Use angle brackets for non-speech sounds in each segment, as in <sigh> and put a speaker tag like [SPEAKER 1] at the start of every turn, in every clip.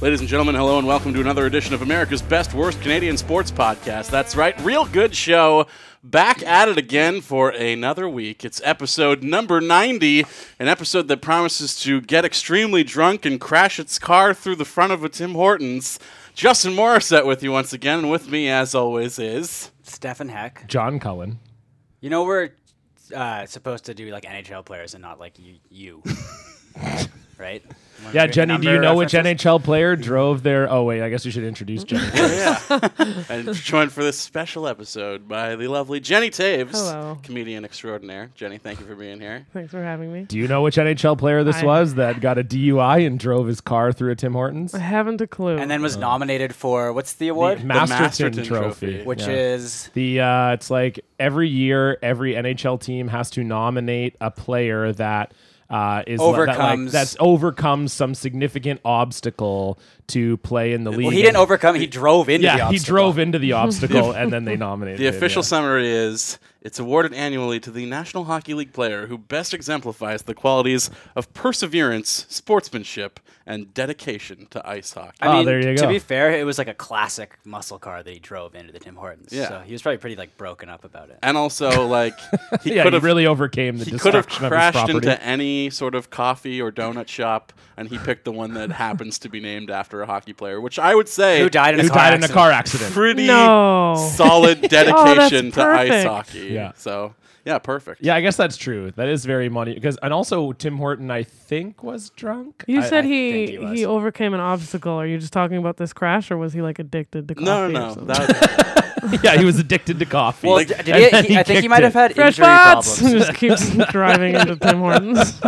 [SPEAKER 1] Ladies and gentlemen, hello and welcome to another edition of America's Best Worst Canadian Sports Podcast. That's right, Real Good Show. Back at it again for another week. It's episode number 90, an episode that promises to get extremely drunk and crash its car through the front of a Tim Hortons. Justin Morissette with you once again, and with me, as always, is.
[SPEAKER 2] Stefan Heck.
[SPEAKER 3] John Cullen.
[SPEAKER 2] You know we're uh, supposed to do like NHL players and not like you, you. right? Wanna
[SPEAKER 3] Yeah,
[SPEAKER 2] do
[SPEAKER 3] Jenny, do
[SPEAKER 2] number
[SPEAKER 3] you know which
[SPEAKER 2] references?
[SPEAKER 3] NHL player drove their. Oh, wait, I guess we should
[SPEAKER 1] <laughs>
[SPEAKER 3] introduce Jenny.
[SPEAKER 1] Yeah. and joined for this special episode by the lovely Jenny Taves,
[SPEAKER 4] Hello.
[SPEAKER 1] comedian extraordinaire. Jenny, thank you for being here.
[SPEAKER 4] Thanks for having me.
[SPEAKER 3] do you know which NHL player this
[SPEAKER 4] I-
[SPEAKER 3] was that got a DUI and drove his car through a Tim Hortons?
[SPEAKER 4] I haven't a clue.
[SPEAKER 2] And then was nominated for what's the award?
[SPEAKER 3] The
[SPEAKER 1] Masterton
[SPEAKER 3] Masterton
[SPEAKER 1] Trophy.
[SPEAKER 3] Trophy.
[SPEAKER 2] Which
[SPEAKER 3] yeah.
[SPEAKER 2] is
[SPEAKER 3] The uh, it's like every year, every NHL team has to nominate a player that uh, is le- that, like,
[SPEAKER 2] Overcomes-
[SPEAKER 3] that's overcomes some significant obstacle to play in the league.
[SPEAKER 2] well, he didn't
[SPEAKER 3] And-
[SPEAKER 2] overcome. He drove into the
[SPEAKER 3] Yeah, he
[SPEAKER 2] obstacle.
[SPEAKER 3] drove
[SPEAKER 2] <laughs>
[SPEAKER 3] into the obstacle and then they nominated
[SPEAKER 1] The
[SPEAKER 3] him,
[SPEAKER 1] official
[SPEAKER 3] yeah.
[SPEAKER 1] summary is it's awarded annually to the National Hockey League player who best exemplifies the qualities of perseverance, sportsmanship, and dedication to ice hockey.
[SPEAKER 2] I
[SPEAKER 3] Oh,
[SPEAKER 2] mean,
[SPEAKER 3] there you
[SPEAKER 2] to
[SPEAKER 3] go.
[SPEAKER 2] be fair, it was like a classic muscle car that he drove into the Tim Hortons.
[SPEAKER 1] Yeah.
[SPEAKER 2] So he was probably pretty like broken up about it.
[SPEAKER 1] and
[SPEAKER 3] <laughs>
[SPEAKER 1] also, like, he
[SPEAKER 3] yeah,
[SPEAKER 1] could
[SPEAKER 3] he
[SPEAKER 1] have
[SPEAKER 3] really overcame the
[SPEAKER 1] he could have
[SPEAKER 3] destruction of his
[SPEAKER 1] crashed
[SPEAKER 3] property.
[SPEAKER 1] into any sort of coffee or donut shop, and he picked the one that
[SPEAKER 3] <laughs>
[SPEAKER 1] happens to be named after a hockey player, which I would say
[SPEAKER 2] Who died in a
[SPEAKER 3] who
[SPEAKER 2] car
[SPEAKER 3] died in a
[SPEAKER 2] accident.
[SPEAKER 3] car accident.
[SPEAKER 1] pretty
[SPEAKER 4] No.
[SPEAKER 3] <laughs>
[SPEAKER 1] solid dedication to ice
[SPEAKER 4] perfect.
[SPEAKER 1] hockey.
[SPEAKER 3] Oh, Yeah.
[SPEAKER 1] So yeah, perfect.
[SPEAKER 3] Yeah, I guess that's true. That is very money because, and also Tim Horton, I think, was drunk.
[SPEAKER 4] you
[SPEAKER 3] I-
[SPEAKER 4] said
[SPEAKER 3] I-
[SPEAKER 4] he
[SPEAKER 2] think he
[SPEAKER 4] he,
[SPEAKER 2] was.
[SPEAKER 4] overcame an obstacle. Are you just talking about this crash, or was he like addicted to coffee?
[SPEAKER 1] No,
[SPEAKER 4] or
[SPEAKER 1] no, no.
[SPEAKER 4] something?
[SPEAKER 1] That,
[SPEAKER 3] <laughs> yeah, he was addicted to coffee.
[SPEAKER 2] Well,
[SPEAKER 1] Like-
[SPEAKER 2] d-
[SPEAKER 3] <laughs> and
[SPEAKER 2] did
[SPEAKER 3] then
[SPEAKER 2] he, he,
[SPEAKER 3] he
[SPEAKER 2] I think he
[SPEAKER 3] kicked
[SPEAKER 2] might have
[SPEAKER 3] it.
[SPEAKER 2] had
[SPEAKER 4] Fresh
[SPEAKER 2] injury
[SPEAKER 4] bots.
[SPEAKER 2] problems.
[SPEAKER 3] <laughs>
[SPEAKER 4] <laughs> just keeps
[SPEAKER 2] <laughs>
[SPEAKER 4] driving into Tim Hortons.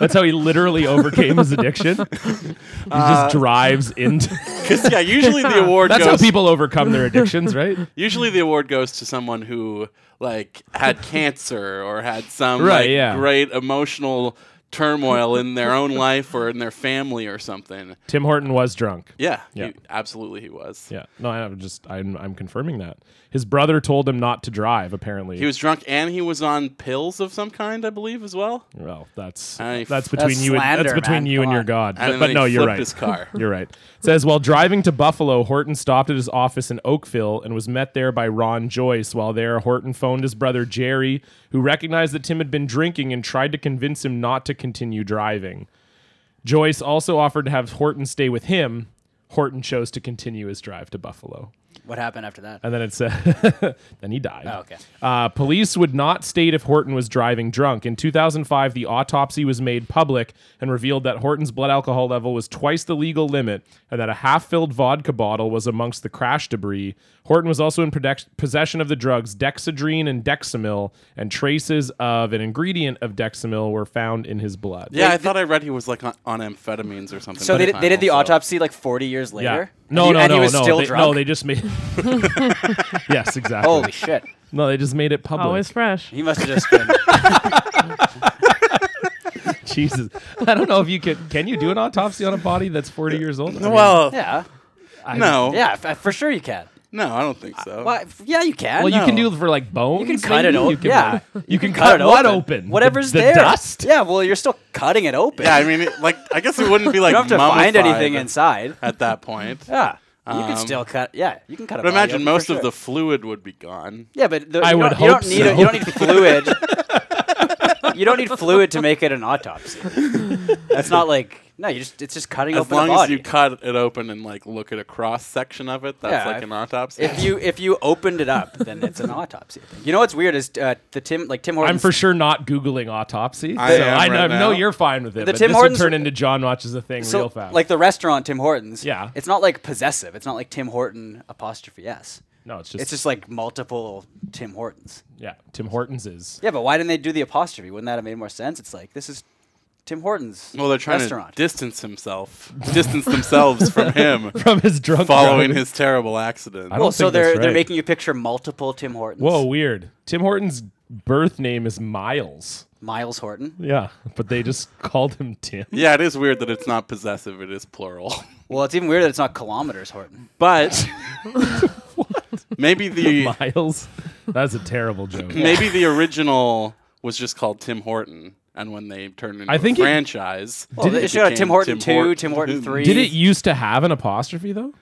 [SPEAKER 3] That's how he literally overcame
[SPEAKER 2] <laughs>
[SPEAKER 3] his addiction. he
[SPEAKER 2] Uh,
[SPEAKER 3] just drives into.
[SPEAKER 1] <laughs>
[SPEAKER 3] <laughs>
[SPEAKER 1] 'cause, yeah, usually the award
[SPEAKER 3] That's how
[SPEAKER 1] goes.
[SPEAKER 3] people overcome their
[SPEAKER 2] <laughs>
[SPEAKER 3] addictions, right?
[SPEAKER 1] usually the award goes to someone who like
[SPEAKER 3] <laughs>
[SPEAKER 1] had cancer or had some
[SPEAKER 3] Right,
[SPEAKER 1] like,
[SPEAKER 3] yeah.
[SPEAKER 1] great emotional turmoil in their
[SPEAKER 3] <laughs>
[SPEAKER 1] own life or in their family or something.
[SPEAKER 3] Tim Horton was drunk.
[SPEAKER 1] Yeah, he-
[SPEAKER 3] Yeah.
[SPEAKER 1] absolutely, he was.
[SPEAKER 3] Yeah. No, I'm just I'm I'm confirming that. His brother told him not to drive. Apparently,
[SPEAKER 1] He was drunk and he was on pills of some kind, I believe, as well.
[SPEAKER 3] Well, that's
[SPEAKER 1] I-
[SPEAKER 3] that's between
[SPEAKER 2] That's
[SPEAKER 3] you and
[SPEAKER 2] slander,
[SPEAKER 3] that's between
[SPEAKER 2] man.
[SPEAKER 3] you and
[SPEAKER 2] Come
[SPEAKER 3] your
[SPEAKER 2] on.
[SPEAKER 3] God.
[SPEAKER 1] And
[SPEAKER 3] But,
[SPEAKER 1] then
[SPEAKER 3] but
[SPEAKER 1] he
[SPEAKER 3] no, you're
[SPEAKER 1] flipped
[SPEAKER 3] right.
[SPEAKER 1] his
[SPEAKER 3] <laughs>
[SPEAKER 1] car.
[SPEAKER 3] You're right. It says while driving to Buffalo, Horton stopped at his office in Oakville and was met there by Ron Joyce. While there, Horton phoned his brother Jerry, who recognized that Tim had been drinking and tried to convince him not to continue driving. Joyce also offered to have Horton stay with him. Horton chose to continue his drive to Buffalo.
[SPEAKER 2] What happened after that?
[SPEAKER 3] And then it said, <laughs> then he died.
[SPEAKER 2] Oh, okay.
[SPEAKER 3] Uh, police would not state if Horton was driving drunk. In 2005, the autopsy was made public and revealed that Horton's blood alcohol level was twice the legal limit and that a half filled vodka bottle was amongst the crash debris. Horton was also in produc- possession of the drugs Dexedrine and Dexamil, and traces of an ingredient of Dexamil were found in his blood.
[SPEAKER 1] Yeah, I thought I read he was like on, on amphetamines or something.
[SPEAKER 2] So
[SPEAKER 1] at
[SPEAKER 2] they
[SPEAKER 1] the
[SPEAKER 2] did, they did
[SPEAKER 1] time
[SPEAKER 2] the
[SPEAKER 1] also.
[SPEAKER 2] autopsy like 40 years later.
[SPEAKER 3] Yeah.
[SPEAKER 2] And
[SPEAKER 3] No,
[SPEAKER 2] he-
[SPEAKER 3] no,
[SPEAKER 2] and
[SPEAKER 3] no,
[SPEAKER 2] he was
[SPEAKER 3] no.
[SPEAKER 2] still
[SPEAKER 3] they,
[SPEAKER 2] drunk.
[SPEAKER 3] No,
[SPEAKER 2] <laughs>
[SPEAKER 3] they just made. <laughs> yes, exactly.
[SPEAKER 2] Holy shit!
[SPEAKER 3] No, they just made it public.
[SPEAKER 4] Always fresh.
[SPEAKER 2] He must have just been.
[SPEAKER 3] Jesus, I don't know if you could. Can you do an autopsy on a body that's forty years old? I mean,
[SPEAKER 1] Well,
[SPEAKER 2] <laughs> yeah,
[SPEAKER 1] Oh, no,
[SPEAKER 2] yeah, f- for sure you can.
[SPEAKER 1] no, I don't think so.
[SPEAKER 2] Well, f- yeah, you can.
[SPEAKER 3] well, you can
[SPEAKER 1] no.
[SPEAKER 3] do it for like bones.
[SPEAKER 2] You can cut it
[SPEAKER 3] maybe?
[SPEAKER 2] open.
[SPEAKER 3] You can,
[SPEAKER 2] yeah,
[SPEAKER 3] you can cut, what open? The-
[SPEAKER 2] Whatever's
[SPEAKER 3] the
[SPEAKER 2] there.
[SPEAKER 3] Dust.
[SPEAKER 2] Yeah, well, you're still cutting it open.
[SPEAKER 1] Yeah, I mean, it, like, I guess it
[SPEAKER 2] <laughs>
[SPEAKER 1] wouldn't be like
[SPEAKER 2] you don't have to find
[SPEAKER 1] mummified
[SPEAKER 2] anything inside.
[SPEAKER 1] at that point.
[SPEAKER 2] <laughs> Yeah, you
[SPEAKER 1] Um,
[SPEAKER 2] can still cut. Yeah, you can cut. a
[SPEAKER 1] But
[SPEAKER 2] body
[SPEAKER 1] imagine
[SPEAKER 2] open
[SPEAKER 1] most
[SPEAKER 2] for
[SPEAKER 1] of the
[SPEAKER 2] sure.
[SPEAKER 1] fluid would be gone.
[SPEAKER 2] yeah, but the,
[SPEAKER 3] I
[SPEAKER 2] you
[SPEAKER 3] would
[SPEAKER 2] don't, you don't
[SPEAKER 3] hope
[SPEAKER 2] need a- you don't <laughs> need fluid. you don't need fluid to make it an <laughs> autopsy. That's not like no. You just it's just cutting
[SPEAKER 1] As
[SPEAKER 2] open
[SPEAKER 1] long
[SPEAKER 2] the
[SPEAKER 1] as
[SPEAKER 2] body.
[SPEAKER 1] you cut it open and like look at a cross section of it, that's
[SPEAKER 2] Yeah,
[SPEAKER 1] like
[SPEAKER 2] if-
[SPEAKER 1] an autopsy.
[SPEAKER 2] if you if you opened it up, then it's an autopsy. Thing. You know what's weird is uh, the Tim like Tim Hortons.
[SPEAKER 3] <laughs> I'm for sure not googling autopsy.
[SPEAKER 1] I
[SPEAKER 3] so
[SPEAKER 1] am
[SPEAKER 3] I,
[SPEAKER 1] right
[SPEAKER 3] know,
[SPEAKER 1] now.
[SPEAKER 3] no, you're fine with it.
[SPEAKER 2] The
[SPEAKER 3] but
[SPEAKER 2] Tim
[SPEAKER 3] this
[SPEAKER 2] Hortons-
[SPEAKER 3] would turn into John watches a thing
[SPEAKER 2] so,
[SPEAKER 3] real fast.
[SPEAKER 2] Like the restaurant Tim Hortons.
[SPEAKER 3] Yeah.
[SPEAKER 2] It's not like possessive. It's not like Tim Horton apostrophe S.
[SPEAKER 3] no, it's just,
[SPEAKER 2] It's just like multiple Tim Hortons.
[SPEAKER 3] yeah. Tim Hortons is
[SPEAKER 2] Yeah, but why didn't they do the apostrophe? Wouldn't that have made more sense? It's like this is Tim Hortons.
[SPEAKER 1] Well, they're trying
[SPEAKER 2] restaurant.
[SPEAKER 1] to distance himself, distance themselves
[SPEAKER 2] <laughs>
[SPEAKER 1] from him
[SPEAKER 3] from his drunk
[SPEAKER 1] following
[SPEAKER 3] driving.
[SPEAKER 1] his terrible accident.
[SPEAKER 3] I don't
[SPEAKER 2] well, Oh, so
[SPEAKER 3] think
[SPEAKER 2] they're
[SPEAKER 3] that's
[SPEAKER 2] they're
[SPEAKER 3] right.
[SPEAKER 2] making you picture multiple Tim Hortons.
[SPEAKER 3] Whoa, weird. Tim Horton's birth name is Miles.
[SPEAKER 2] Miles Horton.
[SPEAKER 3] Yeah, but they just <laughs> called him
[SPEAKER 1] <laughs>
[SPEAKER 3] Tim.
[SPEAKER 1] Yeah, it is weird that it's not possessive; it is plural.
[SPEAKER 2] <laughs> Well, it's even weirder that it's not kilometers Horton. <laughs>
[SPEAKER 1] But maybe
[SPEAKER 2] Oh
[SPEAKER 1] the
[SPEAKER 3] Miles. That's a terrible joke.
[SPEAKER 1] maybe the original was just called Tim Horton, and when they turned into
[SPEAKER 3] I think
[SPEAKER 1] a
[SPEAKER 3] it-
[SPEAKER 1] franchise,
[SPEAKER 2] Well, they should have Tim Horton two, Tim
[SPEAKER 1] <laughs>
[SPEAKER 2] Horton three.
[SPEAKER 3] Did it used to have an apostrophe though?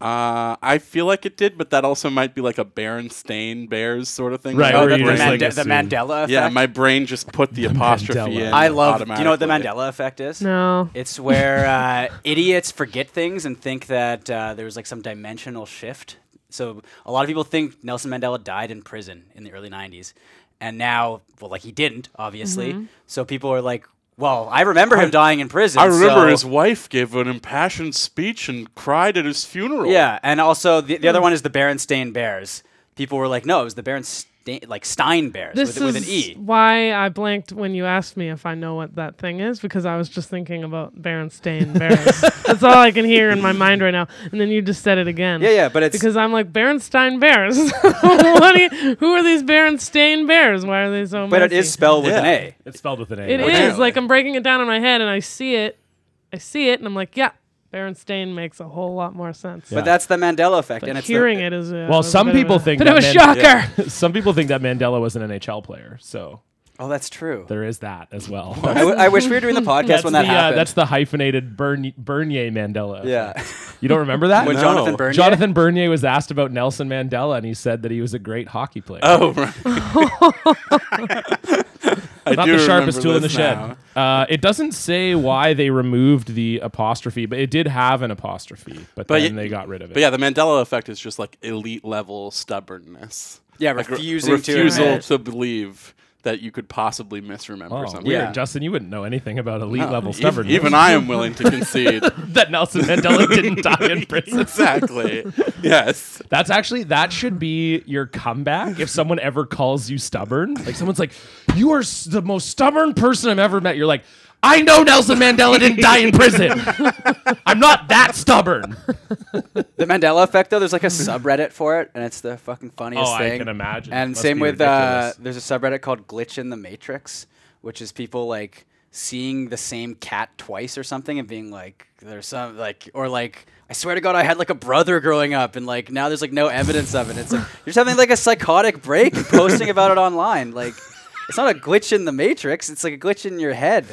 [SPEAKER 1] Uh, I feel like it did, but that also might be like a Berenstain Bears sort of thing.
[SPEAKER 3] Right,
[SPEAKER 1] Like
[SPEAKER 2] Oh,
[SPEAKER 1] my
[SPEAKER 3] where
[SPEAKER 2] the, the,
[SPEAKER 3] you just,
[SPEAKER 1] brain-
[SPEAKER 3] like,
[SPEAKER 2] Mande- the
[SPEAKER 3] assume.
[SPEAKER 2] Mandela effect.
[SPEAKER 1] yeah, my brain just put the, apostrophe
[SPEAKER 3] Mandela.
[SPEAKER 1] in.
[SPEAKER 3] I
[SPEAKER 2] I love. Do you know what the
[SPEAKER 1] automatically.
[SPEAKER 2] Mandela effect is?
[SPEAKER 4] No.
[SPEAKER 2] It's where uh, idiots forget things and think that uh, there was like some dimensional shift. So a lot of people think Nelson Mandela died in prison in the early '90s, and now, well, like he didn't, obviously. So people are like, "Well, I remember him dying in prison."
[SPEAKER 1] I remember
[SPEAKER 2] so-
[SPEAKER 1] his wife gave an impassioned speech and cried at his funeral.
[SPEAKER 2] Yeah, and also the, the other one is the Berenstain Bears. People were like, "No, it was the Berenstain, like Stein Bears
[SPEAKER 4] This
[SPEAKER 2] with, with an
[SPEAKER 4] is
[SPEAKER 2] E."
[SPEAKER 4] why I blanked when you asked me if I know what that thing is because I was just thinking about
[SPEAKER 2] <laughs>
[SPEAKER 4] Berenstain Bears. That's all I can hear in my mind right now. And then you just said it again.
[SPEAKER 2] Yeah, yeah, but it's
[SPEAKER 4] Because I'm like Berenstain Bears. <laughs> what do you, who are these Berenstain Bears? Why are they so?
[SPEAKER 2] but it
[SPEAKER 4] messy?
[SPEAKER 2] is spelled with an
[SPEAKER 1] Yeah.
[SPEAKER 2] A.
[SPEAKER 3] It's spelled with an A.
[SPEAKER 2] Oh,
[SPEAKER 4] It
[SPEAKER 1] Well,
[SPEAKER 4] is
[SPEAKER 1] yeah.
[SPEAKER 4] like I'm breaking it down in my head, and I see it. I see it, and I'm like, yeah, Berenstain makes a whole lot more sense.
[SPEAKER 2] But that's the Mandela effect, and it's the-
[SPEAKER 4] Hearing it is a,
[SPEAKER 3] Well,
[SPEAKER 4] is a
[SPEAKER 3] some
[SPEAKER 4] bit of
[SPEAKER 3] people
[SPEAKER 4] a-
[SPEAKER 3] think
[SPEAKER 4] bit
[SPEAKER 3] that
[SPEAKER 4] of a
[SPEAKER 3] man- <laughs>
[SPEAKER 4] shocker.
[SPEAKER 3] Some people think that Mandela was an NHL player, so
[SPEAKER 2] Oh, that's true.
[SPEAKER 3] there is that
[SPEAKER 1] <laughs>
[SPEAKER 3] as well.
[SPEAKER 2] I, w- I wish we were doing the podcast
[SPEAKER 3] that's
[SPEAKER 2] when that
[SPEAKER 3] the, uh,
[SPEAKER 2] happened.
[SPEAKER 3] that's the hyphenated Bern- Bernier Mandela. <laughs>
[SPEAKER 2] yeah.
[SPEAKER 3] you don't remember that?
[SPEAKER 2] when
[SPEAKER 1] No.
[SPEAKER 2] Jonathan Bernier.
[SPEAKER 3] Jonathan Bernier was asked about Nelson Mandela, and he said that he was a great hockey player.
[SPEAKER 1] Oh, right. I
[SPEAKER 3] not
[SPEAKER 1] do
[SPEAKER 3] the sharpest
[SPEAKER 1] remember
[SPEAKER 3] tool in the
[SPEAKER 1] this
[SPEAKER 3] shed. Uh, it doesn't say why they removed the apostrophe, but it did have an apostrophe. But,
[SPEAKER 1] But
[SPEAKER 3] then
[SPEAKER 1] y-
[SPEAKER 3] they got rid of it.
[SPEAKER 1] But yeah, the Mandela effect is just like elite level stubbornness.
[SPEAKER 2] Yeah,
[SPEAKER 1] Like, re-
[SPEAKER 2] refusing to
[SPEAKER 1] refusal
[SPEAKER 4] admit.
[SPEAKER 1] to believe that you could possibly misremember
[SPEAKER 3] Oh,
[SPEAKER 1] something.
[SPEAKER 3] weird.
[SPEAKER 2] Yeah.
[SPEAKER 3] Justin, you wouldn't know anything about elite level
[SPEAKER 1] Even-
[SPEAKER 3] stubbornness.
[SPEAKER 1] Even I am willing to concede.
[SPEAKER 3] <laughs> that Nelson Mandela didn't die
[SPEAKER 1] <laughs>
[SPEAKER 3] in prison.
[SPEAKER 1] exactly. Yes.
[SPEAKER 3] That's actually that should be your comeback if someone ever calls you stubborn. Like someone's like, "You are s- the most stubborn person I've ever met." You're like, "I know Nelson Mandela didn't die in prison. I'm not that stubborn." <laughs>
[SPEAKER 2] The Mandela effect, though, there's like a subreddit for it, and it's the fucking funniest
[SPEAKER 3] Oh, I
[SPEAKER 2] thing.
[SPEAKER 3] can imagine.
[SPEAKER 2] And
[SPEAKER 3] Must
[SPEAKER 2] same
[SPEAKER 3] be
[SPEAKER 2] with uh,
[SPEAKER 3] ridiculous.
[SPEAKER 2] there's a subreddit called Glitch in the Matrix, which is people like seeing the same cat twice or something and being like, there's some like, or like, I swear to God, I had like a brother growing up, and like now there's like no evidence of it. It's like you're just having like a psychotic
[SPEAKER 3] <laughs>
[SPEAKER 2] break and posting about it online. Like, it's not a glitch in the Matrix. It's like a glitch in your head.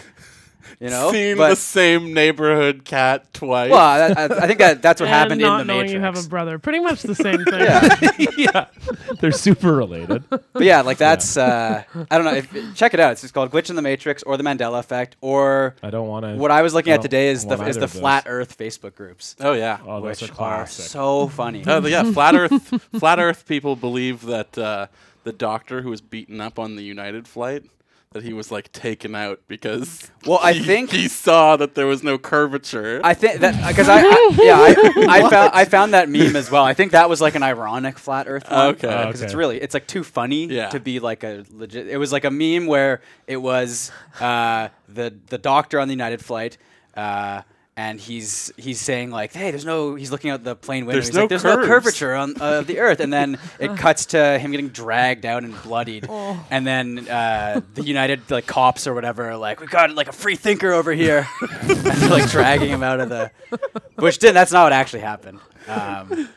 [SPEAKER 2] You know,
[SPEAKER 1] Seen
[SPEAKER 2] But-
[SPEAKER 1] the same neighborhood cat twice.
[SPEAKER 2] Well, I, I- I think that that's what
[SPEAKER 4] <laughs> And
[SPEAKER 2] happened in
[SPEAKER 4] not
[SPEAKER 2] the
[SPEAKER 4] knowing
[SPEAKER 2] Matrix.
[SPEAKER 4] you have a brother, pretty much the same thing.
[SPEAKER 2] <laughs> yeah,
[SPEAKER 3] yeah, they're super related.
[SPEAKER 2] but yeah, like that's uh, I don't know. If, check it out. It's just called Glitch in the Matrix or the Mandela Effect or
[SPEAKER 3] I don't want to.
[SPEAKER 2] what I was looking
[SPEAKER 3] I
[SPEAKER 2] at today
[SPEAKER 3] don't
[SPEAKER 2] is the
[SPEAKER 3] want
[SPEAKER 2] is
[SPEAKER 3] either
[SPEAKER 2] the
[SPEAKER 3] of those.
[SPEAKER 2] flat Earth Facebook groups,
[SPEAKER 1] oh yeah.
[SPEAKER 3] Oh, those
[SPEAKER 2] which
[SPEAKER 3] are
[SPEAKER 2] are
[SPEAKER 3] classic.
[SPEAKER 2] so funny.
[SPEAKER 1] Oh yeah, flat Earth. <laughs> flat Earth people believe that uh, the doctor who was beaten up on the United flight that he was like taken out because
[SPEAKER 2] Well, I
[SPEAKER 1] he-
[SPEAKER 2] think-
[SPEAKER 1] he saw that there was no curvature.
[SPEAKER 2] I think that because I, I yeah I, I found I found that meme as well. I think that was like an ironic flat Earth. One,
[SPEAKER 1] Okay.
[SPEAKER 2] because
[SPEAKER 3] Okay.
[SPEAKER 2] it's really it's like too funny
[SPEAKER 1] Yeah.
[SPEAKER 2] to be like a legit. It was like a meme where it was uh, the the doctor on the United flight. Uh, and he's he's saying like, hey, there's no. He's looking out the plane window.
[SPEAKER 1] There's
[SPEAKER 2] he's
[SPEAKER 1] no
[SPEAKER 2] like, there's no
[SPEAKER 1] curves."
[SPEAKER 2] curvature on uh, the Earth.
[SPEAKER 1] <laughs>
[SPEAKER 2] And then it cuts to him getting dragged out and bloodied.
[SPEAKER 1] Oh.
[SPEAKER 2] And then uh, the United like cops or whatever are like, we got like a free thinker over here, <laughs> and they're, like dragging him out of the. Which didn't. That's not what actually happened. Um,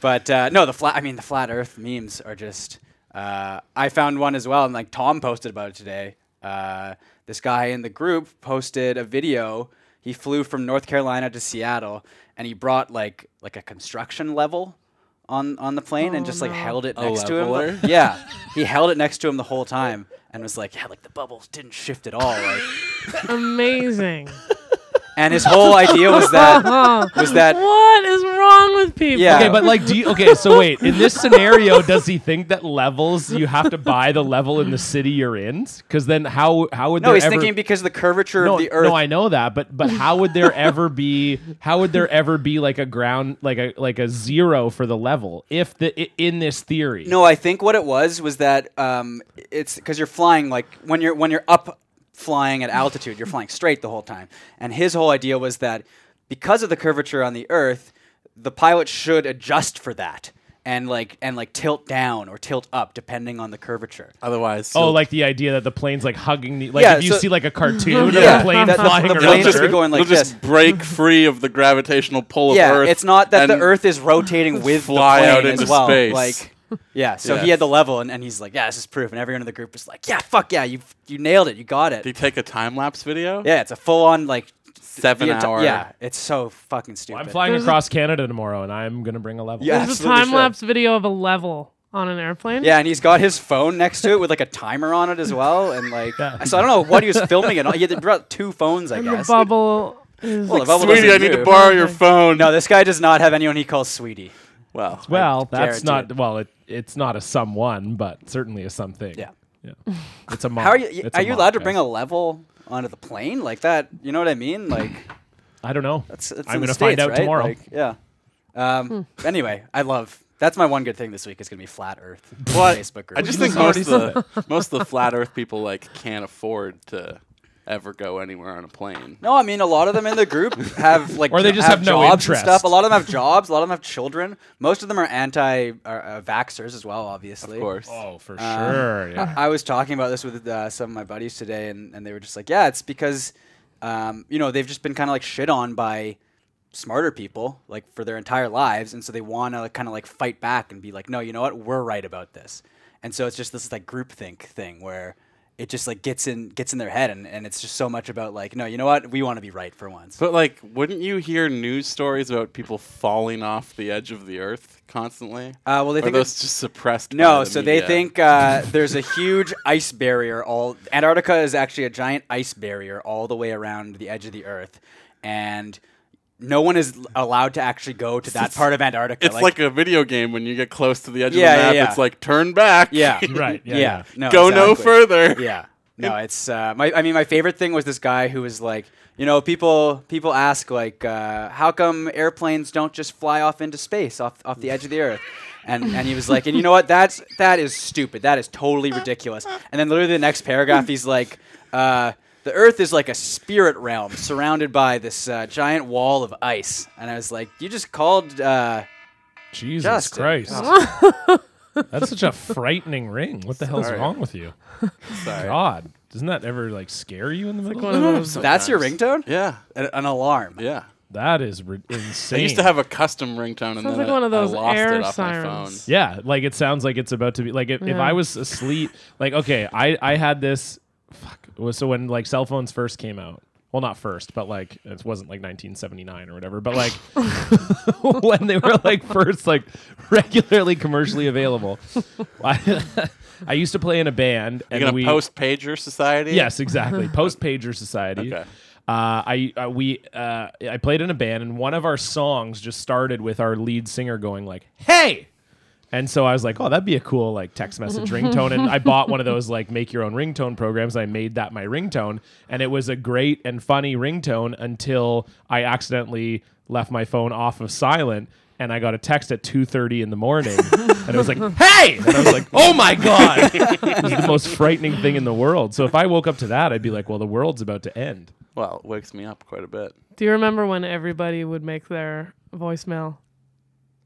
[SPEAKER 2] but uh, no, the flat. I mean, the flat Earth memes are just. Uh, I found one as well, and like Tom posted about it today. Uh, this guy in the group posted a video. He flew from North Carolina to Seattle, and he brought like like a construction level on on the plane, and
[SPEAKER 4] Oh,
[SPEAKER 2] just like
[SPEAKER 4] no.
[SPEAKER 2] held it next to him.
[SPEAKER 1] leveler?
[SPEAKER 2] <laughs> Yeah, he held it next to him the whole time, and was like, yeah, like the bubbles didn't shift at all. Like, <laughs>
[SPEAKER 4] Amazing.
[SPEAKER 2] and his whole idea was that was that
[SPEAKER 4] What is wrong with people?
[SPEAKER 2] Yeah.
[SPEAKER 3] Okay, but like, do you? Okay, so wait. In this scenario, does he think that levels you have to buy the level in the city you're in? Because then how how would
[SPEAKER 2] no,
[SPEAKER 3] there
[SPEAKER 2] he's
[SPEAKER 3] ever,
[SPEAKER 2] thinking because of the curvature
[SPEAKER 3] no,
[SPEAKER 2] of the Earth.
[SPEAKER 3] no, I know that, but but how would there ever be how would there ever be like a ground like a like a zero for the level if the i- in this theory?
[SPEAKER 2] No, I think what it was was that um, it's because you're flying like when you're when you're up flying at altitude. You're flying straight the whole time. And his whole idea was that because of the curvature on the Earth, the pilot should adjust for that and like and like tilt down or tilt up depending on the curvature.
[SPEAKER 1] Otherwise,
[SPEAKER 3] Oh,
[SPEAKER 1] he'll-
[SPEAKER 3] like the idea that the plane's like hugging the like
[SPEAKER 2] Yeah,
[SPEAKER 3] if you
[SPEAKER 2] so-
[SPEAKER 3] see like a
[SPEAKER 4] <laughs>
[SPEAKER 3] cartoon of
[SPEAKER 2] Yeah,
[SPEAKER 3] a plane
[SPEAKER 2] that the-
[SPEAKER 3] flying
[SPEAKER 2] the
[SPEAKER 3] around.
[SPEAKER 2] plane
[SPEAKER 3] the
[SPEAKER 2] just be
[SPEAKER 3] Earth.
[SPEAKER 2] going like
[SPEAKER 1] He'll just
[SPEAKER 2] this.
[SPEAKER 1] break free of the gravitational pull
[SPEAKER 2] yeah,
[SPEAKER 1] of Earth.
[SPEAKER 2] it's not that the
[SPEAKER 1] and-
[SPEAKER 2] Earth
[SPEAKER 1] <laughs>
[SPEAKER 2] is rotating with
[SPEAKER 1] fly
[SPEAKER 2] the plane
[SPEAKER 1] out into
[SPEAKER 2] as well.
[SPEAKER 1] space.
[SPEAKER 2] Like, yeah. So
[SPEAKER 1] Yeah.
[SPEAKER 2] he had the level, and, and he's like, "Yeah, this is proof." And everyone in the group was like, "Yeah, fuck yeah, you you nailed it, you got it."
[SPEAKER 1] They take a time lapse video.
[SPEAKER 2] yeah, it's a full on like
[SPEAKER 1] seven
[SPEAKER 2] the enti-
[SPEAKER 1] hour.
[SPEAKER 2] Yeah, it's so fucking stupid.
[SPEAKER 3] I'm flying
[SPEAKER 4] There's a-
[SPEAKER 3] across Canada tomorrow, and I'm gonna bring a level.
[SPEAKER 2] Yeah.
[SPEAKER 4] There's a
[SPEAKER 2] Absolutely should.
[SPEAKER 4] time lapse video of a level on an airplane.
[SPEAKER 2] Yeah, and he's got his phone next to it with like a timer on it as well, and like so I don't know what he was filming it on. He had brought two phones, I
[SPEAKER 4] And the
[SPEAKER 2] guess.
[SPEAKER 4] bubble
[SPEAKER 2] <laughs>
[SPEAKER 4] is
[SPEAKER 2] Well, the bubble
[SPEAKER 1] Sweetie, I
[SPEAKER 2] doesn't
[SPEAKER 1] need to
[SPEAKER 2] move.
[SPEAKER 1] borrow your phone.
[SPEAKER 2] No, this guy does not have anyone he calls sweetie.
[SPEAKER 1] well,
[SPEAKER 3] Well, that's
[SPEAKER 2] guarantee
[SPEAKER 3] not
[SPEAKER 2] it.
[SPEAKER 3] well. It, it's not a someone, but certainly a something.
[SPEAKER 2] Yeah.
[SPEAKER 3] yeah. It's a mom.
[SPEAKER 2] How are you?
[SPEAKER 3] It's
[SPEAKER 2] are
[SPEAKER 3] a
[SPEAKER 2] you
[SPEAKER 3] mom,
[SPEAKER 2] allowed to
[SPEAKER 3] guys.
[SPEAKER 2] bring a level onto the plane like that? You know what I mean? Like
[SPEAKER 3] I don't know.
[SPEAKER 2] that's. It's
[SPEAKER 3] I'm
[SPEAKER 2] in the
[SPEAKER 3] gonna find
[SPEAKER 2] States,
[SPEAKER 3] out
[SPEAKER 2] right?
[SPEAKER 3] tomorrow.
[SPEAKER 2] Like, yeah. Um, anyway, I love. That's my one good thing this week is gonna be flat Earth.
[SPEAKER 1] What?
[SPEAKER 2] Facebook group.
[SPEAKER 1] I just think most of the
[SPEAKER 4] <laughs>
[SPEAKER 1] most of the flat Earth people like can't afford to ever go anywhere on a plane.
[SPEAKER 2] No, I mean a lot of them in the
[SPEAKER 3] <laughs>
[SPEAKER 2] group have like
[SPEAKER 3] Or they
[SPEAKER 2] jo-
[SPEAKER 3] just have no
[SPEAKER 2] jobs and
[SPEAKER 3] interest.
[SPEAKER 2] stuff. A lot of them have jobs. A lot of them have children. Most of them are anti are, uh, vaxxers as well, obviously.
[SPEAKER 1] Of course.
[SPEAKER 3] Oh, for
[SPEAKER 2] Uh,
[SPEAKER 3] sure. Yeah.
[SPEAKER 2] <laughs> I was talking about this with uh, some of my buddies today, and, and they were just like, "Yeah, it's because, um, you know, they've just been kind of like shit on by smarter people like for their entire lives, and so they want to like, kind of like fight back and be like, no, you know what, we're right about this." And so it's just this like groupthink thing where it just like gets in gets in their head, and, and it's just so much about like, no, you know what, we want to be right for once.
[SPEAKER 1] But like, wouldn't you hear news stories about people falling off the edge of the Earth constantly?
[SPEAKER 2] Uh, well, they
[SPEAKER 1] Or
[SPEAKER 2] think
[SPEAKER 1] those just suppressed. by
[SPEAKER 2] No,
[SPEAKER 1] the
[SPEAKER 2] so they
[SPEAKER 1] media?
[SPEAKER 2] think uh, there's a huge ice barrier. All Antarctica is actually a giant ice barrier all the way around the edge of the Earth, and no one is l- allowed to actually go to that part of Antarctica.
[SPEAKER 1] it's like, a video game when you get close to the edge of
[SPEAKER 2] Yeah,
[SPEAKER 1] the
[SPEAKER 2] yeah,
[SPEAKER 1] map.
[SPEAKER 2] yeah.
[SPEAKER 1] It's like turn back. <laughs>
[SPEAKER 2] yeah,
[SPEAKER 3] right. Yeah.
[SPEAKER 2] yeah,
[SPEAKER 3] yeah.
[SPEAKER 2] No,
[SPEAKER 1] go no
[SPEAKER 2] exactly.
[SPEAKER 1] further.
[SPEAKER 2] Yeah. No, it's uh, my. I mean, my favorite thing was this guy who was like, you know, people people ask like, uh, how come airplanes don't just fly off into space, off off the edge of the earth, and and he was like, and you know what? That's that is stupid. That is totally ridiculous. And then literally the next paragraph, he's like. Uh, the Earth is like a spirit realm surrounded by this uh, giant wall of ice, and I was like, "You just called uh,
[SPEAKER 3] Jesus
[SPEAKER 2] Justin.
[SPEAKER 3] Christ. That's such a frightening ring. What the hell's
[SPEAKER 1] Sorry.
[SPEAKER 3] wrong with you?
[SPEAKER 1] <laughs> Sorry.
[SPEAKER 3] God, doesn't that ever like scare you in the middle?
[SPEAKER 4] <laughs> One
[SPEAKER 2] <laughs>
[SPEAKER 4] of those.
[SPEAKER 2] that's your ringtone?
[SPEAKER 1] Yeah.
[SPEAKER 2] An, an alarm?
[SPEAKER 1] Yeah.
[SPEAKER 3] that is re- insane.
[SPEAKER 1] I used to have a custom ringtone, and
[SPEAKER 4] Sounds
[SPEAKER 1] then
[SPEAKER 4] like
[SPEAKER 1] I,
[SPEAKER 4] one of
[SPEAKER 1] I
[SPEAKER 4] those
[SPEAKER 1] lost
[SPEAKER 4] air
[SPEAKER 1] it off my phone.
[SPEAKER 4] sirens.
[SPEAKER 3] Yeah, like it sounds like it's about to be like if, if
[SPEAKER 4] Yeah.
[SPEAKER 3] I was asleep, like okay, I I had this fuck was so when like cell phones first came out. Well, not first, but like it wasn't like 1979 or whatever, but like <laughs> when they were like first like regularly commercially available. I, <laughs> I used to play in a band
[SPEAKER 1] You're
[SPEAKER 3] and
[SPEAKER 1] gonna
[SPEAKER 3] we
[SPEAKER 1] post pager society? <laughs>
[SPEAKER 3] Yes, exactly. Post Pager Society.
[SPEAKER 1] Okay.
[SPEAKER 3] Uh, I uh, we uh, I played in a band and one of our songs just started with our lead singer going like "Hey," and so I was like, "Oh, that'd be a cool like text message ringtone." And I bought one of those like make your own ringtone programs. And I made that my ringtone, and it was a great and funny ringtone until I accidentally left my phone off of silent. And I got a text at 2:30 in the morning, and it was like, "Hey!" And I was like, "Oh my god!" It was the most frightening thing in the world. So if I woke up to that, I'd be like, "Well, the world's about to end."
[SPEAKER 1] Well, it wakes me up quite a bit.
[SPEAKER 4] Do you remember when everybody would make their voicemail?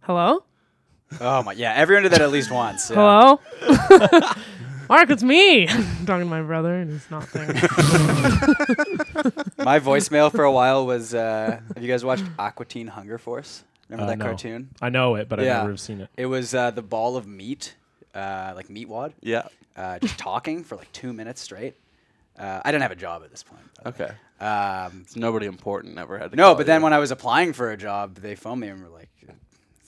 [SPEAKER 4] Hello?
[SPEAKER 2] Oh my! Yeah, everyone did that at least once. yeah.
[SPEAKER 4] Hello?
[SPEAKER 2] <laughs>
[SPEAKER 4] Mark, it's me. <laughs> I'm talking to my brother, and he's not there.
[SPEAKER 2] <laughs> My voicemail for a while was uh, Have you guys watched Aqua Teen Hunger Force? Remember
[SPEAKER 3] Uh,
[SPEAKER 2] that
[SPEAKER 3] no.
[SPEAKER 2] cartoon?
[SPEAKER 3] I know it, but
[SPEAKER 2] Yeah.
[SPEAKER 3] I've never have seen it.
[SPEAKER 2] It was uh, the ball of meat, uh, like meat wad,
[SPEAKER 1] Yeah.
[SPEAKER 2] uh, just talking for like two minutes straight. Uh, I didn't have a job at this point.
[SPEAKER 1] Okay. Oh,
[SPEAKER 2] Um,
[SPEAKER 1] So nobody important ever had to.
[SPEAKER 2] no,
[SPEAKER 1] call
[SPEAKER 2] but then
[SPEAKER 1] you.
[SPEAKER 2] when I was applying for a job, they phoned me and were like,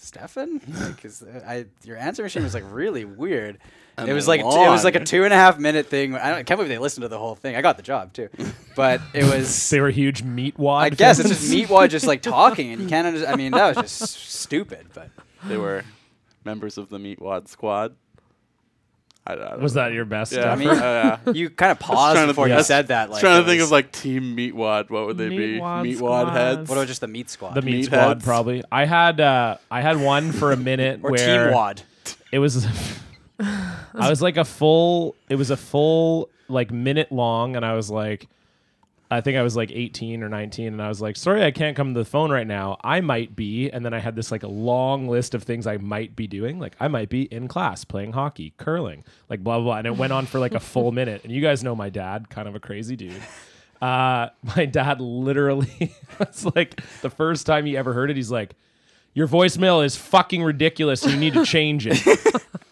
[SPEAKER 2] Stefan, like, is that- I your answer machine was like really weird. it was like it was like a
[SPEAKER 1] long.
[SPEAKER 2] two and a half minute thing. I, don't, I can't believe they listened to the whole thing. I got the job too, but it was
[SPEAKER 3] They were huge meat wad.
[SPEAKER 2] I guess it's
[SPEAKER 3] fans. <laughs>
[SPEAKER 2] just meat wad just like talking, and you can't. Under- I mean, that was just s- stupid. But
[SPEAKER 1] they were members of the Meat Wad Squad. I, I don't
[SPEAKER 3] Was
[SPEAKER 1] know.
[SPEAKER 3] that your best?
[SPEAKER 1] Yeah,
[SPEAKER 3] effort?
[SPEAKER 2] I mean, uh,
[SPEAKER 1] yeah.
[SPEAKER 2] you kind of
[SPEAKER 1] I was
[SPEAKER 2] paused
[SPEAKER 1] trying to
[SPEAKER 2] before
[SPEAKER 1] think- I
[SPEAKER 2] you
[SPEAKER 1] was
[SPEAKER 2] said that. Like,
[SPEAKER 1] trying
[SPEAKER 2] it
[SPEAKER 1] to think
[SPEAKER 2] was-
[SPEAKER 1] of like Team Meat Wad. What would they be?
[SPEAKER 4] Meat Wad
[SPEAKER 1] meat Wad
[SPEAKER 4] Squad.
[SPEAKER 1] heads.
[SPEAKER 2] what about just the meat squad
[SPEAKER 3] the meat
[SPEAKER 1] meatheads.
[SPEAKER 3] wad probably. I had uh, I had one for a minute
[SPEAKER 2] or
[SPEAKER 3] <laughs> where
[SPEAKER 2] team wad?
[SPEAKER 3] it was I was like a full. It was a full like minute long, and I was like, I think I was like 18 or 19, and I was like, sorry, I can't come to the phone right now. I might be, and then I had this like a long list of things I might be doing. Like I might be in class playing hockey, curling, like blah blah. blah. And it went on for like a full minute. And you guys know my dad, kind of a crazy dude. Uh, <laughs> my dad literally <laughs> was like the first time he ever heard it, he's like. Your voicemail is fucking ridiculous. You need to change
[SPEAKER 4] <laughs>
[SPEAKER 3] it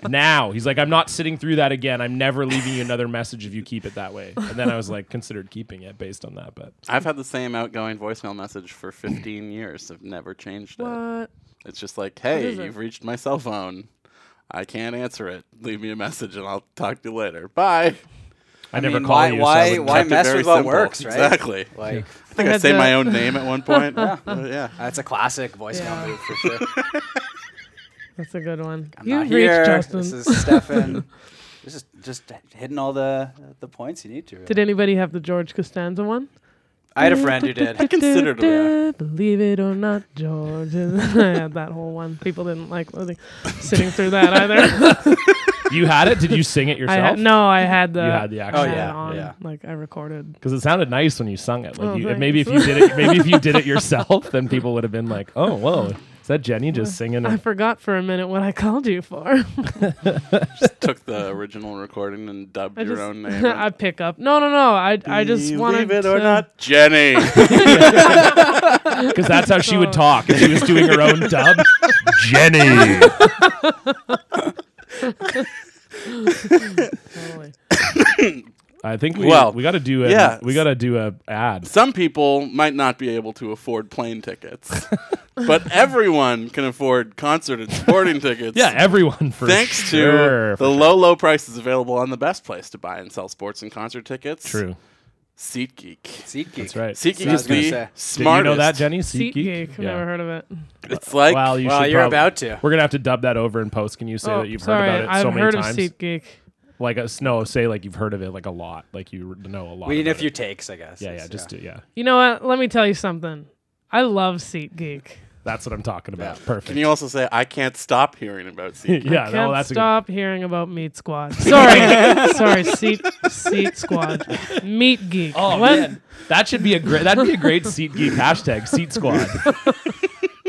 [SPEAKER 3] now. He's like, I'm not sitting through that again. I'm never leaving you another message if you keep it that way. And then I was like, considered keeping it based on that. But
[SPEAKER 1] I've had the same outgoing voicemail message for 15 years. I've never changed it.
[SPEAKER 4] What?
[SPEAKER 1] It's just like, hey,
[SPEAKER 4] is it?
[SPEAKER 1] you've reached my cell phone. I can't answer it. Leave me a message and I'll talk to you later. Bye.
[SPEAKER 3] I, never
[SPEAKER 2] mean,
[SPEAKER 3] call
[SPEAKER 2] why-
[SPEAKER 3] you.
[SPEAKER 2] why-
[SPEAKER 3] so I would-
[SPEAKER 2] why-
[SPEAKER 1] Kept it
[SPEAKER 2] mess
[SPEAKER 1] very
[SPEAKER 2] with what
[SPEAKER 1] simple.
[SPEAKER 2] works, right?
[SPEAKER 1] Exactly.
[SPEAKER 2] Like
[SPEAKER 1] I think I,
[SPEAKER 4] had
[SPEAKER 1] say
[SPEAKER 4] to-
[SPEAKER 1] my own name at one point. yeah. yeah.
[SPEAKER 2] that's a classic voicemail
[SPEAKER 4] Yeah.
[SPEAKER 2] move for
[SPEAKER 3] <laughs>
[SPEAKER 2] sure.
[SPEAKER 4] That's a good one.
[SPEAKER 2] I'm
[SPEAKER 4] you
[SPEAKER 2] not
[SPEAKER 4] reached
[SPEAKER 2] here.
[SPEAKER 4] Justin.
[SPEAKER 2] This is
[SPEAKER 3] <laughs>
[SPEAKER 2] Stefan. this is just hitting all the the points you need to.
[SPEAKER 4] Did anybody have the George Costanza
[SPEAKER 2] <laughs>
[SPEAKER 4] one?
[SPEAKER 2] I had a friend who
[SPEAKER 4] <laughs>
[SPEAKER 2] did.
[SPEAKER 1] considered it, yeah.
[SPEAKER 4] Believe it or not, George. is- <laughs> I had that whole one. People didn't like living- sitting through that either.
[SPEAKER 2] <laughs>
[SPEAKER 4] <laughs>
[SPEAKER 3] you had it? Did you sing it
[SPEAKER 4] I
[SPEAKER 3] yourself?
[SPEAKER 4] had, no, I had the.
[SPEAKER 3] You had the actual.
[SPEAKER 2] Oh,
[SPEAKER 4] I had it
[SPEAKER 2] yeah,
[SPEAKER 4] on,
[SPEAKER 2] yeah.
[SPEAKER 4] Like I recorded.
[SPEAKER 3] Because it sounded nice when you sung it. Like
[SPEAKER 4] Oh,
[SPEAKER 3] you,
[SPEAKER 4] thanks.
[SPEAKER 3] maybe if you did it, maybe if you did it yourself, then people would have been like, "Oh, whoa, is that Jenny
[SPEAKER 4] <laughs>
[SPEAKER 3] just singing?"
[SPEAKER 4] I
[SPEAKER 3] it?"
[SPEAKER 4] forgot for a minute what I <laughs> called you for.
[SPEAKER 1] Took the original recording and dubbed
[SPEAKER 4] I
[SPEAKER 1] your
[SPEAKER 4] just <laughs>
[SPEAKER 1] own name.
[SPEAKER 4] I pick up. No, no, no. I I just wanted
[SPEAKER 1] Believe it or
[SPEAKER 4] to-
[SPEAKER 1] not,
[SPEAKER 3] <laughs>
[SPEAKER 1] Jenny.
[SPEAKER 3] Because that's how she would
[SPEAKER 4] So-
[SPEAKER 3] talk. If she was doing her own dub. Jenny.
[SPEAKER 4] Totally.
[SPEAKER 3] I think we
[SPEAKER 1] Well,
[SPEAKER 3] we got to do a
[SPEAKER 1] yeah.
[SPEAKER 3] we got to do a ad.
[SPEAKER 1] Some people might not be able to afford plane tickets,
[SPEAKER 4] <laughs>
[SPEAKER 1] but everyone can afford concert and sporting tickets.
[SPEAKER 3] Yeah, everyone for
[SPEAKER 1] Thanks to
[SPEAKER 3] sure, for
[SPEAKER 1] the low, low prices available on the best place to buy and sell sports and concert tickets.
[SPEAKER 3] True.
[SPEAKER 1] SeatGeek.
[SPEAKER 2] SeatGeek.
[SPEAKER 3] That's right.
[SPEAKER 1] SeatGeek
[SPEAKER 2] what I
[SPEAKER 1] is
[SPEAKER 2] was gonna
[SPEAKER 1] the
[SPEAKER 2] say.
[SPEAKER 3] Did you
[SPEAKER 1] smartest.
[SPEAKER 3] know that, Jenny?
[SPEAKER 4] Seat geek. I've
[SPEAKER 3] Yeah.
[SPEAKER 4] never heard of it.
[SPEAKER 1] It's like
[SPEAKER 3] Well, you
[SPEAKER 2] Well,
[SPEAKER 3] should
[SPEAKER 2] you're
[SPEAKER 3] prob-
[SPEAKER 2] about to.
[SPEAKER 3] We're gonna have to dub that over in post. Can you say
[SPEAKER 4] oh,
[SPEAKER 3] that you've
[SPEAKER 4] sorry,
[SPEAKER 3] heard about it
[SPEAKER 4] I've
[SPEAKER 3] so many
[SPEAKER 4] heard
[SPEAKER 3] times?
[SPEAKER 4] of Seat Geek.
[SPEAKER 3] Like a no, say like you've heard of it like a lot. Like you r- know a lot.
[SPEAKER 2] We need a
[SPEAKER 3] about
[SPEAKER 2] few
[SPEAKER 3] it.
[SPEAKER 2] takes, I guess.
[SPEAKER 3] Yeah, yeah,
[SPEAKER 2] It's, uh,
[SPEAKER 3] just do- yeah.
[SPEAKER 4] You know what? Let me tell you something. I love Seat Geek.
[SPEAKER 3] That's what I'm talking about.
[SPEAKER 1] Can
[SPEAKER 3] <laughs> Perfect.
[SPEAKER 1] you also say, I can't stop hearing about
[SPEAKER 3] <laughs>
[SPEAKER 1] SeatGeek?
[SPEAKER 3] yeah,
[SPEAKER 4] Can't
[SPEAKER 3] no, that's a good-
[SPEAKER 4] stop hearing about Meat Squad.
[SPEAKER 3] <laughs>
[SPEAKER 4] Sorry, sorry, Seat Seat Squad, Meat Geek.
[SPEAKER 3] Oh
[SPEAKER 4] What?
[SPEAKER 3] man, that should be a great that'd be a great seat geek hashtag
[SPEAKER 1] <laughs>
[SPEAKER 3] seat squad.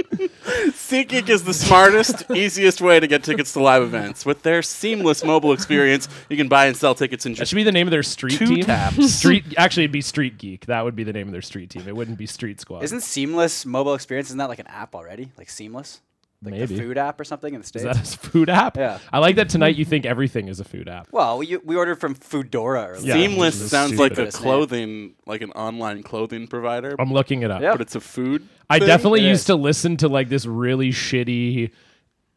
[SPEAKER 1] SeatGeek is the smartest,
[SPEAKER 3] <laughs>
[SPEAKER 1] easiest way to get tickets to live events. With their seamless mobile experience, you can buy and sell tickets in
[SPEAKER 3] That
[SPEAKER 1] just
[SPEAKER 3] should be the name of their street
[SPEAKER 1] Two
[SPEAKER 3] team.
[SPEAKER 1] taps.
[SPEAKER 3] Street actually it'd be street geek. That would be the name of their street team. It wouldn't be street squad.
[SPEAKER 2] Isn't Seamless mobile experience isn't that like an app already? Like Seamless, like
[SPEAKER 3] Maybe.
[SPEAKER 2] the food app or something in the states.
[SPEAKER 3] is that a food app?
[SPEAKER 2] Yeah.
[SPEAKER 3] I like that tonight you think everything is a food app.
[SPEAKER 2] well, we, we ordered from Foodora earlier.
[SPEAKER 3] Yeah.
[SPEAKER 1] seamless.
[SPEAKER 3] this is
[SPEAKER 1] sounds like a
[SPEAKER 2] stupid.
[SPEAKER 1] clothing, like an online clothing provider,
[SPEAKER 3] I'm looking it up.
[SPEAKER 2] Yeah.
[SPEAKER 1] but it's a food.
[SPEAKER 3] Um, I
[SPEAKER 1] thing.
[SPEAKER 3] definitely
[SPEAKER 2] It
[SPEAKER 3] used
[SPEAKER 2] is.
[SPEAKER 3] to listen to like this really shitty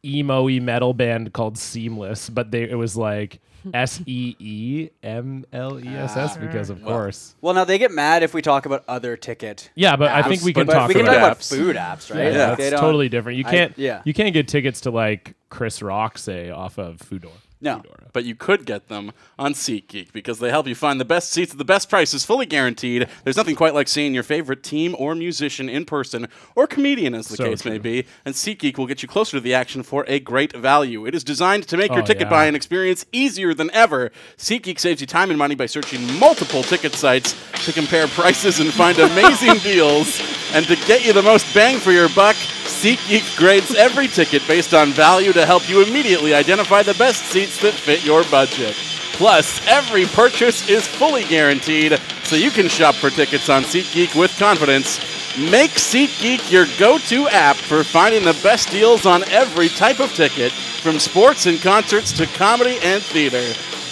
[SPEAKER 3] emo y metal band called Seamless, but they it was like
[SPEAKER 2] <laughs>
[SPEAKER 3] S E E M L E S S because of course.
[SPEAKER 2] Ah. Well, now they get mad if we talk about other ticket.
[SPEAKER 3] Yeah, but I think we can
[SPEAKER 2] but
[SPEAKER 3] talk
[SPEAKER 2] we can
[SPEAKER 3] about
[SPEAKER 2] talk
[SPEAKER 3] it.
[SPEAKER 2] about
[SPEAKER 1] apps.
[SPEAKER 2] food apps, right?
[SPEAKER 3] Yeah,
[SPEAKER 2] Like, they don't-
[SPEAKER 3] that's totally different. You
[SPEAKER 2] I-
[SPEAKER 3] can't
[SPEAKER 2] yeah.
[SPEAKER 3] you can't get tickets to like Chris Rock say off of Foodora.
[SPEAKER 2] No.
[SPEAKER 1] But you could get them on SeatGeek because they help you find the best seats at the best prices, fully guaranteed. There's nothing quite like seeing your favorite team or musician in person, or comedian, as the
[SPEAKER 3] So
[SPEAKER 1] case may
[SPEAKER 3] true.
[SPEAKER 1] be. And SeatGeek will get you closer to the action for a great value. It is designed to make your
[SPEAKER 3] Oh,
[SPEAKER 1] ticket
[SPEAKER 3] yeah.
[SPEAKER 1] buying experience easier than ever. SeatGeek saves you time and money by searching multiple ticket sites to compare prices and
[SPEAKER 3] <laughs>
[SPEAKER 1] find amazing deals. And to get you the most bang for your buck, SeatGeek grades every ticket based on value to help you immediately identify the best seats that fit your budget. Plus, every purchase is fully guaranteed, so you can shop for tickets on SeatGeek with confidence. Make SeatGeek your go to app for finding the best deals on every type of ticket, from sports and concerts to comedy and theater.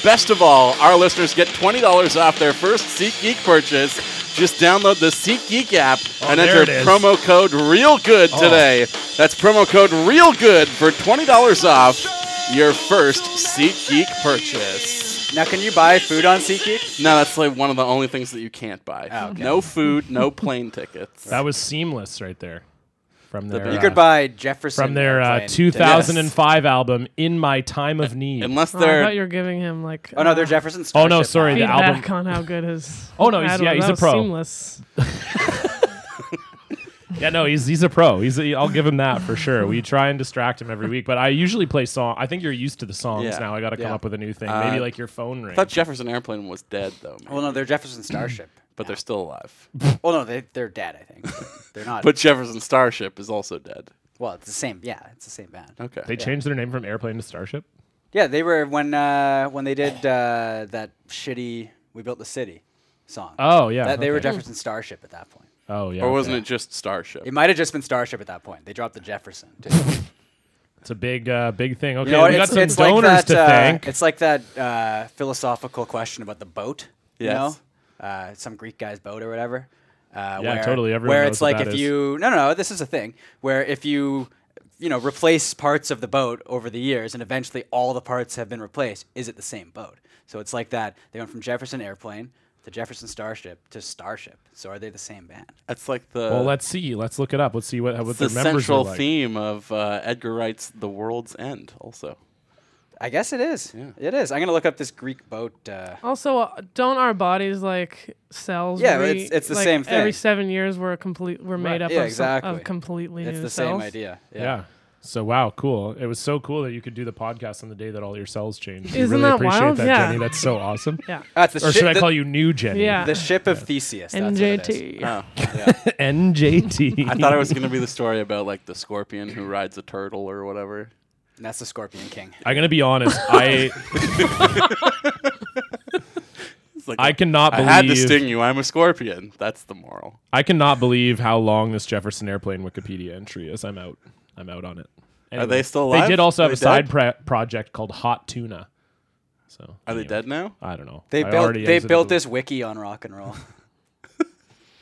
[SPEAKER 1] Best of all, our listeners get $20 off their first SeatGeek purchase. Just download the SeatGeek app and
[SPEAKER 3] Oh, there
[SPEAKER 1] enter
[SPEAKER 3] it is. Oh.
[SPEAKER 1] promo code REALGOOD today. That's promo code REALGOOD for $20 off your first SeatGeek purchase.
[SPEAKER 2] Now, can you buy food on SeatGeek?
[SPEAKER 1] Now, that's like one of the only things that you can't buy.
[SPEAKER 2] Oh, okay.
[SPEAKER 1] No food, no plane tickets.
[SPEAKER 3] Ah, That was seamless right there. From their
[SPEAKER 1] band.
[SPEAKER 2] You
[SPEAKER 3] uh,
[SPEAKER 2] could buy Jefferson
[SPEAKER 3] from their uh,
[SPEAKER 2] Airplane.
[SPEAKER 3] 2005 album "In My Time of Need."
[SPEAKER 1] Unless
[SPEAKER 4] Oh, I thought
[SPEAKER 1] they're.
[SPEAKER 4] you were giving him like
[SPEAKER 2] Oh no,
[SPEAKER 4] uh,
[SPEAKER 2] they're Jefferson.
[SPEAKER 3] Oh, no,
[SPEAKER 2] Starship
[SPEAKER 3] sorry,
[SPEAKER 2] Line.
[SPEAKER 3] the album- <laughs>
[SPEAKER 4] feedback on how good his
[SPEAKER 3] Oh, no, he's-
[SPEAKER 4] ad
[SPEAKER 3] yeah,
[SPEAKER 4] was.
[SPEAKER 3] he's
[SPEAKER 4] That
[SPEAKER 3] a
[SPEAKER 4] was
[SPEAKER 3] pro.
[SPEAKER 4] Seamless.
[SPEAKER 3] Yeah, no, he's he's a pro. He's a, I'll give him that for sure. We try and distract him every week, but I usually play song. I think you're used to the songs
[SPEAKER 1] Yeah.
[SPEAKER 3] now. I got to come
[SPEAKER 2] Yeah.
[SPEAKER 3] up with a new thing.
[SPEAKER 1] Uh,
[SPEAKER 3] Maybe like your phone ring.
[SPEAKER 1] I thought Jefferson Airplane was dead though, man.
[SPEAKER 2] Well, no, they're Jefferson Starship.
[SPEAKER 1] but they're still alive.
[SPEAKER 2] Well, no, they, they're dead. I think
[SPEAKER 3] <laughs>
[SPEAKER 2] they're not.
[SPEAKER 1] but Jefferson Starship is also dead.
[SPEAKER 2] well, it's the same. Yeah, it's the same band.
[SPEAKER 1] Okay.
[SPEAKER 3] They changed their name from Airplane to Starship.
[SPEAKER 2] Yeah, they were when uh, when they did uh, that shitty "We Built the City" song.
[SPEAKER 3] Oh yeah,
[SPEAKER 2] That- they were
[SPEAKER 3] okay.
[SPEAKER 2] Jefferson Starship at that point.
[SPEAKER 3] Oh yeah,
[SPEAKER 1] or wasn't it just Starship?
[SPEAKER 2] It might have just been Starship at that point. They dropped the
[SPEAKER 3] <laughs>
[SPEAKER 2] Jefferson. Too.
[SPEAKER 3] It's a big uh, big thing. Okay,
[SPEAKER 2] You know,
[SPEAKER 3] we got
[SPEAKER 2] it's,
[SPEAKER 3] some
[SPEAKER 2] it's like
[SPEAKER 3] donors
[SPEAKER 2] that,
[SPEAKER 3] to
[SPEAKER 2] uh,
[SPEAKER 3] thank.
[SPEAKER 2] It's like that uh, philosophical question about the boat. You
[SPEAKER 1] Yes.
[SPEAKER 2] know, uh, some Greek guy's boat or whatever. Uh,
[SPEAKER 3] Yeah,
[SPEAKER 2] where,
[SPEAKER 3] totally. Everyone
[SPEAKER 2] where
[SPEAKER 3] knows
[SPEAKER 2] it's
[SPEAKER 3] what
[SPEAKER 2] like
[SPEAKER 3] that
[SPEAKER 2] if
[SPEAKER 3] is.
[SPEAKER 2] you no, no no this is a thing where if you you know replace parts of the boat over the years and eventually all the parts have been replaced, is it the same boat? So it's like that. They went from Jefferson Airplane to Jefferson Starship to Starship. So are they the same band?
[SPEAKER 1] That's like the
[SPEAKER 3] well, let's see. Let's look it up. Let's see what what
[SPEAKER 1] it's the
[SPEAKER 3] their members
[SPEAKER 1] central
[SPEAKER 3] are like.
[SPEAKER 1] theme of uh, Edgar Wright's The World's End. Also,
[SPEAKER 2] I guess it is. It is. I'm gonna look up this Greek boat. Uh,
[SPEAKER 4] Also, uh, don't our bodies like cells?
[SPEAKER 2] Yeah, it's- it's the
[SPEAKER 4] like,
[SPEAKER 2] same thing.
[SPEAKER 4] Every seven years, we're a complete. We're made
[SPEAKER 3] Right.
[SPEAKER 4] up
[SPEAKER 2] Yeah,
[SPEAKER 4] of, some,
[SPEAKER 2] exactly.
[SPEAKER 4] of completely
[SPEAKER 2] it's
[SPEAKER 4] new
[SPEAKER 2] the
[SPEAKER 4] cells.
[SPEAKER 2] same idea.
[SPEAKER 3] Yeah. So wow, cool. It was so cool that you could do the podcast on the day that all your cells changed. We
[SPEAKER 4] Isn't
[SPEAKER 3] really
[SPEAKER 4] that
[SPEAKER 3] appreciate
[SPEAKER 4] wild?
[SPEAKER 3] that,
[SPEAKER 4] Yeah.
[SPEAKER 3] Jenny. That's so
[SPEAKER 1] <laughs>
[SPEAKER 3] awesome.
[SPEAKER 4] Yeah.
[SPEAKER 2] That's Ah, the
[SPEAKER 3] Or
[SPEAKER 2] shit
[SPEAKER 3] should I
[SPEAKER 2] that-
[SPEAKER 3] call you New Jenny? <laughs>
[SPEAKER 4] Yeah.
[SPEAKER 2] The ship of Theseus. Uh, That's What it is. Uh,
[SPEAKER 4] NJT.
[SPEAKER 1] oh.
[SPEAKER 3] NJT.
[SPEAKER 1] I thought it was going to
[SPEAKER 3] <laughs>
[SPEAKER 1] be the story about like the scorpion who rides a turtle or whatever.
[SPEAKER 2] And that's the Scorpion King.
[SPEAKER 3] I'm gonna be honest.
[SPEAKER 1] <laughs>
[SPEAKER 3] I
[SPEAKER 1] It's like
[SPEAKER 3] I cannot
[SPEAKER 1] I
[SPEAKER 3] believe
[SPEAKER 1] had to sting you. I'm a scorpion. That's the moral.
[SPEAKER 3] I cannot believe how long this Jefferson Airplane Wikipedia entry is. I'm out. I'm out on it. Anyway,
[SPEAKER 1] they still alive?
[SPEAKER 3] They did also have
[SPEAKER 1] They
[SPEAKER 3] a side pre- project called Hot Tuna. So
[SPEAKER 1] Are they
[SPEAKER 3] anyway,
[SPEAKER 1] dead now?
[SPEAKER 3] I don't know.
[SPEAKER 2] They
[SPEAKER 3] I
[SPEAKER 2] built
[SPEAKER 3] already
[SPEAKER 2] they
[SPEAKER 3] exited
[SPEAKER 2] built
[SPEAKER 3] the-
[SPEAKER 2] this wiki on rock and roll.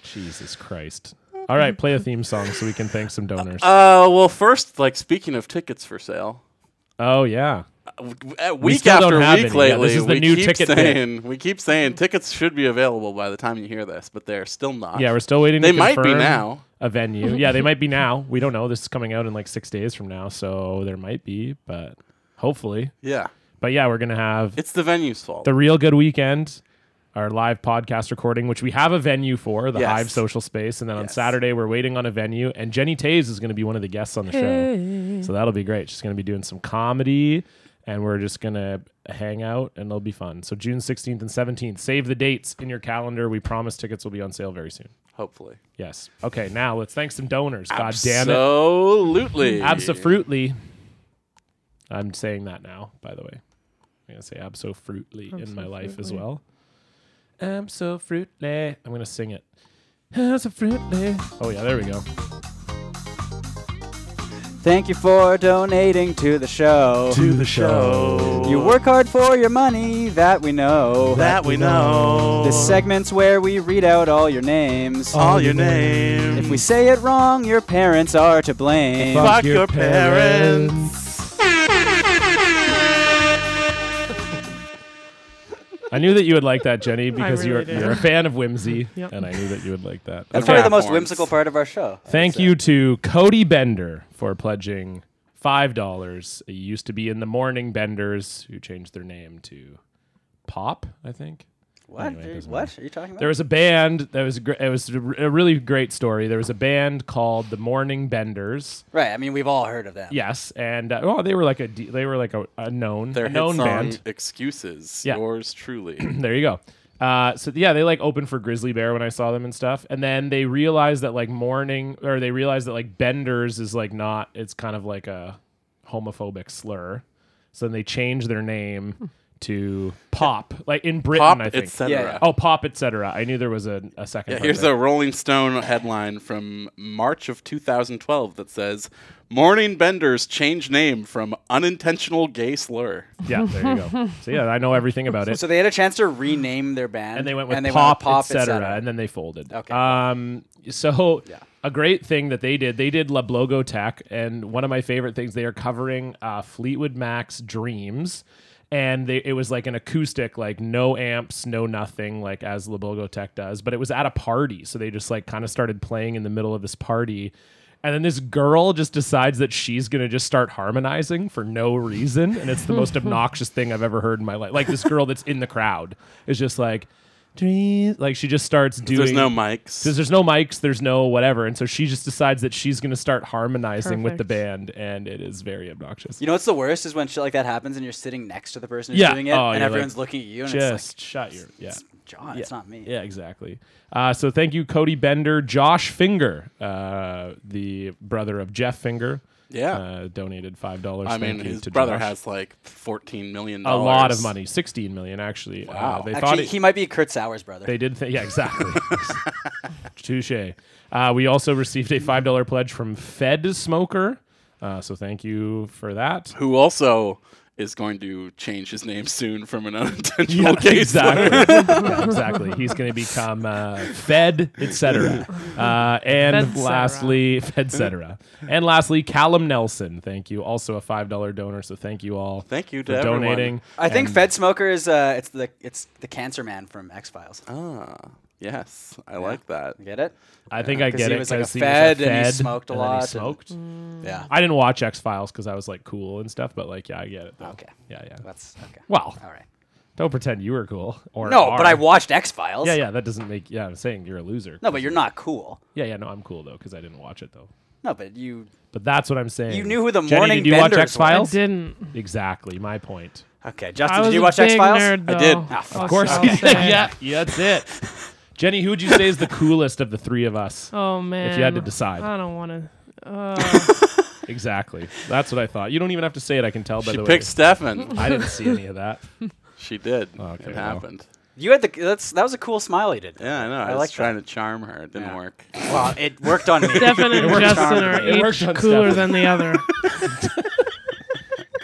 [SPEAKER 3] Jesus Christ! All right, play a theme song so we can thank some donors.
[SPEAKER 1] Uh, well, first, like speaking of tickets for sale,
[SPEAKER 3] oh yeah,
[SPEAKER 1] w- w- uh, week
[SPEAKER 3] still don't
[SPEAKER 1] after
[SPEAKER 3] have
[SPEAKER 1] week
[SPEAKER 3] any.
[SPEAKER 1] lately,
[SPEAKER 3] Yeah, this is the
[SPEAKER 1] we
[SPEAKER 3] new
[SPEAKER 1] keep
[SPEAKER 3] ticket bit.
[SPEAKER 1] saying we keep saying tickets should be available by the time you hear this, but they're still not.
[SPEAKER 3] yeah. We're still waiting.
[SPEAKER 1] they
[SPEAKER 3] to
[SPEAKER 1] might be
[SPEAKER 3] confirm
[SPEAKER 1] now.
[SPEAKER 3] A venue. Yeah, they might be now. We don't know. This is coming out in like six days from now, so there might be, but hopefully.
[SPEAKER 1] Yeah,
[SPEAKER 3] But yeah, we're gonna have
[SPEAKER 1] it's the venue's fault.
[SPEAKER 3] the real good weekend our live podcast recording which we have a venue for the
[SPEAKER 1] Yes.
[SPEAKER 3] hive social space and then on
[SPEAKER 1] Yes.
[SPEAKER 3] saturday we're waiting on a venue and jenny taves is going to be one of the guests on the show so that'll be great she's going to be doing some comedy and we're just going to hang out and it'll be fun so june 16th and 17th save the dates in your calendar we promise tickets will be on sale very soon
[SPEAKER 1] Hopefully,
[SPEAKER 3] yes okay now let's thank some donors god damn it
[SPEAKER 1] absolutely,
[SPEAKER 3] absolutely i'm saying that now by the way i'm gonna say absolutely in my life as well i'm so fruitly i'm gonna sing it absolutely oh yeah there we go
[SPEAKER 2] <laughs> Thank you for donating to the show.
[SPEAKER 3] to the show
[SPEAKER 2] You work hard for your money, that we know.
[SPEAKER 1] That we know.
[SPEAKER 3] Oh.
[SPEAKER 2] This segment's where we read out all your names.
[SPEAKER 1] all your name.
[SPEAKER 2] If we say it wrong, your parents are to blame.
[SPEAKER 3] Fuck
[SPEAKER 1] fuck
[SPEAKER 3] your
[SPEAKER 1] your parents.
[SPEAKER 3] <laughs> i knew that you would like that jenny because
[SPEAKER 4] really
[SPEAKER 3] you're,
[SPEAKER 4] did.
[SPEAKER 3] you're a fan of whimsy
[SPEAKER 4] Yep.
[SPEAKER 3] and i knew that you would like that
[SPEAKER 2] That's
[SPEAKER 3] Okay.
[SPEAKER 2] probably the most
[SPEAKER 1] Platforms.
[SPEAKER 2] whimsical part of our show.
[SPEAKER 3] Thank you to Cody Bender for pledging five dollars. He used to be in the Morning Benders, who changed their name to Pop, I think.
[SPEAKER 2] What?
[SPEAKER 3] Anyway, it doesn't
[SPEAKER 2] what are you talking about?
[SPEAKER 3] There was a band that was gr- it was a r- a really great story. There was a band called the Morning Benders.
[SPEAKER 2] right. I mean, we've all heard of that.
[SPEAKER 3] Yes, and uh, oh, they were like a d- they were like a, a known
[SPEAKER 1] Their
[SPEAKER 3] a
[SPEAKER 1] hit
[SPEAKER 3] known
[SPEAKER 1] song,
[SPEAKER 3] band.
[SPEAKER 1] "Excuses."
[SPEAKER 3] Yeah.
[SPEAKER 1] Yours
[SPEAKER 3] <clears throat>
[SPEAKER 1] truly.
[SPEAKER 3] there you go. Uh, so yeah, they like opened for Grizzly Bear when I saw them and stuff, and then they realized that like morning or they realized that like Benders is like not it's kind of like a homophobic slur, so then they changed their name to Pop, like in Britain
[SPEAKER 1] Pop,
[SPEAKER 3] I think.
[SPEAKER 1] etc.
[SPEAKER 2] Yeah.
[SPEAKER 3] oh, Pop, etc. I knew there was a, a second.
[SPEAKER 1] Yeah,
[SPEAKER 3] part
[SPEAKER 1] here's
[SPEAKER 3] there.
[SPEAKER 1] a Rolling Stone headline from March of 2012 that says, "Morning Benders change name from unintentional gay slur."
[SPEAKER 3] yeah. There you go. So yeah, I know everything
[SPEAKER 2] <laughs>
[SPEAKER 3] about it.
[SPEAKER 2] So they had a chance to rename their band.
[SPEAKER 3] and they went with
[SPEAKER 2] they
[SPEAKER 3] pop,
[SPEAKER 2] pop, et
[SPEAKER 3] etc.
[SPEAKER 2] cetera.
[SPEAKER 3] and then they folded.
[SPEAKER 2] Okay.
[SPEAKER 3] Um, so a great thing that they did, they did La Blogo Tech, and one of my favorite things, they are covering uh, Fleetwood Mac's Dreams. And they, it was like an acoustic, like no amps, no nothing, like as La Blogo Tech does. But it was at a party, so they just like kind of started playing in the middle of this party. And then this girl just decides that she's gonna just start harmonizing for
[SPEAKER 1] <laughs>
[SPEAKER 3] no reason, and it's the most obnoxious thing I've ever heard in my life. Like this girl that's in the crowd is just like, dreams. Like she just starts doing.
[SPEAKER 1] There's no mics.
[SPEAKER 3] Because there's no mics, there's no whatever, and so she just decides that she's going to start harmonizing with the band, and it is very obnoxious.
[SPEAKER 2] You know what's the worst is when shit like that happens and you're sitting next to the person who's
[SPEAKER 3] Yeah.
[SPEAKER 2] doing it
[SPEAKER 3] Oh,
[SPEAKER 2] and
[SPEAKER 3] you're
[SPEAKER 2] everyone's
[SPEAKER 3] like,
[SPEAKER 2] looking at you and it's
[SPEAKER 3] just shut your yeah.
[SPEAKER 2] like, John, it's not me.
[SPEAKER 3] Yeah, exactly. Uh, so thank you, Cody Bender, Josh Finger, uh, the brother of Jeff Finger.
[SPEAKER 1] Yeah.
[SPEAKER 3] uh, donated five dollars.
[SPEAKER 1] I mean, his
[SPEAKER 3] to
[SPEAKER 1] brother
[SPEAKER 3] Josh.
[SPEAKER 1] has like fourteen million.
[SPEAKER 3] a lot of money, sixteen million actually. Wow. they thought
[SPEAKER 2] Actually,
[SPEAKER 3] it,
[SPEAKER 2] he might be Kurt Sauer's brother.
[SPEAKER 3] They did. Th- yeah, exactly. <laughs> Touche. Uh, we also received a five dollar pledge from Fed Smoker. Uh, so thank you for that.
[SPEAKER 1] Who also is going to change his name soon from an <laughs> unintentional
[SPEAKER 3] <laughs> Yeah,
[SPEAKER 1] case.
[SPEAKER 3] exactly. <laughs> Yeah, exactly. He's going to become uh, Fed, etc. Uh, and
[SPEAKER 4] Fedcetera.
[SPEAKER 3] lastly, etc. And lastly, Callum Nelson. Thank you. Also a five dollar donor. So thank you all.
[SPEAKER 1] <laughs> Thank you to
[SPEAKER 3] for
[SPEAKER 1] everyone.
[SPEAKER 3] donating.
[SPEAKER 2] I think
[SPEAKER 3] And-
[SPEAKER 2] Fed Smoker is uh, it's the it's the cancer man from X Files.
[SPEAKER 3] Oh.
[SPEAKER 1] Ah, yes, I like that.
[SPEAKER 2] Get it?
[SPEAKER 3] I think I
[SPEAKER 2] 'Cause
[SPEAKER 3] get
[SPEAKER 2] he
[SPEAKER 3] it
[SPEAKER 2] was like a
[SPEAKER 3] 'cause
[SPEAKER 2] Fed
[SPEAKER 3] he was a
[SPEAKER 2] and he
[SPEAKER 3] Fed
[SPEAKER 2] smoked a
[SPEAKER 3] and then he
[SPEAKER 2] lot and-
[SPEAKER 3] smoked.
[SPEAKER 2] Yeah.
[SPEAKER 3] I didn't watch X Files because I was like cool and stuff, but like yeah, I get it. Though.
[SPEAKER 2] Okay.
[SPEAKER 3] Yeah, yeah.
[SPEAKER 2] That's okay.
[SPEAKER 3] well,
[SPEAKER 2] All right.
[SPEAKER 3] don't pretend you were cool or
[SPEAKER 2] No, but
[SPEAKER 3] are.
[SPEAKER 2] I watched X Files.
[SPEAKER 3] Yeah, yeah. That doesn't make. Yeah, I'm saying you're a loser.
[SPEAKER 2] No, but you're not cool.
[SPEAKER 3] Yeah, yeah. No, I'm cool though because I didn't watch it though.
[SPEAKER 2] No, but you.
[SPEAKER 3] But that's what I'm saying.
[SPEAKER 2] You knew who the
[SPEAKER 3] Jenny,
[SPEAKER 2] Morning
[SPEAKER 3] did you watch
[SPEAKER 2] Benders
[SPEAKER 3] X Files?
[SPEAKER 4] Didn't.
[SPEAKER 3] Exactly, my point.
[SPEAKER 2] Okay,
[SPEAKER 4] I
[SPEAKER 2] Justin,
[SPEAKER 4] was
[SPEAKER 2] did you
[SPEAKER 4] a
[SPEAKER 2] watch
[SPEAKER 4] big
[SPEAKER 2] X Files?
[SPEAKER 4] nerd,
[SPEAKER 1] I did.
[SPEAKER 4] though.
[SPEAKER 2] Ah, of
[SPEAKER 4] Fuck,
[SPEAKER 3] course
[SPEAKER 4] I'll
[SPEAKER 3] you did. <laughs>
[SPEAKER 4] say it.
[SPEAKER 3] yeah, yeah, that's it. Jenny, who would you say is the coolest of the three of us?
[SPEAKER 4] Oh man.
[SPEAKER 3] had to decide.
[SPEAKER 4] I don't want
[SPEAKER 3] <laughs>
[SPEAKER 4] to.
[SPEAKER 3] Exactly. That's what I thought. You don't even have to say it. I can tell by
[SPEAKER 1] She
[SPEAKER 3] the
[SPEAKER 1] picked
[SPEAKER 3] way. <laughs>
[SPEAKER 1] Stefan.
[SPEAKER 3] I didn't see any
[SPEAKER 1] <laughs>
[SPEAKER 3] of that.
[SPEAKER 1] she did.
[SPEAKER 3] Okay,
[SPEAKER 1] it
[SPEAKER 3] well.
[SPEAKER 1] happened.
[SPEAKER 2] You had the that's that was a cool smile you did.
[SPEAKER 1] Yeah, I know. I,
[SPEAKER 2] I
[SPEAKER 1] was
[SPEAKER 2] like
[SPEAKER 1] trying to charm her. It didn't
[SPEAKER 2] Yeah.
[SPEAKER 1] work. <laughs>
[SPEAKER 2] Well, it worked
[SPEAKER 3] <laughs>
[SPEAKER 2] on me.
[SPEAKER 4] Stefan and
[SPEAKER 3] worked
[SPEAKER 4] Justin
[SPEAKER 3] on-
[SPEAKER 4] are
[SPEAKER 3] it worked
[SPEAKER 4] each
[SPEAKER 3] on
[SPEAKER 4] cooler
[SPEAKER 3] Stefan.
[SPEAKER 4] than the other.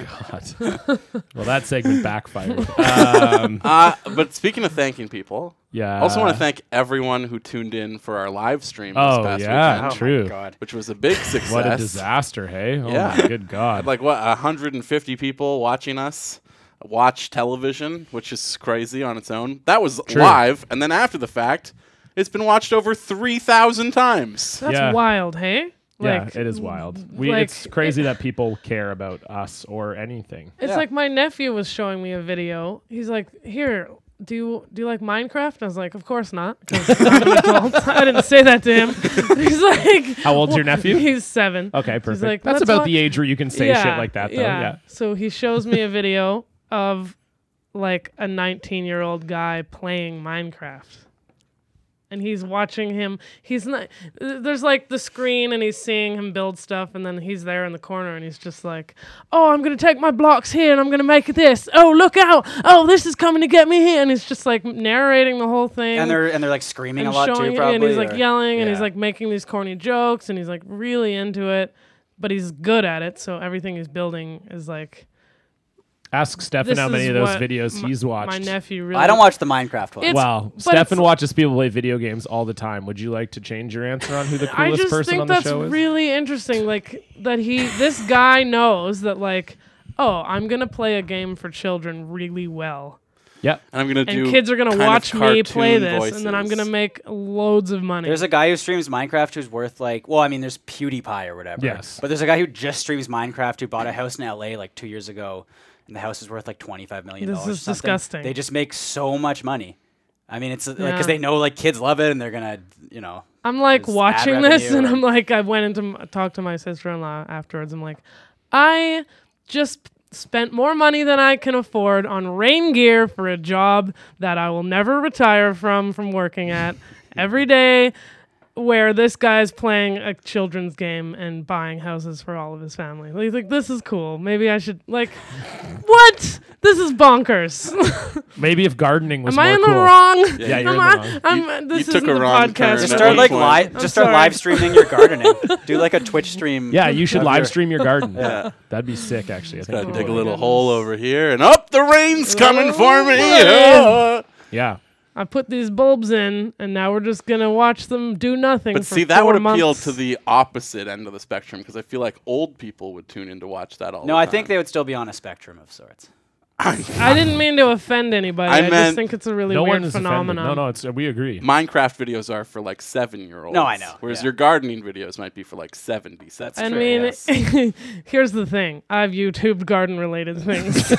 [SPEAKER 3] <laughs> God. well, that
[SPEAKER 1] <laughs>
[SPEAKER 3] segment backfired. Um,
[SPEAKER 1] Uh, but speaking of thanking people,
[SPEAKER 3] yeah.
[SPEAKER 1] I also want to thank everyone who tuned in for our live stream this
[SPEAKER 3] Uh, Oh
[SPEAKER 1] past
[SPEAKER 3] yeah,
[SPEAKER 2] Oh
[SPEAKER 1] weekend,
[SPEAKER 2] my
[SPEAKER 3] true.
[SPEAKER 2] God.
[SPEAKER 1] which was a big success.
[SPEAKER 3] <laughs> What a disaster, hey! Oh
[SPEAKER 1] Yeah.
[SPEAKER 3] my good God.
[SPEAKER 1] Like what, 150 people watching us watch television, which is crazy on its own. That was
[SPEAKER 3] True.
[SPEAKER 1] live, and then after the fact, it's been watched over 3,000 times.
[SPEAKER 4] That's
[SPEAKER 3] Yeah.
[SPEAKER 4] wild, hey?
[SPEAKER 3] yeah,
[SPEAKER 4] Like,
[SPEAKER 3] it is wild. We
[SPEAKER 4] like,
[SPEAKER 3] it's crazy that people care about us or anything.
[SPEAKER 4] It's like my nephew was showing me a video. He's like, "Here, do you do you like Minecraft?" And I was like, "Of course not." 'cause
[SPEAKER 3] <laughs>
[SPEAKER 4] I'm an adult. I didn't say that to him. <laughs> He's like,
[SPEAKER 3] How old's your
[SPEAKER 4] "Well,"
[SPEAKER 3] nephew?
[SPEAKER 4] He's seven.
[SPEAKER 3] Okay,
[SPEAKER 4] He's
[SPEAKER 3] perfect.
[SPEAKER 4] like,
[SPEAKER 3] That's
[SPEAKER 4] "Let's
[SPEAKER 3] about
[SPEAKER 4] watch-"
[SPEAKER 3] the age where you can say shit like that, though. Yeah.
[SPEAKER 4] So he shows me a video <laughs> of like a 19 year old guy playing Minecraft. And he's watching him. He's not. There's like the screen, and he's seeing him build stuff, and then he's there in the corner, and he's just like, "Oh, I'm gonna take my blocks here, and I'm gonna make this. Oh, look out! Oh, this is coming to get me here." And he's just like narrating the whole thing
[SPEAKER 2] And they're and they're like screaming
[SPEAKER 4] and
[SPEAKER 2] a lot
[SPEAKER 4] showing
[SPEAKER 2] too,
[SPEAKER 4] it,
[SPEAKER 2] probably.
[SPEAKER 4] and he's like
[SPEAKER 2] or-
[SPEAKER 4] yelling and he's
[SPEAKER 2] yeah.
[SPEAKER 4] like making these corny jokes and he's like really into it but he's good at it so everything he's building is like
[SPEAKER 3] Ask Stefan
[SPEAKER 4] This
[SPEAKER 3] how many
[SPEAKER 4] is
[SPEAKER 3] of those
[SPEAKER 4] what
[SPEAKER 3] videos
[SPEAKER 4] my-
[SPEAKER 3] he's watched.
[SPEAKER 4] my nephew really
[SPEAKER 2] I don't watch the Minecraft one.
[SPEAKER 4] It's-
[SPEAKER 3] Wow,
[SPEAKER 4] but
[SPEAKER 3] Stefan
[SPEAKER 4] it's-
[SPEAKER 3] watches people play video games all the time. Would you like to change your answer on who the
[SPEAKER 4] <laughs> I
[SPEAKER 3] coolest
[SPEAKER 4] just
[SPEAKER 3] person
[SPEAKER 4] think
[SPEAKER 3] on the
[SPEAKER 4] that's
[SPEAKER 3] show is?
[SPEAKER 4] really interesting like that he this guy knows that like oh I'm going to play a game for children really well
[SPEAKER 3] yeah,
[SPEAKER 1] And I'm going to
[SPEAKER 4] and
[SPEAKER 1] do.
[SPEAKER 4] kids are going to
[SPEAKER 1] kind of
[SPEAKER 4] watch me play
[SPEAKER 1] cartoon
[SPEAKER 4] this and then I'm
[SPEAKER 1] voices.
[SPEAKER 4] going to make loads of money
[SPEAKER 2] There's a guy who streams Minecraft who's worth like, well, I mean, there's PewDiePie or whatever.
[SPEAKER 3] Yes.
[SPEAKER 2] But there's a guy who just streams Minecraft who bought a house in LA like two years ago, and the house is worth like 25 million
[SPEAKER 4] This
[SPEAKER 2] dollars.
[SPEAKER 4] is disgusting.
[SPEAKER 2] They just make so much money. I mean, it's like
[SPEAKER 4] Yeah.
[SPEAKER 2] because they know like kids love it and they're gonna, you know.
[SPEAKER 4] I'm like
[SPEAKER 2] There's ad
[SPEAKER 4] watching this,
[SPEAKER 2] revenue
[SPEAKER 4] and
[SPEAKER 2] and-
[SPEAKER 4] I'm like, I went into m- talked to my sister in law afterwards. I'm like, I just p- spent more money than I can afford on rain gear for a job that I will never retire from from
[SPEAKER 3] <laughs>
[SPEAKER 4] working at every day, where this guy's playing a children's game and buying houses for all of his family. Like, He's like, this is cool. Maybe I should
[SPEAKER 3] <laughs>
[SPEAKER 4] like, what? This is bonkers. <laughs>
[SPEAKER 3] maybe if gardening was
[SPEAKER 4] Am
[SPEAKER 3] more
[SPEAKER 4] I in the
[SPEAKER 3] cool.
[SPEAKER 4] wrong?
[SPEAKER 3] Yeah, you're in
[SPEAKER 4] Am
[SPEAKER 3] the
[SPEAKER 4] I?
[SPEAKER 3] wrong.
[SPEAKER 4] I'm, this
[SPEAKER 1] you took
[SPEAKER 4] isn't
[SPEAKER 1] a
[SPEAKER 4] the
[SPEAKER 1] wrong turn
[SPEAKER 4] podcast.
[SPEAKER 1] at
[SPEAKER 2] Just
[SPEAKER 1] At
[SPEAKER 2] start
[SPEAKER 1] one
[SPEAKER 2] like
[SPEAKER 1] point.
[SPEAKER 2] live, just start
[SPEAKER 4] sorry.
[SPEAKER 2] live streaming your gardening. Do like a Twitch stream.
[SPEAKER 3] Yeah, you should
[SPEAKER 2] of
[SPEAKER 3] live
[SPEAKER 2] your-
[SPEAKER 3] stream your
[SPEAKER 2] <laughs>
[SPEAKER 3] garden. That'd be sick, actually. I
[SPEAKER 1] Gotta
[SPEAKER 3] think.
[SPEAKER 1] dig a
[SPEAKER 3] people
[SPEAKER 1] little
[SPEAKER 3] would.
[SPEAKER 1] hole over here, and up the rain's coming for me.
[SPEAKER 4] rain.
[SPEAKER 3] Yeah,
[SPEAKER 4] I put these bulbs in, and now we're just gonna watch them do nothing.
[SPEAKER 1] But
[SPEAKER 4] for
[SPEAKER 1] see, that
[SPEAKER 4] four
[SPEAKER 1] would appeal
[SPEAKER 4] months.
[SPEAKER 1] to the opposite end of the spectrum because I feel like old people would tune in to watch that all.
[SPEAKER 2] No,
[SPEAKER 1] the
[SPEAKER 2] I
[SPEAKER 1] time.
[SPEAKER 2] think they would still be on a spectrum of sorts.
[SPEAKER 4] I didn't mean to offend anybody.
[SPEAKER 1] I
[SPEAKER 4] I,
[SPEAKER 1] meant-
[SPEAKER 4] just think it's a really
[SPEAKER 3] no one
[SPEAKER 4] weird
[SPEAKER 3] is
[SPEAKER 4] phenomenon.
[SPEAKER 3] offended. No, no, it's we
[SPEAKER 2] <laughs>
[SPEAKER 3] agree.
[SPEAKER 1] Minecraft videos are for like seven year olds.
[SPEAKER 2] No, I know,
[SPEAKER 1] Whereas
[SPEAKER 2] yeah.
[SPEAKER 1] your gardening videos might be for like seventy. That's
[SPEAKER 4] I
[SPEAKER 1] true.
[SPEAKER 4] mean, <laughs>
[SPEAKER 1] <laughs>
[SPEAKER 4] <laughs> here's the thing. I've YouTubed garden related things. so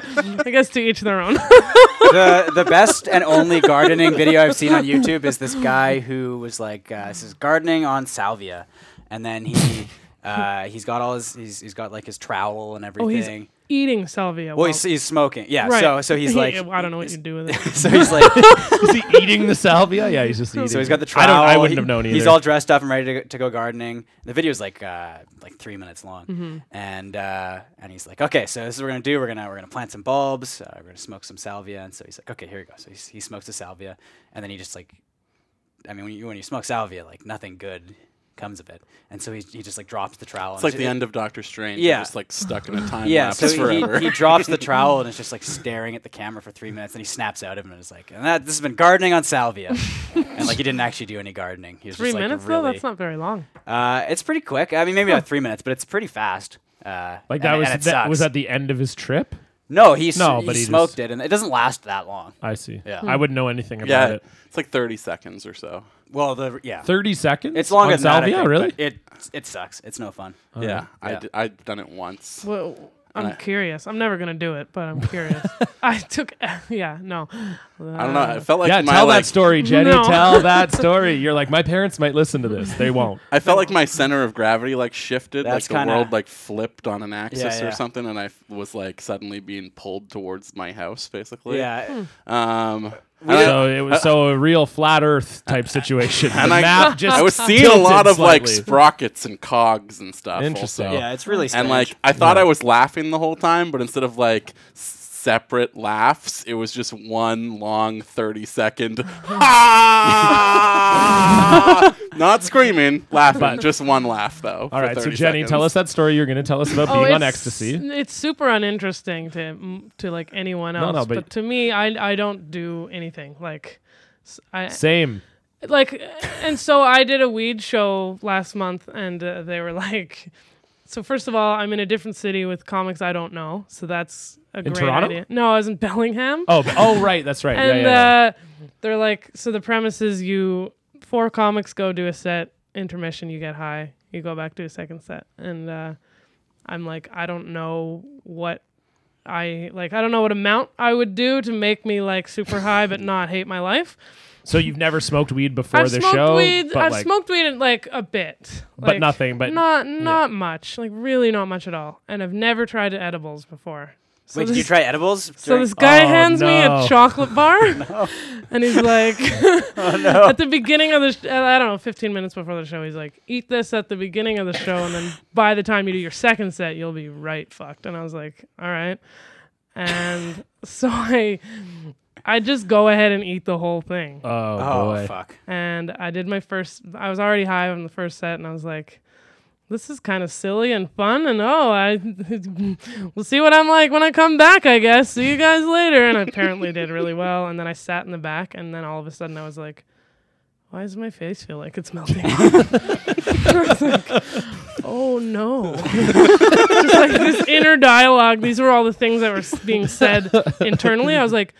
[SPEAKER 4] I guess to each their own.
[SPEAKER 2] the the best and only gardening video I've seen on YouTube is this guy who was like, uh, this is gardening on salvia, and then he uh, he's got all his he's, he's got like his trowel and
[SPEAKER 4] oh,
[SPEAKER 2] everything.
[SPEAKER 4] <laughs> he's eating salvia.
[SPEAKER 2] well, he's,
[SPEAKER 4] <laughs>
[SPEAKER 2] he's smoking. Yeah.
[SPEAKER 4] Right.
[SPEAKER 2] So so he's
[SPEAKER 4] <laughs> He-
[SPEAKER 2] like,
[SPEAKER 4] I don't know what you do with
[SPEAKER 1] <laughs>
[SPEAKER 2] <laughs>
[SPEAKER 4] it.
[SPEAKER 2] so he's like,
[SPEAKER 3] Is he eating the salvia? Yeah, he's just eating.
[SPEAKER 2] so he's got the
[SPEAKER 3] I
[SPEAKER 2] trowel.
[SPEAKER 3] don't. I wouldn't
[SPEAKER 2] he-
[SPEAKER 3] have known either.
[SPEAKER 2] He's all dressed up and ready to, go- to go gardening. The video's like uh, like three minutes long,
[SPEAKER 3] Mm-hmm.
[SPEAKER 2] and uh, and he's like, okay, so this is what we're gonna do. We're gonna we're gonna plant some bulbs. Uh, we're gonna smoke some salvia. And so he's like, okay, here you go. So he's, he smokes the salvia, and then he just like, I mean, when you when you smoke salvia, like nothing good comes of it. And so he, he just like drops the trowel.
[SPEAKER 1] It's like the end of Doctor Strange.
[SPEAKER 2] Yeah.
[SPEAKER 1] Just like stuck
[SPEAKER 3] <laughs>
[SPEAKER 1] in a time
[SPEAKER 2] Yeah,
[SPEAKER 1] lapse
[SPEAKER 2] so he,
[SPEAKER 1] forever.
[SPEAKER 2] he <laughs> drops the trowel and is just like staring at the camera for three minutes, and he snaps out of it and is like, and that, "This has been gardening on
[SPEAKER 3] <laughs>
[SPEAKER 2] salvia," and like he didn't actually do any gardening. He was
[SPEAKER 4] Three
[SPEAKER 2] just, like,
[SPEAKER 4] minutes
[SPEAKER 2] really,
[SPEAKER 4] though? That's not very long.
[SPEAKER 2] Uh, it's pretty quick. I mean, maybe not three minutes, but it's pretty fast. Uh,
[SPEAKER 3] like that
[SPEAKER 2] and-
[SPEAKER 3] was
[SPEAKER 2] and it
[SPEAKER 3] that was
[SPEAKER 2] sucks.
[SPEAKER 3] at the end of his trip.
[SPEAKER 2] no, he s-
[SPEAKER 3] No,
[SPEAKER 2] he
[SPEAKER 3] but he
[SPEAKER 2] smoked
[SPEAKER 3] just-
[SPEAKER 2] it, and it doesn't last that long.
[SPEAKER 3] I see.
[SPEAKER 2] Yeah.
[SPEAKER 3] I wouldn't know anything about
[SPEAKER 1] <laughs> yeah.
[SPEAKER 3] it.
[SPEAKER 1] It's like 30 seconds or so.
[SPEAKER 2] Well, the yeah,
[SPEAKER 3] Thirty seconds.
[SPEAKER 2] it's longer
[SPEAKER 3] on
[SPEAKER 2] than that, I
[SPEAKER 3] salvia.
[SPEAKER 2] think,
[SPEAKER 3] really? Oh,
[SPEAKER 2] but It it sucks. It's no fun.
[SPEAKER 1] yeah. I
[SPEAKER 2] Yeah.
[SPEAKER 1] d- I've done it once.
[SPEAKER 4] Well, I'm
[SPEAKER 1] Alright.
[SPEAKER 4] curious. I'm never gonna do it,
[SPEAKER 1] <laughs>
[SPEAKER 4] but I'm curious. I took, <laughs> yeah, no.
[SPEAKER 1] I don't know. It felt like
[SPEAKER 3] yeah,
[SPEAKER 1] my
[SPEAKER 3] tell
[SPEAKER 1] like,
[SPEAKER 3] that story, Jenny.
[SPEAKER 4] No.
[SPEAKER 3] Tell that story. You're like, my parents might listen to this. They won't.
[SPEAKER 1] I felt like my center of gravity like shifted, like
[SPEAKER 2] That's
[SPEAKER 1] the
[SPEAKER 2] kinda-
[SPEAKER 1] world like flipped on an axis
[SPEAKER 2] Yeah, yeah.
[SPEAKER 1] or something, and I f- was like suddenly being pulled towards my house, basically.
[SPEAKER 2] Yeah,
[SPEAKER 1] Um, and I,
[SPEAKER 3] So it was so a real flat Earth type situation. The
[SPEAKER 1] Uh, and I-
[SPEAKER 3] map just
[SPEAKER 1] I was seeing a
[SPEAKER 3] tilted
[SPEAKER 1] lot of like
[SPEAKER 3] slightly.
[SPEAKER 1] sprockets and cogs and stuff.
[SPEAKER 3] Interesting.
[SPEAKER 1] also.
[SPEAKER 2] yeah, it's really strange.
[SPEAKER 1] And like I thought I was laughing the whole time, but instead of like s- separate laughs, it was just one long thirty second. "Ah!" Not screaming, laughing, just one laugh though.
[SPEAKER 3] All right, so Jenny, tell us that story you're going to tell us about being on ecstasy.
[SPEAKER 4] Oh, It's super uninteresting to m- to like anyone
[SPEAKER 3] No,
[SPEAKER 4] else.
[SPEAKER 3] no,
[SPEAKER 4] but,
[SPEAKER 3] but-
[SPEAKER 4] to me, I I don't do anything like. s- I,
[SPEAKER 3] Same.
[SPEAKER 4] like and so i did a weed show last month and uh, they were like so first of all i'm in a different city with comics i don't know so that's a great
[SPEAKER 3] Toronto?
[SPEAKER 4] idea no i was in bellingham
[SPEAKER 3] Oh, but- oh, right, that's right. yeah, yeah,
[SPEAKER 4] and
[SPEAKER 3] yeah.
[SPEAKER 4] Uh, they're like so the premise is you four comics go do a set intermission you get high you go back do a second set and uh, i'm like i don't know what i like i don't know what amount i would do to make me like super high but not hate my life
[SPEAKER 3] so you've never smoked weed before
[SPEAKER 4] uh, I've
[SPEAKER 3] the
[SPEAKER 4] smoked
[SPEAKER 3] show,
[SPEAKER 4] Weed,
[SPEAKER 3] but
[SPEAKER 4] I've
[SPEAKER 3] like,
[SPEAKER 4] smoked weed in, like a bit,
[SPEAKER 3] But
[SPEAKER 4] Like,
[SPEAKER 3] nothing, but-
[SPEAKER 4] not not much, like really not much at all. And I've never tried edibles before. So
[SPEAKER 2] Wait,
[SPEAKER 4] this,
[SPEAKER 2] did you try edibles?
[SPEAKER 4] So
[SPEAKER 2] during-
[SPEAKER 4] this guy
[SPEAKER 3] Oh,
[SPEAKER 4] hands me a
[SPEAKER 3] no. Oh, <laughs>
[SPEAKER 4] chocolate bar, and he's like, <laughs> at the beginning of the, sh- uh, I don't know, 15 minutes before the show, he's like, eat this at the beginning of the show, and then by the time you do your second set, you'll be right fucked. And I was like, all right. And so I, I just go ahead and eat the whole thing.
[SPEAKER 3] oh,
[SPEAKER 2] Oh
[SPEAKER 3] boy,
[SPEAKER 2] fuck!
[SPEAKER 4] and I did my first. I was already high on the first set, and I was like, "This is kind of silly and fun." And oh, I <laughs> we'll see what I'm like when I come back. I guess see you guys later. And I apparently did really well. And then I sat in the back, and then all of a sudden I was like, "Why does my face feel like it's melting?" <laughs> I was like, oh no! <laughs> Just like this inner dialogue. These were all the things that were s- being said internally. I was like.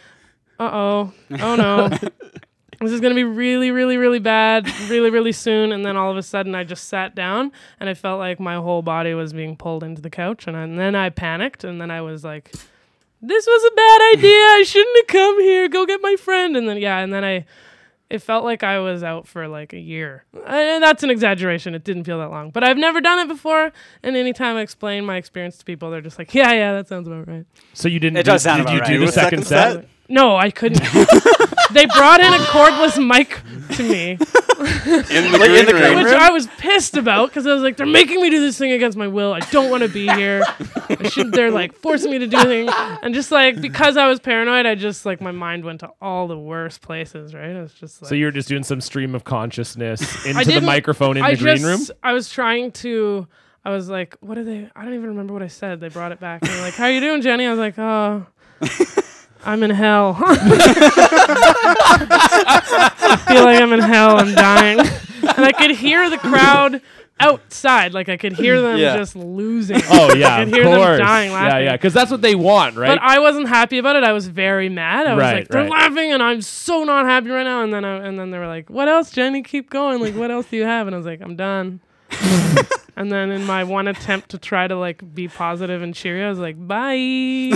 [SPEAKER 4] Uh oh. Oh no. this is going to be really, really, really bad, really, really soon. And then all of a sudden, I just sat down and I felt like my whole body was being pulled into the couch. And, and then I panicked. And then I was like, this was a bad idea. I shouldn't have come here. Go get my friend. And then, yeah, and then I. It felt like I was out for like a year. And that's an exaggeration. It didn't feel that long. But I've never done it before. And anytime I explain my experience to people, they're just like, yeah, yeah, that sounds about right.
[SPEAKER 3] so you didn't.
[SPEAKER 2] It
[SPEAKER 3] do,
[SPEAKER 2] does sound
[SPEAKER 3] Did you
[SPEAKER 2] about
[SPEAKER 3] do
[SPEAKER 2] right.
[SPEAKER 3] the second set?
[SPEAKER 4] No, I couldn't. <laughs> they brought in a cordless mic to me,
[SPEAKER 1] in the
[SPEAKER 2] Like,
[SPEAKER 1] green
[SPEAKER 2] in the green
[SPEAKER 1] room.
[SPEAKER 4] which
[SPEAKER 2] room?
[SPEAKER 4] I was pissed about because I was like, they're making me do this thing against my will. I don't want to be here. I should, they're like forcing me to do things. And just like, because I was paranoid, I just like, my mind went to all the worst places, right? It was just like.
[SPEAKER 3] So you were just doing some stream of consciousness
[SPEAKER 4] I
[SPEAKER 3] into the
[SPEAKER 4] didn't-
[SPEAKER 3] microphone in
[SPEAKER 4] I
[SPEAKER 3] the green
[SPEAKER 4] just-
[SPEAKER 3] room.
[SPEAKER 4] I was trying to. I was like, what are they? I don't even remember what I said. They brought it back. And they're like, how you doing, Jenny? I was like, oh, I'm in hell. <laughs> I feel like I'm in hell. I'm dying. And I could hear the crowd outside. Like I could hear them
[SPEAKER 2] Yeah.
[SPEAKER 4] just losing. it.
[SPEAKER 3] Oh yeah,
[SPEAKER 4] <laughs> I
[SPEAKER 3] of
[SPEAKER 4] could hear them
[SPEAKER 3] course.
[SPEAKER 4] dying
[SPEAKER 3] yeah,
[SPEAKER 4] laughing.
[SPEAKER 3] yeah, because that's what they want, right?
[SPEAKER 4] But I wasn't happy about it. I was very mad. I was
[SPEAKER 3] Right,
[SPEAKER 4] like, they're
[SPEAKER 3] right.
[SPEAKER 4] laughing, and I'm
[SPEAKER 3] <laughs>
[SPEAKER 4] so not happy right now. And then, I, and then they were like, "What else, Jenny? Keep going. Like, what else do you have?" And I was like, "I'm done." and then in my one attempt to try to like be positive and cheery, I was like,
[SPEAKER 3] <laughs>
[SPEAKER 4] "Bye." and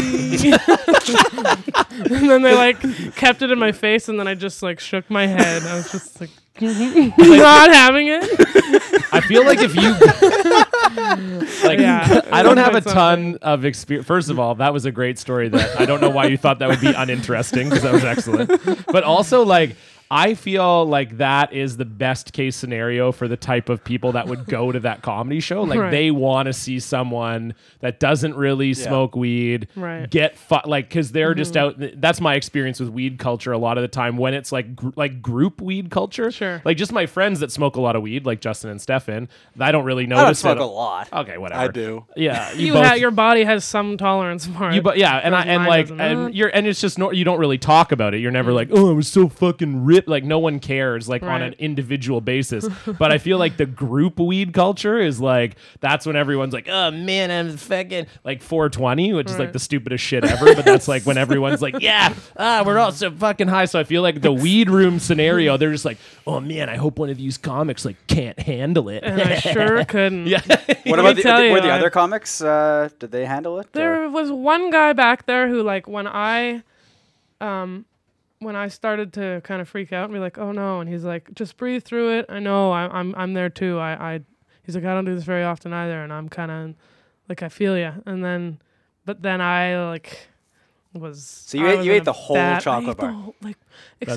[SPEAKER 4] then they like kept it in my face, and then I just like shook my head. I was
[SPEAKER 3] <laughs>
[SPEAKER 4] just like. not having it.
[SPEAKER 3] I feel like if you like
[SPEAKER 4] Yeah.
[SPEAKER 3] I don't have a
[SPEAKER 4] Something.
[SPEAKER 3] ton of experience. First of all, that was a great story that I don't know why you thought that would be uninteresting because that was excellent. But also like I feel like that is the best case scenario for the type of people that would go to that comedy show. Like
[SPEAKER 4] Right.
[SPEAKER 3] they want to see someone that doesn't really smoke weed,
[SPEAKER 4] Right. Mm-hmm.
[SPEAKER 3] get fu- like because they're just out. That's my experience with weed culture a lot of the time when it's like gr- like group weed culture.
[SPEAKER 4] Sure.
[SPEAKER 3] Like just my friends that smoke a lot of weed, like Justin and Stefan. I don't really
[SPEAKER 2] I don't
[SPEAKER 3] notice
[SPEAKER 2] smoke
[SPEAKER 3] it. Oh,
[SPEAKER 2] a lot.
[SPEAKER 3] Okay, whatever.
[SPEAKER 1] I do.
[SPEAKER 4] <laughs>
[SPEAKER 3] Yeah,
[SPEAKER 4] You
[SPEAKER 3] both-
[SPEAKER 4] ha- your body has some tolerance for it.
[SPEAKER 3] you, but yeah, and I
[SPEAKER 4] Whereas
[SPEAKER 3] and
[SPEAKER 4] mine
[SPEAKER 3] like
[SPEAKER 4] doesn't.
[SPEAKER 3] and you're and it's just no, you don't really talk about it. You're never like, oh, I was so fucking ripped. Like no one cares, like on
[SPEAKER 4] Right.
[SPEAKER 3] an individual
[SPEAKER 4] <laughs>
[SPEAKER 3] basis. but I feel like the group weed culture is like that's when everyone's like, oh man, I'm fucking like 420, which is like
[SPEAKER 4] Right.
[SPEAKER 3] the stupidest shit ever. But that's
[SPEAKER 4] <laughs>
[SPEAKER 3] like when everyone's like, yeah, ah, we're all so fucking high. So I feel like the weed room scenario, they're
[SPEAKER 4] <laughs>
[SPEAKER 3] just like, oh man, I hope one of these comics like can't handle it.
[SPEAKER 4] and I sure couldn't.
[SPEAKER 3] yeah.
[SPEAKER 2] What
[SPEAKER 4] Let
[SPEAKER 2] about
[SPEAKER 4] me
[SPEAKER 2] the,
[SPEAKER 4] tell
[SPEAKER 2] were
[SPEAKER 4] you,
[SPEAKER 2] the
[SPEAKER 4] I-
[SPEAKER 2] other comics? Uh, did they handle it? or-
[SPEAKER 4] There was one guy back there who, like, when I, um, when I started to kind of freak out and be like, "Oh no," and he's like, "Just breathe through it. I know. I, I'm I'm there too. I, I he's like, I don't do this very often either, and I'm kind of like, I feel ya. And then, but then I like was.
[SPEAKER 2] So you
[SPEAKER 4] I
[SPEAKER 2] ate-
[SPEAKER 4] was
[SPEAKER 2] you
[SPEAKER 4] in
[SPEAKER 2] ate
[SPEAKER 4] a
[SPEAKER 2] the whole
[SPEAKER 4] bad- I
[SPEAKER 2] chocolate
[SPEAKER 4] ate the
[SPEAKER 2] bar.
[SPEAKER 4] whole- like, except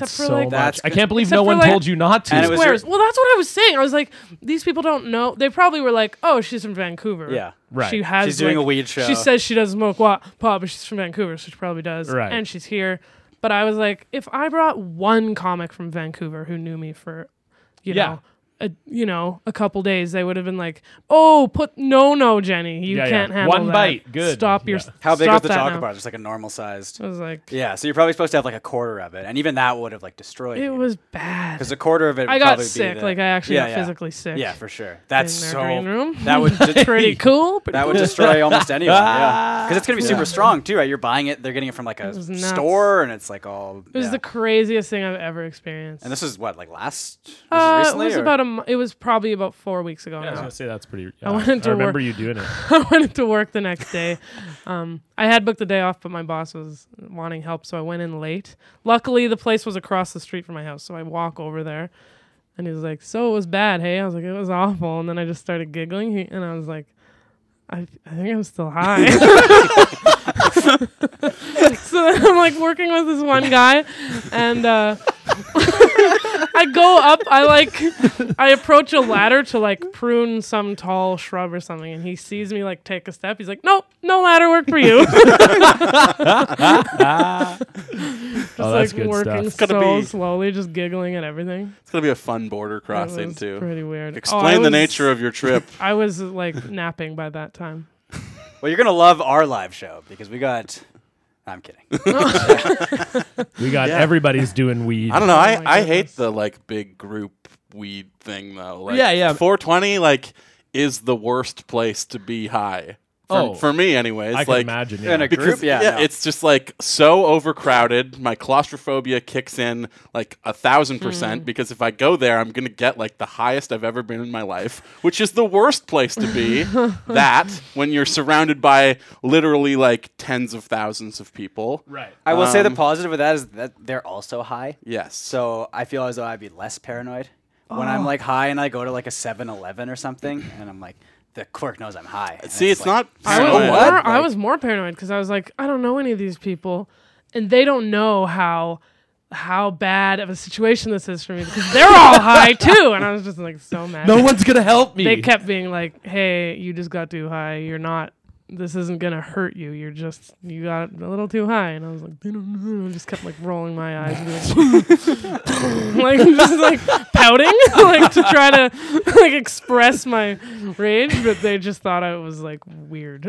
[SPEAKER 3] <laughs> That's
[SPEAKER 4] for
[SPEAKER 3] so
[SPEAKER 4] like
[SPEAKER 3] much.
[SPEAKER 2] That's
[SPEAKER 3] I can't believe
[SPEAKER 4] Except
[SPEAKER 3] no
[SPEAKER 4] for,
[SPEAKER 3] one
[SPEAKER 4] like-
[SPEAKER 3] told you not to.
[SPEAKER 2] And it was
[SPEAKER 4] squares.
[SPEAKER 2] your-
[SPEAKER 4] well, that's what I was saying. I was like, these people don't know. They probably were like, "Oh, she's from Vancouver."
[SPEAKER 2] Yeah.
[SPEAKER 3] Right.
[SPEAKER 4] She has.
[SPEAKER 2] She's doing
[SPEAKER 4] like-
[SPEAKER 2] a weed show.
[SPEAKER 4] She says she doesn't smoke wa- pot, but she's from Vancouver, so she probably does.
[SPEAKER 3] Right.
[SPEAKER 4] And she's here. But I was like, if I brought one comic from Vancouver who knew me for, you
[SPEAKER 3] Yeah.
[SPEAKER 4] know. A, you know, a couple days they would have been like, "Oh, put no, no, Jenny, you
[SPEAKER 3] Yeah, yeah.
[SPEAKER 4] can't handle
[SPEAKER 3] One
[SPEAKER 4] that.
[SPEAKER 3] bite, good."
[SPEAKER 4] Stop your.
[SPEAKER 3] Yeah.
[SPEAKER 2] How big was
[SPEAKER 4] stop
[SPEAKER 2] the
[SPEAKER 4] that
[SPEAKER 2] chocolate
[SPEAKER 4] now."
[SPEAKER 2] bar? Just like a normal sized.
[SPEAKER 4] I was like,
[SPEAKER 2] Yeah, so you're probably supposed to have like a quarter of it, and even that would have like destroyed
[SPEAKER 4] it was bad.
[SPEAKER 2] because a quarter of it. Would
[SPEAKER 4] I got
[SPEAKER 2] probably
[SPEAKER 4] sick.
[SPEAKER 2] Be the,
[SPEAKER 4] Like I actually
[SPEAKER 2] yeah,
[SPEAKER 4] got
[SPEAKER 2] yeah.
[SPEAKER 4] physically sick.
[SPEAKER 2] Yeah, for sure. That's
[SPEAKER 4] their
[SPEAKER 2] so.
[SPEAKER 4] green
[SPEAKER 2] <laughs>
[SPEAKER 4] room.
[SPEAKER 2] That
[SPEAKER 4] <laughs>
[SPEAKER 2] would just,
[SPEAKER 4] pretty cool. Pretty
[SPEAKER 2] That would destroy
[SPEAKER 4] <laughs>
[SPEAKER 2] almost anyone. Yeah, because it's gonna be super strong too, right? You're buying it. They're getting it from like a
[SPEAKER 4] was nuts.
[SPEAKER 2] store, and it's like all.
[SPEAKER 4] It was
[SPEAKER 2] yeah.
[SPEAKER 4] the craziest thing I've ever experienced.
[SPEAKER 2] and this is what like last. This is
[SPEAKER 4] uh,
[SPEAKER 2] recently.
[SPEAKER 4] it was
[SPEAKER 2] or?
[SPEAKER 4] about a. mo- It was probably about four weeks ago.
[SPEAKER 3] Yeah, I was
[SPEAKER 4] now.
[SPEAKER 3] gonna say that's pretty.
[SPEAKER 4] I wanted to
[SPEAKER 3] I remember
[SPEAKER 4] work-
[SPEAKER 3] you doing it.
[SPEAKER 4] <laughs> I went to work the next day. Um, I had booked the day off, but my boss was wanting help, so I went in late. Luckily, the place was across the street from my house, so I walk over there, and he was like, "So it was bad, hey?" I was like, "It was awful," and then I just started giggling, he, and I was like. I, I think I'm still
[SPEAKER 1] <laughs>
[SPEAKER 4] high. <laughs> so then I'm like working with this one guy, and uh, <laughs> I go up. I like, I approach a ladder to like prune some tall shrub or something, and he sees me like take a step. He's like, "Nope, no ladder work for
[SPEAKER 3] <laughs>
[SPEAKER 4] you." <laughs> Just
[SPEAKER 3] Oh, that's
[SPEAKER 4] like
[SPEAKER 3] good
[SPEAKER 4] working
[SPEAKER 3] stuff.
[SPEAKER 1] Gotta
[SPEAKER 4] so
[SPEAKER 1] be-
[SPEAKER 4] slowly, just giggling at everything.
[SPEAKER 1] It's gonna be a fun border crossing
[SPEAKER 4] was
[SPEAKER 1] too.
[SPEAKER 4] Pretty weird. Oh, I
[SPEAKER 1] Explain the
[SPEAKER 4] was-
[SPEAKER 1] nature of your
[SPEAKER 3] <laughs>
[SPEAKER 1] trip.
[SPEAKER 4] I was like <laughs> napping by that time.
[SPEAKER 2] Well, you're gonna love our live show because we got. I'm
[SPEAKER 4] <laughs>
[SPEAKER 2] kidding.
[SPEAKER 3] We got everybody's doing weed.
[SPEAKER 1] I don't know. I,
[SPEAKER 4] my
[SPEAKER 1] I
[SPEAKER 4] goodness.
[SPEAKER 1] hate the like big group weed thing though. Like,
[SPEAKER 3] Yeah, yeah.
[SPEAKER 1] 420 like is the worst place to be high. For,
[SPEAKER 3] Oh.
[SPEAKER 1] for me, anyways.
[SPEAKER 3] I can
[SPEAKER 1] like
[SPEAKER 3] imagine.
[SPEAKER 2] In
[SPEAKER 3] Yeah.
[SPEAKER 2] a group, yeah, no.
[SPEAKER 1] it's just like so overcrowded. My claustrophobia kicks in like a thousand
[SPEAKER 3] Hmm.
[SPEAKER 1] percent because if I go there, I'm gonna get like the highest I've ever been in my life, which is the worst place to
[SPEAKER 3] <laughs>
[SPEAKER 1] be. that when you're surrounded by literally like tens of thousands of people.
[SPEAKER 3] right.
[SPEAKER 2] I will
[SPEAKER 1] Um,
[SPEAKER 2] say the positive of that is that they're also high.
[SPEAKER 1] Yes.
[SPEAKER 2] So I feel as though I'd be less paranoid when
[SPEAKER 1] Oh.
[SPEAKER 2] I'm like high and I go to like a 7-Eleven or something and I'm like, the clerk knows I'm high. And
[SPEAKER 1] See, it's,
[SPEAKER 2] like-
[SPEAKER 1] not.
[SPEAKER 4] I was,
[SPEAKER 1] paranoia.
[SPEAKER 4] more, I was more paranoid because I was like, I don't know any of these people, and they don't know how how bad of a situation this is for me because they're all high too, and I was just like so mad.
[SPEAKER 3] No one's gonna help me.
[SPEAKER 4] they kept being like, "Hey, you just got too high. You're not. This isn't gonna hurt you. You're just you got a little too high." And I was like, "They don't know." I just kept like rolling my eyes, and being like, <laughs> like just like pouting, <laughs> like to try to like express my rage, but they just thought I was like weird. <laughs>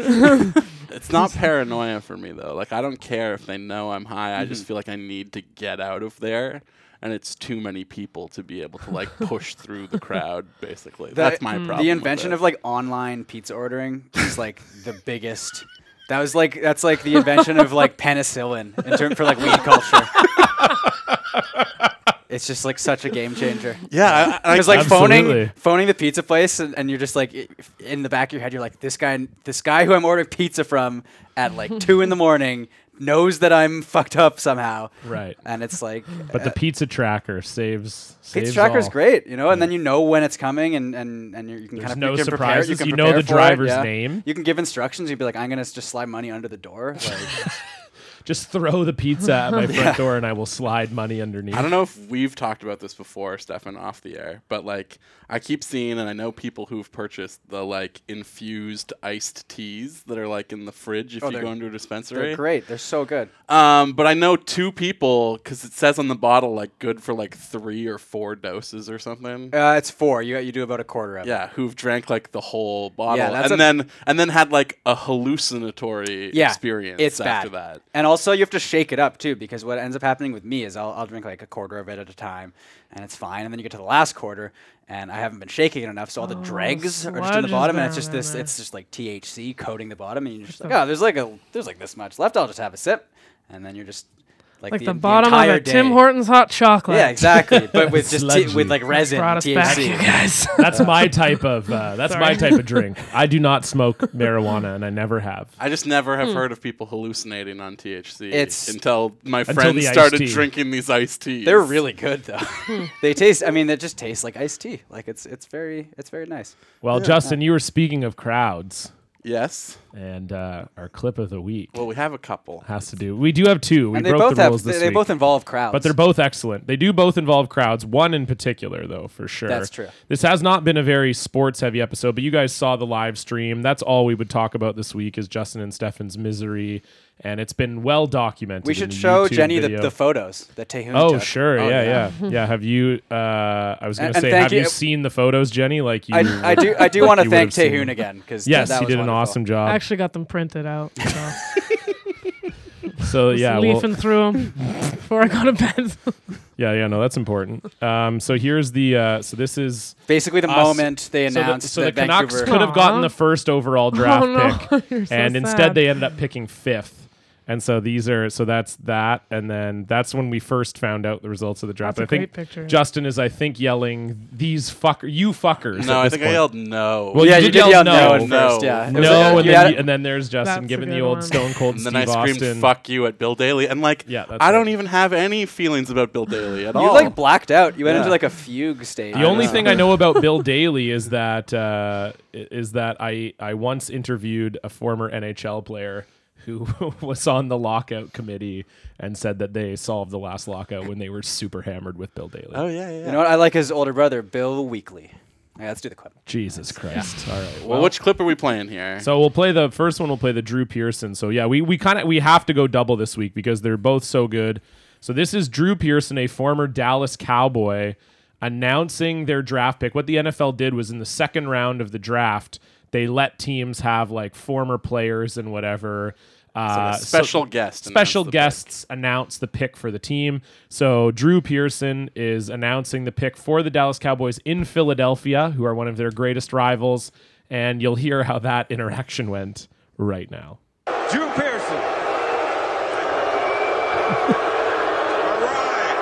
[SPEAKER 1] It's
[SPEAKER 2] <laughs>
[SPEAKER 1] not paranoia for me though. Like I don't care if they know I'm high. I
[SPEAKER 2] Mm-hmm.
[SPEAKER 1] just feel like I need to get out of there, and it's too many people to be able to
[SPEAKER 2] <laughs>
[SPEAKER 1] like push through the crowd. Basically, that's my problem.
[SPEAKER 2] The
[SPEAKER 1] with
[SPEAKER 2] invention
[SPEAKER 1] it.
[SPEAKER 2] of like online pizza ordering is like the biggest. That was like that's
[SPEAKER 1] <laughs>
[SPEAKER 2] like the invention of like penicillin in term for like weed culture. It's just like such a game changer.
[SPEAKER 1] Yeah, I, I,
[SPEAKER 2] It's like
[SPEAKER 3] Absolutely.
[SPEAKER 2] phoning phoning the pizza place, and, and you're just like i- in the back of your head, you're like this guy, this guy who I'm ordering pizza from at like two in the morning knows that I'm fucked up somehow,
[SPEAKER 3] Right.
[SPEAKER 2] and it's like uh,
[SPEAKER 3] But the pizza tracker saves. saves
[SPEAKER 2] Pizza Tracker's
[SPEAKER 3] all.
[SPEAKER 2] great, you know, and then you know when it's coming, and and and you you can
[SPEAKER 3] There's
[SPEAKER 2] kind of you
[SPEAKER 3] no
[SPEAKER 2] can prepare, you
[SPEAKER 3] surprises.
[SPEAKER 2] can
[SPEAKER 3] You know
[SPEAKER 2] prepare
[SPEAKER 3] the
[SPEAKER 2] for it,
[SPEAKER 3] driver's
[SPEAKER 2] yeah.
[SPEAKER 3] name.
[SPEAKER 2] You can give instructions. You'd be like, I'm gonna s- just slide money under the door. Like,
[SPEAKER 3] Just throw the pizza at my front door, and I will slide money underneath.
[SPEAKER 1] I don't know if we've talked about this before, Stefan, off the air, but like I keep seeing, and I know people who've purchased the like infused iced teas that are like in the fridge if
[SPEAKER 2] Oh,
[SPEAKER 1] you
[SPEAKER 2] they're-
[SPEAKER 1] go into a dispensary.
[SPEAKER 2] they're great. They're so good.
[SPEAKER 1] Um, but I know two people because it says on the bottle like good for like three or four doses or something.
[SPEAKER 2] Uh, it's four. You you do about a quarter of it.
[SPEAKER 1] Yeah, who've drank like the whole bottle
[SPEAKER 2] that's
[SPEAKER 1] and
[SPEAKER 2] a-
[SPEAKER 1] then and then had like a hallucinatory
[SPEAKER 2] yeah,
[SPEAKER 1] experience
[SPEAKER 2] It's
[SPEAKER 1] after
[SPEAKER 2] bad.
[SPEAKER 1] that.
[SPEAKER 2] And also, you have to shake it up too, because what ends up happening with me is I'll, I'll drink like a quarter of it at a time, and it's fine. And then you get to the last quarter, and I haven't been shaking it enough, so all the dregs are just in
[SPEAKER 4] sludge
[SPEAKER 2] the
[SPEAKER 4] Oh, is
[SPEAKER 2] bottom, and
[SPEAKER 4] down
[SPEAKER 2] it's just
[SPEAKER 4] in
[SPEAKER 2] this,
[SPEAKER 4] there.
[SPEAKER 2] it's just like THC coating the bottom, and you're just like, oh, there's like a, there's like this much left. I'll just have a sip, and then you're just like,
[SPEAKER 4] Like the,
[SPEAKER 2] the
[SPEAKER 4] bottom of
[SPEAKER 2] entire
[SPEAKER 4] a Tim
[SPEAKER 2] day.
[SPEAKER 4] Hortons hot chocolate.
[SPEAKER 2] Yeah, exactly. But with just t-
[SPEAKER 3] Sludgy.
[SPEAKER 2] with like resin
[SPEAKER 4] Brought us back, you
[SPEAKER 2] THC.
[SPEAKER 4] guys. <laughs>
[SPEAKER 3] That's my type of. Uh, that's my
[SPEAKER 4] Sorry.
[SPEAKER 3] type of drink. I do not smoke marijuana, and I never have.
[SPEAKER 1] I just never have heard of people hallucinating on THC
[SPEAKER 2] It's-
[SPEAKER 1] until my
[SPEAKER 3] the
[SPEAKER 1] friends
[SPEAKER 3] iced
[SPEAKER 1] started
[SPEAKER 3] tea.
[SPEAKER 1] drinking these iced teas.
[SPEAKER 2] <laughs> They're really good though.
[SPEAKER 4] Hmm.
[SPEAKER 2] they taste. I mean, they just taste like iced tea. Like it's it's very it's very nice.
[SPEAKER 3] Well, Justin, you were speaking of crowds,
[SPEAKER 1] yes.
[SPEAKER 3] and uh, our clip of the week
[SPEAKER 1] Well, we have a couple.
[SPEAKER 3] has to do. We do have two. We
[SPEAKER 2] and they
[SPEAKER 3] broke
[SPEAKER 2] both
[SPEAKER 3] the rules
[SPEAKER 2] have they,
[SPEAKER 3] this
[SPEAKER 2] they
[SPEAKER 3] week.
[SPEAKER 2] both involve crowds.
[SPEAKER 3] But they're both excellent. They do both involve crowds. One in particular, though, for sure.
[SPEAKER 2] That's true.
[SPEAKER 3] This has not been a very sports-heavy episode, but you guys saw the live stream. That's all we would talk about this week is Justin and Stefan's misery, and it's been well documented.
[SPEAKER 2] we
[SPEAKER 3] in
[SPEAKER 2] should
[SPEAKER 3] the
[SPEAKER 2] show
[SPEAKER 3] YouTube
[SPEAKER 2] Jenny the,
[SPEAKER 3] video.
[SPEAKER 2] the photos that Tehun
[SPEAKER 3] Oh
[SPEAKER 2] took.
[SPEAKER 3] sure,
[SPEAKER 2] Oh,
[SPEAKER 3] yeah, yeah,
[SPEAKER 2] <laughs>
[SPEAKER 3] yeah, Have you? Uh, I was gonna
[SPEAKER 2] And- and
[SPEAKER 3] say,
[SPEAKER 2] thank
[SPEAKER 3] have
[SPEAKER 2] you-
[SPEAKER 3] you seen the photos, Jenny? Like you?
[SPEAKER 2] I, I do I
[SPEAKER 3] <laughs>
[SPEAKER 2] do want
[SPEAKER 3] you
[SPEAKER 2] to
[SPEAKER 3] would
[SPEAKER 2] thank
[SPEAKER 3] have seen them.
[SPEAKER 2] Tehun again because
[SPEAKER 3] yes,
[SPEAKER 2] that
[SPEAKER 3] he
[SPEAKER 2] was
[SPEAKER 3] did an
[SPEAKER 2] wonderful.
[SPEAKER 3] awesome job.
[SPEAKER 4] I actually got them printed out. So.
[SPEAKER 3] so yeah, we'll-
[SPEAKER 4] leafing through 'em through them before I go to bed. <laughs>
[SPEAKER 3] yeah, yeah. No, that's important. Um, so here's the. Uh, so this is.
[SPEAKER 2] Basically, the
[SPEAKER 3] us.
[SPEAKER 2] moment they
[SPEAKER 3] So the-
[SPEAKER 2] announced
[SPEAKER 3] so the,
[SPEAKER 2] that
[SPEAKER 3] Canucks
[SPEAKER 2] Vancouver.
[SPEAKER 3] could have gotten
[SPEAKER 4] Aw. Oh,
[SPEAKER 3] the first
[SPEAKER 4] <laughs>
[SPEAKER 3] overall draft
[SPEAKER 4] no.
[SPEAKER 3] pick,
[SPEAKER 4] <laughs> You're so
[SPEAKER 3] and instead
[SPEAKER 4] sad.
[SPEAKER 3] they ended up picking fifth. And so these are so that's that, and then that's when we first found out the results of the draft.
[SPEAKER 4] That's
[SPEAKER 3] I
[SPEAKER 4] a
[SPEAKER 3] think
[SPEAKER 4] great picture.
[SPEAKER 3] Justin is, I think, yelling these fucker, you fuckers.
[SPEAKER 1] No,
[SPEAKER 3] at
[SPEAKER 1] I
[SPEAKER 3] this
[SPEAKER 1] think I
[SPEAKER 3] point.
[SPEAKER 1] yelled no.
[SPEAKER 2] <laughs>
[SPEAKER 3] Well,
[SPEAKER 2] yeah,
[SPEAKER 3] you
[SPEAKER 2] you
[SPEAKER 3] did
[SPEAKER 2] did
[SPEAKER 3] yell
[SPEAKER 2] yell no
[SPEAKER 1] no.
[SPEAKER 2] at first. Yeah, It was
[SPEAKER 3] no,
[SPEAKER 2] like-
[SPEAKER 3] and
[SPEAKER 2] you
[SPEAKER 3] then,
[SPEAKER 2] had-
[SPEAKER 3] you- and then there's Justin
[SPEAKER 4] That's a
[SPEAKER 3] giving
[SPEAKER 4] good
[SPEAKER 3] the old
[SPEAKER 4] one.
[SPEAKER 3] Stone Cold
[SPEAKER 1] and
[SPEAKER 3] Steve
[SPEAKER 1] then I screamed
[SPEAKER 3] Austin.
[SPEAKER 1] "fuck you" at Bill Daly, and like
[SPEAKER 3] Yeah, that's
[SPEAKER 1] I don't even have any feelings about Bill Daly at
[SPEAKER 2] you
[SPEAKER 1] all.
[SPEAKER 2] like blacked out. You went
[SPEAKER 1] Yeah.
[SPEAKER 2] into like a fugue state.
[SPEAKER 3] The only thing I know about Bill <laughs> Daly is that uh, i- is that I I once interviewed a former NHL player who <laughs> was on the lockout committee and said that they solved the last lockout when they were super hammered with Bill Daly.
[SPEAKER 1] oh yeah, yeah.
[SPEAKER 2] <laughs> You know what? I like his older brother, Bill Weekly. Yeah, let's do the clip.
[SPEAKER 3] Jesus Christ! All right.
[SPEAKER 1] well,
[SPEAKER 3] Well,
[SPEAKER 1] which clip are we playing here?
[SPEAKER 3] so we'll play the first one. We'll play the Drew Pearson. So yeah, we we kind of we have to go double this week because they're both so good. So this is Drew Pearson, a former Dallas Cowboy, announcing their draft pick. What the NFL did was in the second round of the draft, they let teams have like former players and whatever. Uh,
[SPEAKER 1] a special guest
[SPEAKER 3] Special
[SPEAKER 1] announced the
[SPEAKER 3] guests announce the pick for the team. So Drew Pearson is announcing the pick for the Dallas Cowboys in Philadelphia, who are one of their greatest rivals. And you'll hear how that <laughs> interaction went right now.
[SPEAKER 5] Drew Pearson. All right.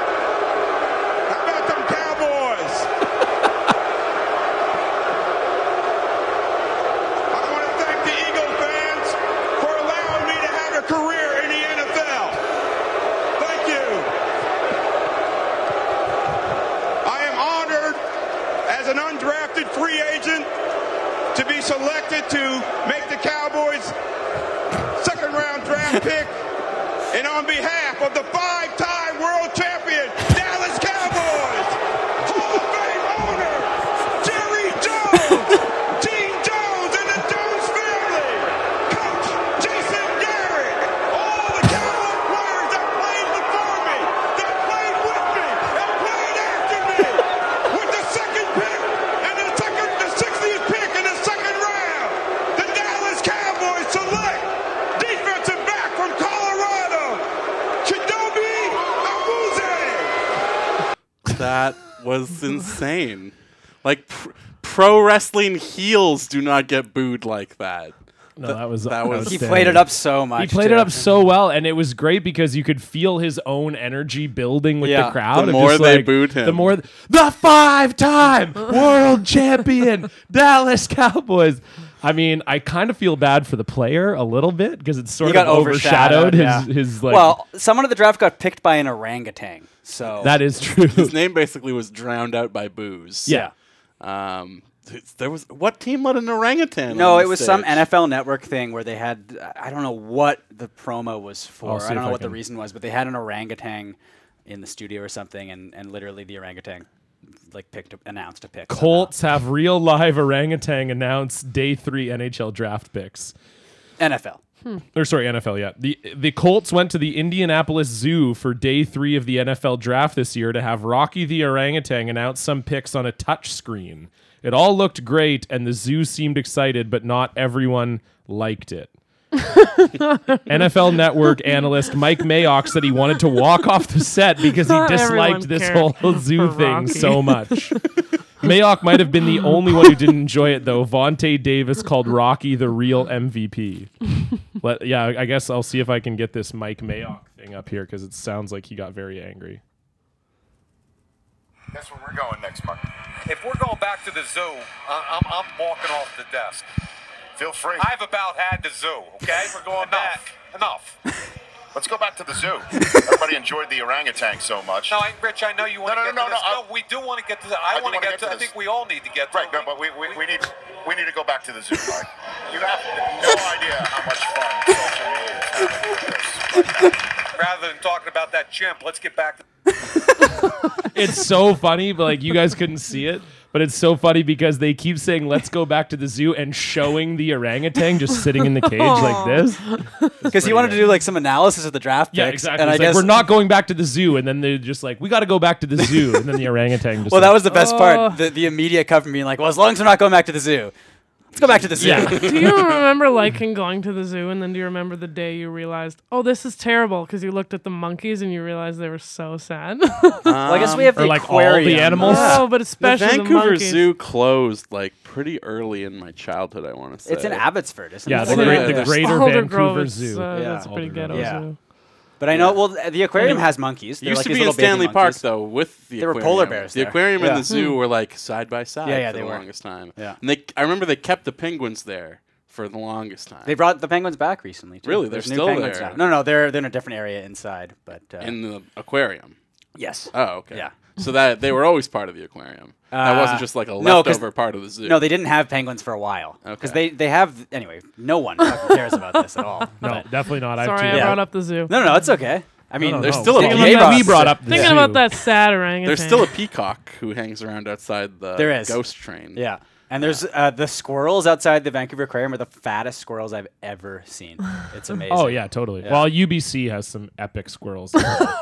[SPEAKER 5] How about them Cowboys? I want to thank the Eagle fans for allowing me to have a career in the NFL. Thank you. I am honored as an undrafted free agent to be selected to make the Cowboys second round draft pick. And on behalf of the five time world champion Dallas Cowboys, Hall of Fame owner Jerry Jones, Gene Jones and the Jones family, Coach Jason Garrett, all the Cowboy players that played before me, that played with me, and played after me, with the second pick and the second, the 60th pick in the second round, the Dallas Cowboys select defensive back from Colorado, Chidobe Awuzie.
[SPEAKER 1] That was insane. Like pr- pro wrestling heels do not get booed like that.
[SPEAKER 3] No, that was
[SPEAKER 1] that was-
[SPEAKER 2] He
[SPEAKER 3] outstanding.
[SPEAKER 2] played it up so much.
[SPEAKER 3] He played
[SPEAKER 2] too.
[SPEAKER 3] it up so well, and it was great because you could feel his own energy building with
[SPEAKER 2] Yeah.
[SPEAKER 3] the crowd.
[SPEAKER 1] The
[SPEAKER 3] of
[SPEAKER 1] more
[SPEAKER 3] just
[SPEAKER 1] they
[SPEAKER 3] like,
[SPEAKER 1] booed him.
[SPEAKER 3] the more th- the five-time world champion Dallas Cowboys. I mean, I kind of feel bad for the player a little bit because it's sort
[SPEAKER 2] He
[SPEAKER 3] of
[SPEAKER 2] got
[SPEAKER 3] overshadowed,
[SPEAKER 2] overshadowed.
[SPEAKER 3] his
[SPEAKER 2] yeah.
[SPEAKER 3] his like.
[SPEAKER 2] well, someone at the draft got picked by an orangutan. So
[SPEAKER 3] that is true. <laughs>
[SPEAKER 1] His name basically was drowned out by booze.
[SPEAKER 3] yeah.
[SPEAKER 1] Um, th- there was what team let an orangutan?
[SPEAKER 2] no,
[SPEAKER 1] on the
[SPEAKER 2] it was
[SPEAKER 1] stage?
[SPEAKER 2] some NFL Network thing where they had I don't know what the promo was
[SPEAKER 3] I'll
[SPEAKER 2] for.
[SPEAKER 3] see
[SPEAKER 2] I don't
[SPEAKER 3] if
[SPEAKER 2] know
[SPEAKER 3] I
[SPEAKER 2] what the
[SPEAKER 3] can-
[SPEAKER 2] reason was, but they had an orangutan in the studio or something, and and literally the orangutan like picked announced a pick. somehow.
[SPEAKER 3] Colts have real live orangutan announce day three NHL draft picks.
[SPEAKER 2] NFL.
[SPEAKER 3] <laughs> or sorry, NFL. Yeah, the the Colts went to the Indianapolis Zoo for day three of the NFL draft this year to have Rocky the orangutan announce some picks on a touch screen. It all looked great, and the zoo seemed excited, but not everyone liked
[SPEAKER 4] <laughs>
[SPEAKER 3] it. NFL Network analyst Mike Mayock said he wanted to walk off the set because he
[SPEAKER 4] Not
[SPEAKER 3] disliked
[SPEAKER 4] everyone
[SPEAKER 3] this
[SPEAKER 2] <laughs>
[SPEAKER 4] cared
[SPEAKER 3] whole zoo
[SPEAKER 4] for
[SPEAKER 3] thing
[SPEAKER 4] Rocky.
[SPEAKER 3] so much. <laughs> Mayock might have been the only one who didn't enjoy it, though. Vontae Davis called Rocky the
[SPEAKER 2] <laughs>
[SPEAKER 3] real MVP. Let, yeah, I guess I'll see if I can get this Mike Mayock thing up here because it sounds like he got very angry.
[SPEAKER 6] That's where we're going next month. If we're going back to the zoo, I- I'm, I'm walking off the desk.
[SPEAKER 7] Feel free.
[SPEAKER 6] I've about had the zoo, okay? We're going back. Enough.
[SPEAKER 7] <laughs> Let's go back to
[SPEAKER 6] <laughs>
[SPEAKER 7] the zoo. Everybody enjoyed the orangutan so much.
[SPEAKER 6] No, Oh, I, Rich, I know you want
[SPEAKER 7] No,
[SPEAKER 6] to
[SPEAKER 7] no,
[SPEAKER 6] get
[SPEAKER 7] no,
[SPEAKER 6] to
[SPEAKER 7] no,
[SPEAKER 6] this.
[SPEAKER 7] no,
[SPEAKER 6] no, we do want to get to the I,
[SPEAKER 7] do
[SPEAKER 6] want to
[SPEAKER 7] wanna
[SPEAKER 6] get to, I
[SPEAKER 7] this.
[SPEAKER 6] think we all need to get to
[SPEAKER 7] right, no, but we, we, we need we need to go back to the zoo, Mike. You have no idea how much fun social media is having with this.
[SPEAKER 6] Rather than talking about that chimp, let's get back to
[SPEAKER 2] <laughs>
[SPEAKER 3] It's so funny, but like you guys couldn't see it. But it's so funny because they keep saying, let's go back to the zoo and showing the orangutan just sitting in the cage like this.
[SPEAKER 2] Because he wanted to do like some analysis of the draft
[SPEAKER 3] Yeah,
[SPEAKER 2] picks,
[SPEAKER 3] exactly.
[SPEAKER 2] and I
[SPEAKER 3] It's like,
[SPEAKER 2] guess
[SPEAKER 3] we're not going back to the zoo. And then they're just like, we got to go back to the zoo. And then the orangutan
[SPEAKER 2] <laughs> <laughs>
[SPEAKER 3] just.
[SPEAKER 2] Well,
[SPEAKER 3] like,
[SPEAKER 2] that was the best
[SPEAKER 4] Oh.
[SPEAKER 2] part. The, the immediate cut from being like, well, as long as we're not going back to the zoo, let's go back to the zoo. <laughs>
[SPEAKER 3] Yeah.
[SPEAKER 4] Do you remember liking going to the zoo, and then do you remember the day you realized, oh, this is terrible, because you looked at the monkeys and you realized they were so sad? <laughs>
[SPEAKER 2] well, I guess we have
[SPEAKER 3] Or
[SPEAKER 2] the
[SPEAKER 3] like all the
[SPEAKER 2] aquarium.
[SPEAKER 3] animals.
[SPEAKER 4] oh, but
[SPEAKER 1] The
[SPEAKER 4] especially the
[SPEAKER 1] Vancouver
[SPEAKER 4] monkeys.
[SPEAKER 1] Zoo closed like pretty early in my childhood. I want to say
[SPEAKER 2] It's in Abbotsford, isn't
[SPEAKER 3] yeah,
[SPEAKER 2] it?
[SPEAKER 3] the,
[SPEAKER 1] Yeah,
[SPEAKER 3] great, the
[SPEAKER 1] there's
[SPEAKER 3] Greater
[SPEAKER 4] Alder
[SPEAKER 3] Vancouver
[SPEAKER 4] Grove, it's,
[SPEAKER 3] Zoo.
[SPEAKER 4] uh,
[SPEAKER 2] Yeah.
[SPEAKER 4] that's a pretty
[SPEAKER 3] Alder
[SPEAKER 4] good.
[SPEAKER 3] Grove.
[SPEAKER 4] old
[SPEAKER 2] Yeah.
[SPEAKER 4] zoo.
[SPEAKER 2] But I know. Well, th- the aquarium has monkeys.
[SPEAKER 1] It
[SPEAKER 2] They're
[SPEAKER 1] used
[SPEAKER 2] like
[SPEAKER 1] to
[SPEAKER 2] these
[SPEAKER 1] be in
[SPEAKER 2] little baby
[SPEAKER 1] Stanley Park
[SPEAKER 2] monkeys.
[SPEAKER 1] though with the
[SPEAKER 2] There were
[SPEAKER 1] aquarium.
[SPEAKER 2] polar bears
[SPEAKER 1] The
[SPEAKER 2] there.
[SPEAKER 1] aquarium and
[SPEAKER 2] Yeah.
[SPEAKER 1] the zoo were like side by side
[SPEAKER 2] Yeah, yeah,
[SPEAKER 1] for
[SPEAKER 2] they
[SPEAKER 1] the
[SPEAKER 2] were.
[SPEAKER 1] longest time.
[SPEAKER 2] Yeah.
[SPEAKER 1] And they I remember they kept the penguins there for the longest time.
[SPEAKER 2] They brought the penguins back recently. Too.
[SPEAKER 1] Really? They're
[SPEAKER 2] There's new
[SPEAKER 1] still
[SPEAKER 2] penguins
[SPEAKER 1] there.
[SPEAKER 2] Now. No, no, they're they're in a different area inside. But uh,
[SPEAKER 1] in the aquarium.
[SPEAKER 2] yes,
[SPEAKER 1] Oh, okay.
[SPEAKER 2] Yeah. Uh,
[SPEAKER 1] So that they were always part of the aquarium. that wasn't just like a
[SPEAKER 2] no, 'cause-
[SPEAKER 1] leftover part of the zoo.
[SPEAKER 2] no, they didn't have penguins for a while because
[SPEAKER 1] Okay.
[SPEAKER 2] they they have anyway. No one fucking cares about this at all.
[SPEAKER 3] <laughs> No, definitely not. I've
[SPEAKER 4] Sorry, I
[SPEAKER 2] Yeah.
[SPEAKER 4] brought up the zoo.
[SPEAKER 2] No, no, no, it's okay. I mean,
[SPEAKER 3] no,
[SPEAKER 1] There's
[SPEAKER 3] no.
[SPEAKER 1] still a
[SPEAKER 3] Thinking
[SPEAKER 1] lot.
[SPEAKER 3] about
[SPEAKER 2] Yeah.
[SPEAKER 3] that we brought up the
[SPEAKER 4] Thinking
[SPEAKER 3] zoo.
[SPEAKER 4] about that sad orangutan.
[SPEAKER 1] There's
[SPEAKER 2] <laughs>
[SPEAKER 1] still a peacock who hangs around outside the
[SPEAKER 2] There is.
[SPEAKER 1] ghost train.
[SPEAKER 2] Yeah. And there's uh, the squirrels outside the Vancouver Aquarium are the fattest squirrels I've ever seen. It's amazing.
[SPEAKER 3] <laughs> Oh yeah, totally. Well, UBC has some
[SPEAKER 2] <laughs>
[SPEAKER 3] epic squirrels.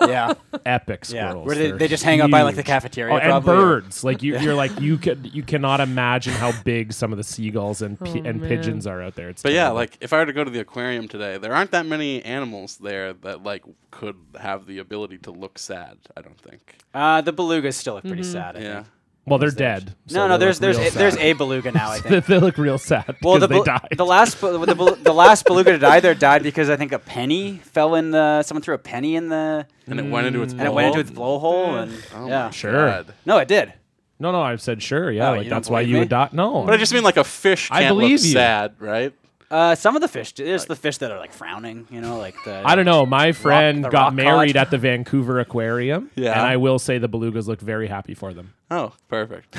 [SPEAKER 2] yeah,
[SPEAKER 3] epic
[SPEAKER 2] yeah.
[SPEAKER 3] squirrels.
[SPEAKER 2] Where they,
[SPEAKER 3] They're
[SPEAKER 2] they just hang out by like the
[SPEAKER 3] huge.
[SPEAKER 2] cafeteria.
[SPEAKER 3] Oh, and
[SPEAKER 2] probably, or-
[SPEAKER 3] birds.
[SPEAKER 2] <laughs>
[SPEAKER 3] Like you, you're like you could you cannot imagine how big some of the seagulls and pi-
[SPEAKER 4] Oh,
[SPEAKER 3] and
[SPEAKER 4] man.
[SPEAKER 3] pigeons are out there. It's
[SPEAKER 1] But yeah,
[SPEAKER 3] terrible.
[SPEAKER 1] like if I were to go to the aquarium today, there aren't that many animals there that like could have the ability to look sad. I don't think.
[SPEAKER 2] Uh, the belugas still look pretty sad.
[SPEAKER 1] Mm-hmm.
[SPEAKER 2] I
[SPEAKER 1] Yeah.
[SPEAKER 2] think.
[SPEAKER 3] well, they're dead. so
[SPEAKER 2] No, no.
[SPEAKER 3] they
[SPEAKER 2] There's
[SPEAKER 3] look
[SPEAKER 2] there's
[SPEAKER 3] real
[SPEAKER 2] a, there's
[SPEAKER 3] sad.
[SPEAKER 2] a beluga
[SPEAKER 3] <laughs>
[SPEAKER 2] now. I think.
[SPEAKER 3] they look real sad because
[SPEAKER 2] Well, the,
[SPEAKER 3] they
[SPEAKER 2] bel-
[SPEAKER 3] died.
[SPEAKER 2] the last bel- the, bel- the last beluga to die there died because I think a penny fell in the someone threw a penny in the
[SPEAKER 1] And it went into its
[SPEAKER 2] Mm. and it went into its blowhole and
[SPEAKER 1] Oh my
[SPEAKER 2] yeah.
[SPEAKER 3] Sure.
[SPEAKER 1] God.
[SPEAKER 2] No, it did.
[SPEAKER 3] no, no. I've said sure. Yeah,
[SPEAKER 2] Oh,
[SPEAKER 3] like
[SPEAKER 2] you don't
[SPEAKER 3] that's why
[SPEAKER 2] believe
[SPEAKER 3] you
[SPEAKER 2] me?
[SPEAKER 3] would die. No,
[SPEAKER 1] But I just mean like a fish
[SPEAKER 3] I
[SPEAKER 1] can't
[SPEAKER 3] believe
[SPEAKER 1] look
[SPEAKER 3] you.
[SPEAKER 1] sad, right?
[SPEAKER 2] Uh, some of the fish. do. There's the fish that are like frowning. You know, like the
[SPEAKER 3] I don't know. My friend
[SPEAKER 2] the
[SPEAKER 3] got
[SPEAKER 2] rock
[SPEAKER 3] married
[SPEAKER 2] cod.
[SPEAKER 3] at the Vancouver Aquarium.
[SPEAKER 1] Yeah.
[SPEAKER 3] And I will say the belugas look very happy for them.
[SPEAKER 1] Oh, <laughs> perfect.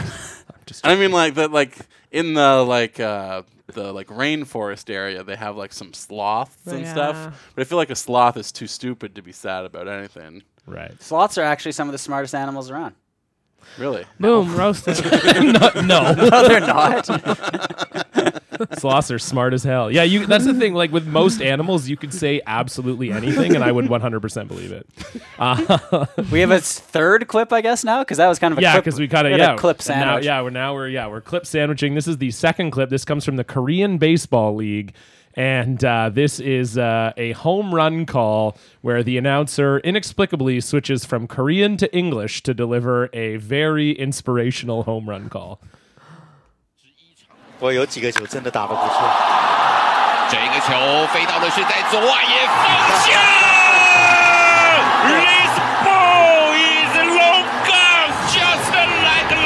[SPEAKER 3] just
[SPEAKER 1] I mean like that like in the like uh the like rainforest area they have like some sloths and
[SPEAKER 4] Yeah.
[SPEAKER 1] stuff. But I feel like a sloth is too stupid to be sad about anything.
[SPEAKER 3] Right.
[SPEAKER 2] Sloths are actually some of the smartest animals around.
[SPEAKER 1] Really.
[SPEAKER 4] Boom, roasted.
[SPEAKER 3] no.
[SPEAKER 2] <laughs> No, <laughs> they're not.
[SPEAKER 3] Sloths are smart as hell. Yeah, you that's the thing. Like with most animals, you could say absolutely anything, and I would 100% believe it.
[SPEAKER 2] we have a s- third clip, I guess, now because that was kind of a
[SPEAKER 3] Yeah,
[SPEAKER 2] clip-
[SPEAKER 3] because we kind of
[SPEAKER 2] had
[SPEAKER 3] yeah
[SPEAKER 2] a clip
[SPEAKER 3] and now-
[SPEAKER 2] sandwich.
[SPEAKER 3] yeah, we're now we're yeah we're clip sandwiching. This is the second clip. This comes from the Korean Baseball League, and uh, this is uh, a home run call where the announcer inexplicably switches from Korean to English to deliver a very inspirational home run call.
[SPEAKER 8] 不过有几个球真的打得不错。这个球飞到的是在左外野方向。This ball is long gone, just like the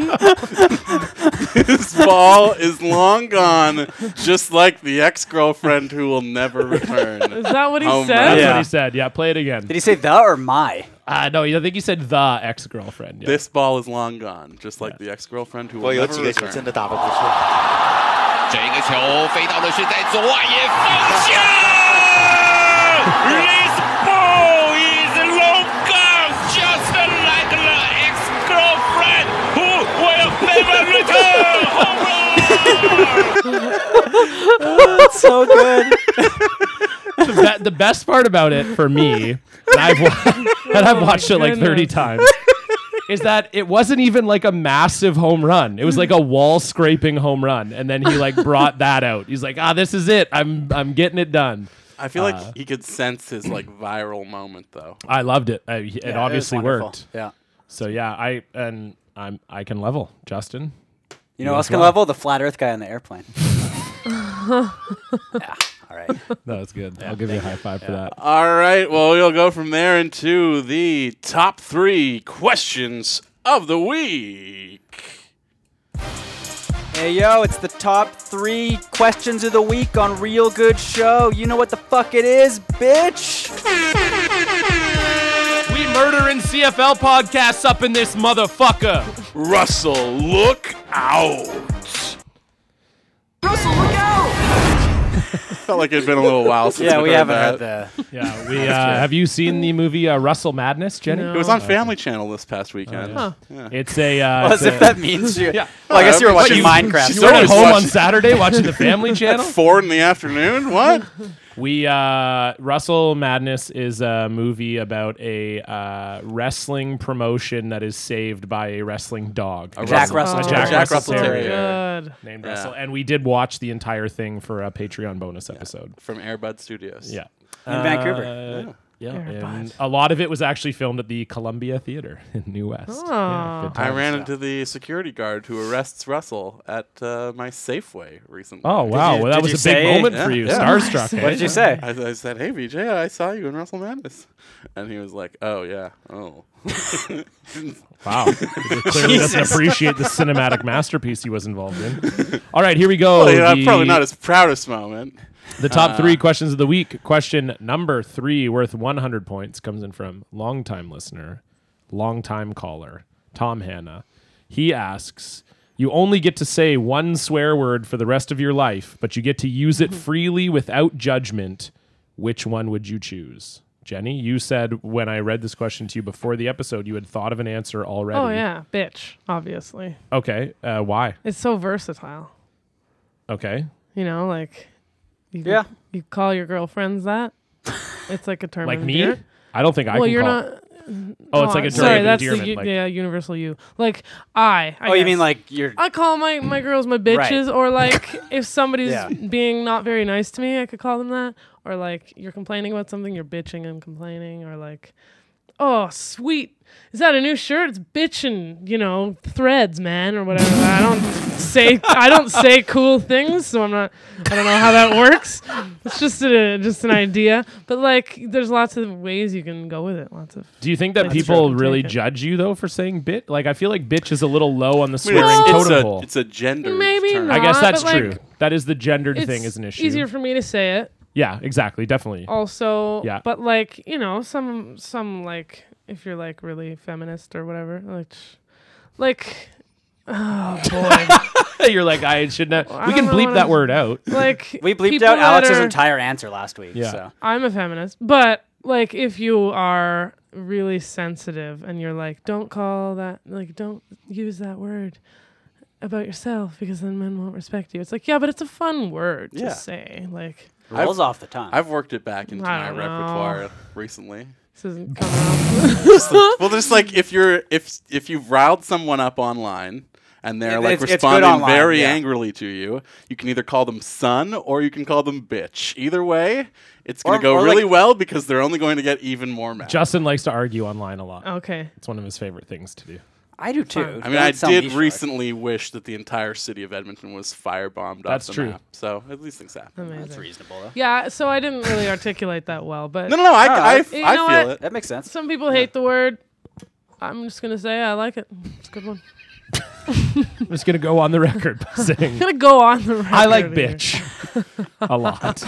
[SPEAKER 8] ex-girlfriend who will never return.
[SPEAKER 1] <laughs> This ball is long gone, just like the ex-girlfriend who will <laughs> never return.
[SPEAKER 4] Is that what he
[SPEAKER 1] Oh,
[SPEAKER 4] said?
[SPEAKER 3] That's
[SPEAKER 2] Yeah.
[SPEAKER 3] what he said. Yeah, play it again.
[SPEAKER 2] Did he say the or my?
[SPEAKER 3] Uh, no, I think he said the ex girlfriend. Yeah.
[SPEAKER 1] This ball is long gone, just like the ex-girlfriend who will
[SPEAKER 9] 我有
[SPEAKER 1] never
[SPEAKER 9] 几个球真
[SPEAKER 1] return.
[SPEAKER 9] 的打得不错，
[SPEAKER 8] 这个球飞到的是在左外野方向。This ball is long gone, just like the ex-girlfriend who will never return. Home run!
[SPEAKER 2] <laughs> So good.
[SPEAKER 3] the, be- the best part about it for <laughs> me, and I've, wa- and I've
[SPEAKER 4] Oh my
[SPEAKER 3] watched it like 30
[SPEAKER 4] goodness.
[SPEAKER 3] times, is that it wasn't even like a massive home run. It was like a wall scraping home run. And then he like brought that out. He's like, ah, this is it. I'm, I'm getting it done.
[SPEAKER 1] I feel like he could sense his like viral moment though.
[SPEAKER 3] I loved it. I, it obviously worked.
[SPEAKER 2] Yeah.
[SPEAKER 3] So yeah, I, and I'm, I can level Justin.
[SPEAKER 2] You know, Oscar Level, the flat Earth guy on the airplane. yeah. All right.
[SPEAKER 3] That was good. I'll give you a high five for that.
[SPEAKER 1] All right, well we'll go from there into the top three questions of the week.
[SPEAKER 2] Hey yo, it's the top three questions of the week on Real Good Show. You know what the fuck it is, bitch.
[SPEAKER 3] We murdering CFL podcasts up in this motherfucker.
[SPEAKER 1] Russell, look out!
[SPEAKER 10] Russell, look out!
[SPEAKER 1] Felt like it'd been a little while since
[SPEAKER 2] <laughs> Yeah, we
[SPEAKER 1] heard
[SPEAKER 2] haven't
[SPEAKER 1] that.
[SPEAKER 2] had the.
[SPEAKER 3] Yeah, we uh, have you seen the movie uh, Russell Madness, Jenny?
[SPEAKER 4] No.
[SPEAKER 1] It was on Family Channel this past weekend.
[SPEAKER 4] Huh.
[SPEAKER 3] It's a. Uh,
[SPEAKER 2] Well,
[SPEAKER 3] it's
[SPEAKER 2] as if
[SPEAKER 3] a-
[SPEAKER 2] that means you.
[SPEAKER 3] Yeah.
[SPEAKER 2] Well, I guess you were
[SPEAKER 1] What,
[SPEAKER 2] watching
[SPEAKER 1] you-
[SPEAKER 2] Minecraft.
[SPEAKER 3] you were at
[SPEAKER 1] always
[SPEAKER 3] home on
[SPEAKER 1] watching-
[SPEAKER 3] Saturday watching the Family
[SPEAKER 1] At
[SPEAKER 3] Channel.
[SPEAKER 1] four in the afternoon? What?
[SPEAKER 3] We uh, Russell Madness is a movie about a uh, wrestling promotion that is saved by a wrestling dog
[SPEAKER 2] Jack Russell.
[SPEAKER 4] Oh,
[SPEAKER 3] Jack Russell Terrier.
[SPEAKER 4] Good.
[SPEAKER 3] named Russell, and we did watch the entire thing for a Patreon bonus episode.
[SPEAKER 1] <laughs> From Airbud Studios.
[SPEAKER 3] Yeah.
[SPEAKER 2] In Vancouver.
[SPEAKER 3] Uh, yeah,
[SPEAKER 4] Airbud.
[SPEAKER 3] and a lot of it was actually filmed at the Columbia Theater <laughs> in New West. Yeah, good
[SPEAKER 1] I
[SPEAKER 3] times.
[SPEAKER 1] ran into the security guard who arrests Russell at uh, my Safeway recently.
[SPEAKER 3] Oh wow,
[SPEAKER 2] you-
[SPEAKER 3] well, that
[SPEAKER 2] did
[SPEAKER 3] was
[SPEAKER 2] you
[SPEAKER 3] a big
[SPEAKER 2] say-
[SPEAKER 3] moment
[SPEAKER 1] Yeah,
[SPEAKER 3] for you.
[SPEAKER 1] yeah.
[SPEAKER 3] Starstruck. eh?
[SPEAKER 2] What did you say?
[SPEAKER 1] I, I said, "Hey, VJ, I saw you in Russell Madness," and he was like, "Oh yeah, oh."
[SPEAKER 3] Wow. He <laughs> clearly doesn't appreciate the cinematic masterpiece he was involved in. All right, here we go.
[SPEAKER 1] Well, yeah,
[SPEAKER 3] the,
[SPEAKER 1] probably not uh, his proudest moment.
[SPEAKER 3] the top three questions of the week. Question number three, worth 100 points, comes in from longtime listener, longtime caller, Tom Hanna. He asks, you only get to say one swear word for the rest of your life, but you get to
[SPEAKER 1] <laughs>
[SPEAKER 3] use it freely without judgment. Which one would you choose? Jenny, you said when I read this question to you before the episode, you had thought of an answer already.
[SPEAKER 4] Oh yeah, bitch. Obviously,
[SPEAKER 3] Okay. Uh, why?
[SPEAKER 4] it's so versatile.
[SPEAKER 3] Okay.
[SPEAKER 4] You know, like you,
[SPEAKER 2] Yeah.
[SPEAKER 4] you call your girlfriends that. It's like a term
[SPEAKER 3] Like
[SPEAKER 4] of
[SPEAKER 3] me?
[SPEAKER 4] endearment.
[SPEAKER 3] I don't think I
[SPEAKER 4] Well,
[SPEAKER 3] can
[SPEAKER 4] you're
[SPEAKER 3] call.
[SPEAKER 4] not.
[SPEAKER 3] oh, it's like a term
[SPEAKER 4] I'm sorry.
[SPEAKER 3] of
[SPEAKER 4] That's the
[SPEAKER 3] endearment.
[SPEAKER 4] u-
[SPEAKER 3] like,
[SPEAKER 4] yeah, universal you. Like I. I
[SPEAKER 2] Oh, you
[SPEAKER 4] guess.
[SPEAKER 2] mean like you're.
[SPEAKER 4] I call my, my girls my bitches, or like if somebody's
[SPEAKER 2] Yeah.
[SPEAKER 4] being not very nice to me, I could call them that. Or like you're complaining about something, you're bitching and complaining, or like, oh sweet, is that a new shirt? It's bitching, you know, threads, man, or whatever. I don't say I don't say cool things, so I'm not. I don't know how that works. It's just a just an idea, but like there's lots of ways you can go with it. Lots of
[SPEAKER 3] Do you think that
[SPEAKER 4] That's
[SPEAKER 3] people
[SPEAKER 4] true.
[SPEAKER 1] <laughs>
[SPEAKER 3] really
[SPEAKER 4] Take it.
[SPEAKER 3] judge you though for saying bit? Like I feel like bitch is a little low on the
[SPEAKER 1] I mean,
[SPEAKER 3] swearing
[SPEAKER 1] it's,
[SPEAKER 3] totem
[SPEAKER 1] it's a
[SPEAKER 3] pole.
[SPEAKER 1] it's a gender
[SPEAKER 4] Maybe
[SPEAKER 1] term.
[SPEAKER 3] I guess
[SPEAKER 4] not,
[SPEAKER 3] that's
[SPEAKER 4] but, like,
[SPEAKER 3] true. that is the gendered
[SPEAKER 4] it's
[SPEAKER 3] thing is an issue.
[SPEAKER 4] easier Oh. for me to say it.
[SPEAKER 3] yeah, exactly, definitely.
[SPEAKER 4] also
[SPEAKER 3] Yeah.
[SPEAKER 4] but like you know some some like if you're like really feminist or whatever like sh- like oh
[SPEAKER 3] <laughs>
[SPEAKER 4] boy
[SPEAKER 3] <laughs> You're like I should not.
[SPEAKER 4] Oh, I
[SPEAKER 3] we can
[SPEAKER 4] don't know
[SPEAKER 3] bleep
[SPEAKER 4] what
[SPEAKER 3] that
[SPEAKER 4] I'm-
[SPEAKER 3] word out.
[SPEAKER 4] like
[SPEAKER 2] We bleeped
[SPEAKER 4] people
[SPEAKER 2] out
[SPEAKER 4] that
[SPEAKER 2] Alex's
[SPEAKER 4] are-
[SPEAKER 2] entire answer last week.
[SPEAKER 3] Yeah.
[SPEAKER 2] So.
[SPEAKER 4] i'm a feminist but like if you are really sensitive and you're like don't call that like don't use that word about yourself because then men won't respect you it's like yeah but it's a fun word to
[SPEAKER 1] Yeah.
[SPEAKER 4] say like
[SPEAKER 2] Rolls off the tongue.
[SPEAKER 1] I've worked it back into my
[SPEAKER 4] I don't know.
[SPEAKER 1] repertoire recently.
[SPEAKER 4] this isn't coming off
[SPEAKER 1] Well, just like if you're if if you've riled someone up online and they're
[SPEAKER 2] It-
[SPEAKER 1] like
[SPEAKER 2] it's- it's good
[SPEAKER 1] responding
[SPEAKER 2] online,
[SPEAKER 1] very
[SPEAKER 2] yeah.
[SPEAKER 1] angrily to you, you can either call them son or you can call them bitch. Either way, it's going
[SPEAKER 2] Or-
[SPEAKER 1] to go
[SPEAKER 2] or,
[SPEAKER 1] really
[SPEAKER 2] like-
[SPEAKER 1] well because they're only going to get even more mad.
[SPEAKER 3] Justin likes to argue online a lot.
[SPEAKER 4] okay <laughs>
[SPEAKER 3] It's one of his favorite things to do.
[SPEAKER 2] I do too.
[SPEAKER 1] I mean, I did recently wish that the entire city of Edmonton was firebombed
[SPEAKER 3] That's
[SPEAKER 1] off the
[SPEAKER 3] true.
[SPEAKER 1] map. So at least things happen.
[SPEAKER 4] Amazing. That's
[SPEAKER 2] reasonable, though.
[SPEAKER 4] Yeah, so I didn't really articulate that well, but
[SPEAKER 1] No, no, no. I, I, I,
[SPEAKER 4] You know
[SPEAKER 1] feel
[SPEAKER 4] what?
[SPEAKER 1] it.
[SPEAKER 2] That makes sense.
[SPEAKER 4] Some people hate the word. I'm just gonna say I like it. It's a good one.
[SPEAKER 3] I'm just gonna go on the record
[SPEAKER 4] <laughs>
[SPEAKER 3] by
[SPEAKER 4] I'm
[SPEAKER 3] saying
[SPEAKER 4] gonna go on the record.
[SPEAKER 3] I like
[SPEAKER 4] here.
[SPEAKER 3] bitch
[SPEAKER 4] <laughs>
[SPEAKER 3] a lot.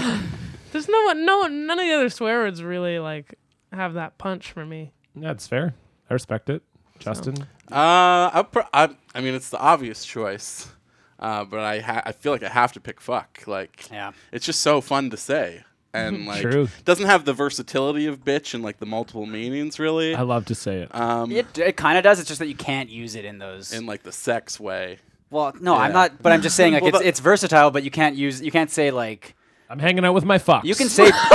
[SPEAKER 4] There's no one, no one, none of the other swear words really like have that punch for me.
[SPEAKER 3] That's fair. I respect it, Justin.
[SPEAKER 1] Uh, I, pr- I, I mean, it's the obvious choice, uh, but I, ha- I feel like I have to pick fuck. Like,
[SPEAKER 2] Yeah.
[SPEAKER 1] it's just so fun to say,
[SPEAKER 3] <laughs>
[SPEAKER 1] and like,
[SPEAKER 3] True.
[SPEAKER 1] doesn't have the versatility of bitch and like the multiple meanings really.
[SPEAKER 3] I love to say it.
[SPEAKER 1] um,
[SPEAKER 2] It, it kind of does. It's just that you can't use it in those.
[SPEAKER 1] in like the sex way.
[SPEAKER 2] well, no, I'm
[SPEAKER 1] yeah.
[SPEAKER 2] not. But I'm just <laughs> saying, like
[SPEAKER 1] Well,
[SPEAKER 2] it's
[SPEAKER 1] the-
[SPEAKER 2] it's versatile, but you can't use you can't say like
[SPEAKER 3] I'm hanging out with my fox.
[SPEAKER 2] you can say <laughs>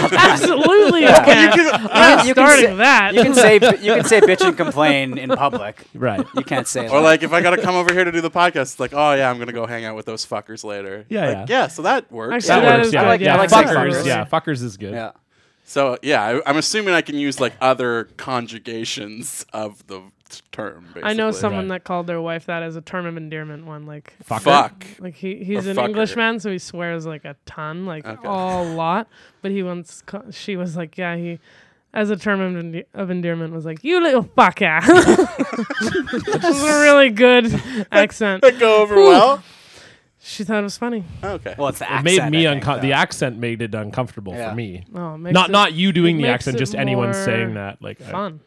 [SPEAKER 4] Absolutely, you can. I'm
[SPEAKER 2] you can
[SPEAKER 4] starting
[SPEAKER 2] say-
[SPEAKER 4] that.
[SPEAKER 2] you can say you can say bitch and complain in public.
[SPEAKER 3] right.
[SPEAKER 2] You can't say
[SPEAKER 1] Or like, if I gotta come over here to do the podcast, it's like, oh yeah, I'm gonna go hang out with those fuckers later.
[SPEAKER 3] Yeah,
[SPEAKER 1] Like,
[SPEAKER 3] yeah.
[SPEAKER 1] So that works.
[SPEAKER 3] that
[SPEAKER 4] Actually, that
[SPEAKER 3] works.
[SPEAKER 4] is
[SPEAKER 3] Yeah,
[SPEAKER 4] good,
[SPEAKER 3] yeah.
[SPEAKER 4] yeah. I like
[SPEAKER 3] fuckers.
[SPEAKER 4] fuckers.
[SPEAKER 3] Yeah, fuckers is good.
[SPEAKER 2] yeah.
[SPEAKER 1] So yeah, I, I'm assuming I can use like other conjugations of the t- term. Basically.
[SPEAKER 4] I know someone
[SPEAKER 3] Right.
[SPEAKER 4] that called their wife that as a term of endearment. One like
[SPEAKER 3] Fucker.
[SPEAKER 1] Fuck.
[SPEAKER 4] Like he, he's
[SPEAKER 1] Or
[SPEAKER 4] an
[SPEAKER 1] fucker.
[SPEAKER 4] Englishman, so he swears like a ton, like a lot. But he once, co- she was like, yeah, he, as a term of, ende- of endearment, was like, you little fucker. <laughs> Which is a
[SPEAKER 3] <laughs>
[SPEAKER 4] really good accent.
[SPEAKER 1] That go over
[SPEAKER 4] Whew.
[SPEAKER 1] well.
[SPEAKER 4] She thought it was funny.
[SPEAKER 1] <laughs> Okay.
[SPEAKER 2] Well, it's the
[SPEAKER 3] It
[SPEAKER 2] accent.
[SPEAKER 3] made me
[SPEAKER 2] I think,
[SPEAKER 3] uncomfortable.
[SPEAKER 2] though.
[SPEAKER 3] The accent made it uncomfortable
[SPEAKER 2] Yeah.
[SPEAKER 3] for me.
[SPEAKER 4] Oh, it makes
[SPEAKER 3] Not
[SPEAKER 4] it
[SPEAKER 3] not you doing the
[SPEAKER 4] makes
[SPEAKER 3] accent,
[SPEAKER 4] it
[SPEAKER 3] just anyone
[SPEAKER 4] more
[SPEAKER 3] saying that. Like, I-
[SPEAKER 4] fun.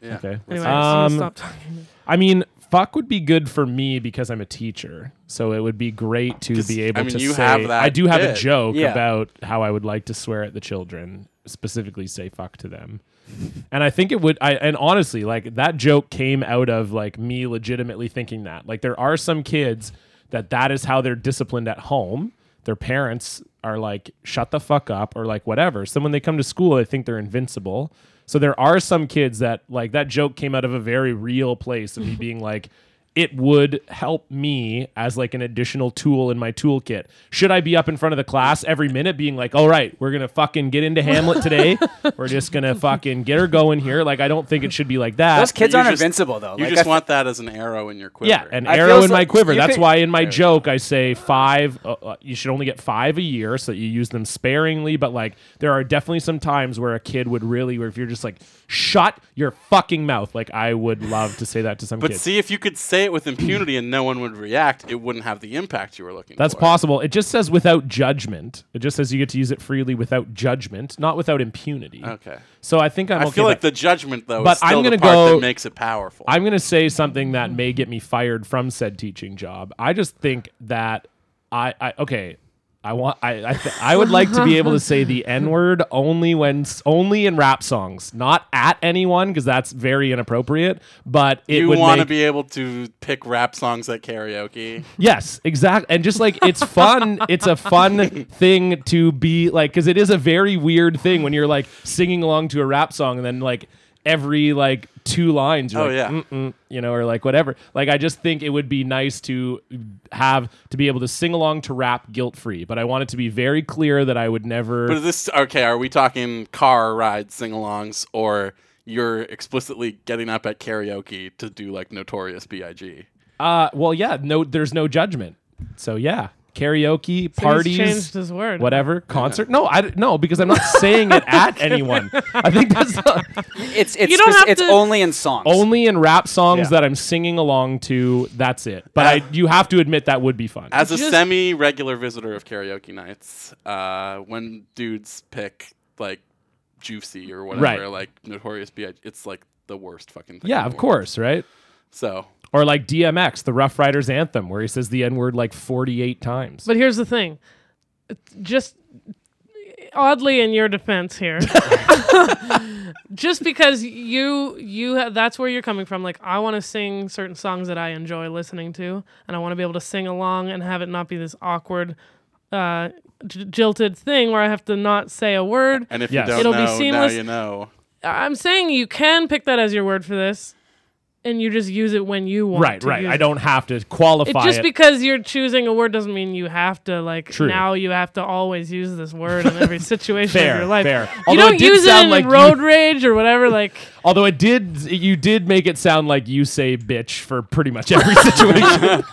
[SPEAKER 1] yeah.
[SPEAKER 3] okay.
[SPEAKER 4] Anyway, I'm
[SPEAKER 3] um,
[SPEAKER 4] just gonna stop talking.
[SPEAKER 3] I mean, fuck would be good for me because I'm a teacher, so it would be great to
[SPEAKER 1] 'Cause,
[SPEAKER 3] be able
[SPEAKER 1] I mean,
[SPEAKER 3] to
[SPEAKER 1] you
[SPEAKER 3] say.
[SPEAKER 1] have that
[SPEAKER 3] I do have a
[SPEAKER 1] bit.
[SPEAKER 3] joke
[SPEAKER 2] Yeah.
[SPEAKER 3] about how I would like to swear at the children, specifically say fuck to them, <laughs> and I think it would. I and honestly, like that joke came out of like me legitimately thinking that. Like there are some kids that that is how they're disciplined at home. Their parents are like, shut the fuck up, or like whatever. So when they come to school, they think they're invincible. So there are some kids that like that joke came out of a very real place of me <laughs> being like, it would help me as like an additional tool in my toolkit. Should I be up in front of the class every minute being like, all right, we're gonna fucking get into
[SPEAKER 2] <laughs>
[SPEAKER 3] Hamlet today. we're just gonna fucking get her going here. Like I don't think it should be like that.
[SPEAKER 2] Those kids
[SPEAKER 1] You
[SPEAKER 2] aren't
[SPEAKER 1] just-
[SPEAKER 2] invincible though.
[SPEAKER 1] You
[SPEAKER 2] Like, I
[SPEAKER 1] just
[SPEAKER 2] f-
[SPEAKER 1] want that as an arrow in your quiver.
[SPEAKER 3] yeah, an
[SPEAKER 2] I
[SPEAKER 3] arrow
[SPEAKER 2] feel
[SPEAKER 3] in
[SPEAKER 2] so-
[SPEAKER 3] my quiver.
[SPEAKER 2] you
[SPEAKER 3] That's
[SPEAKER 2] could-
[SPEAKER 3] why in my joke I say five. Uh, uh, you should only get five a year, so that you use them sparingly. But like, there are definitely some times where a kid would really, where if you're just like, shut your fucking mouth. Like I would love to say that to some
[SPEAKER 1] But
[SPEAKER 3] kids.
[SPEAKER 1] see, if you could say it with impunity and no one would react, it wouldn't have the impact you were looking
[SPEAKER 3] That's
[SPEAKER 1] for.
[SPEAKER 3] possible. It just says without judgment. It just says you get to use it freely without judgment, not without impunity.
[SPEAKER 1] Okay.
[SPEAKER 3] So I think I'm
[SPEAKER 1] I
[SPEAKER 3] okay
[SPEAKER 1] feel
[SPEAKER 3] with-
[SPEAKER 1] like the judgment though
[SPEAKER 3] But
[SPEAKER 1] is still
[SPEAKER 3] I'm
[SPEAKER 1] the
[SPEAKER 3] gonna
[SPEAKER 1] part
[SPEAKER 3] go-
[SPEAKER 1] that makes it powerful.
[SPEAKER 3] I'm going to say something that may get me fired from said teaching job. I just think that I, I okay, I want I I, th- I would like to be able to say the N word only when s- only in rap songs, not at anyone because that's very inappropriate. But it
[SPEAKER 1] you
[SPEAKER 3] would
[SPEAKER 1] want to
[SPEAKER 3] make-
[SPEAKER 1] be able to pick rap songs at
[SPEAKER 3] <laughs>
[SPEAKER 1] karaoke.
[SPEAKER 3] Yes, exactly. And just like it's fun, it's a fun thing to be like, because it is a very weird thing when you're like singing along to a rap song and then like every like two lines, you're
[SPEAKER 1] Oh,
[SPEAKER 3] like,
[SPEAKER 1] yeah.
[SPEAKER 3] Mm-mm, you know, or like whatever. Like, I just think it would be nice to have to be able to sing along to rap guilt free, but I want it to be very clear that I would never.
[SPEAKER 1] But is this okay? Are we talking car ride sing-alongs or you're explicitly getting up at karaoke to do like Notorious B.I.G.
[SPEAKER 3] uh, well, yeah, no, there's no judgment. So, yeah. Karaoke
[SPEAKER 4] So he's
[SPEAKER 3] Um, parties,
[SPEAKER 4] changed his <laughs> word.
[SPEAKER 3] whatever concert. No, I d- no because I'm not saying it
[SPEAKER 4] <laughs>
[SPEAKER 3] at anyone. I think that's not,
[SPEAKER 2] it's it's
[SPEAKER 4] You don't
[SPEAKER 2] spec-
[SPEAKER 4] have
[SPEAKER 2] it's
[SPEAKER 4] to-
[SPEAKER 2] only in songs.
[SPEAKER 3] only in rap songs
[SPEAKER 2] Yeah.
[SPEAKER 3] that I'm singing along to. That's it. But I, you have to admit that would be fun.
[SPEAKER 1] As a
[SPEAKER 4] Just-
[SPEAKER 1] semi-regular visitor of karaoke nights, uh, when dudes pick like Juicy or whatever,
[SPEAKER 3] Right.
[SPEAKER 1] like Notorious B.I.G., it's like the worst fucking thing. in
[SPEAKER 3] yeah,
[SPEAKER 1] the
[SPEAKER 3] of
[SPEAKER 1] world.
[SPEAKER 3] course, right?
[SPEAKER 1] So
[SPEAKER 3] Or like DMX, the Rough Riders anthem, where he says the N word like 48 times.
[SPEAKER 4] But here's the thing. Just oddly in your defense here. <laughs> just because you you ha- that's where you're coming from like I want to sing certain songs that I enjoy listening to and I want to be able to sing along and have it not be this awkward uh j- jilted thing where I have to not say a word.
[SPEAKER 1] And if
[SPEAKER 3] Yes.
[SPEAKER 1] you don't
[SPEAKER 4] It'll be
[SPEAKER 1] know, now
[SPEAKER 4] seamless.
[SPEAKER 1] you know.
[SPEAKER 4] I'm saying you can pick that as your word for this. and you just use it when you want.
[SPEAKER 3] Right,
[SPEAKER 4] to
[SPEAKER 3] right.
[SPEAKER 4] use
[SPEAKER 3] I don't
[SPEAKER 4] It.
[SPEAKER 3] have to qualify
[SPEAKER 4] It
[SPEAKER 3] it.
[SPEAKER 4] just because you're choosing a word doesn't mean you have to like
[SPEAKER 3] True.
[SPEAKER 4] now you have to always use this word in
[SPEAKER 3] <laughs>
[SPEAKER 4] every situation
[SPEAKER 3] Fair,
[SPEAKER 4] of your life.
[SPEAKER 3] fair.
[SPEAKER 4] You
[SPEAKER 3] Although it
[SPEAKER 4] don't
[SPEAKER 3] did
[SPEAKER 4] use it
[SPEAKER 3] sound
[SPEAKER 4] in
[SPEAKER 3] like you-
[SPEAKER 4] road rage or
[SPEAKER 3] <laughs>
[SPEAKER 4] whatever. Like
[SPEAKER 3] Although it did, you did make it sound like you say bitch for pretty much every <laughs> situation.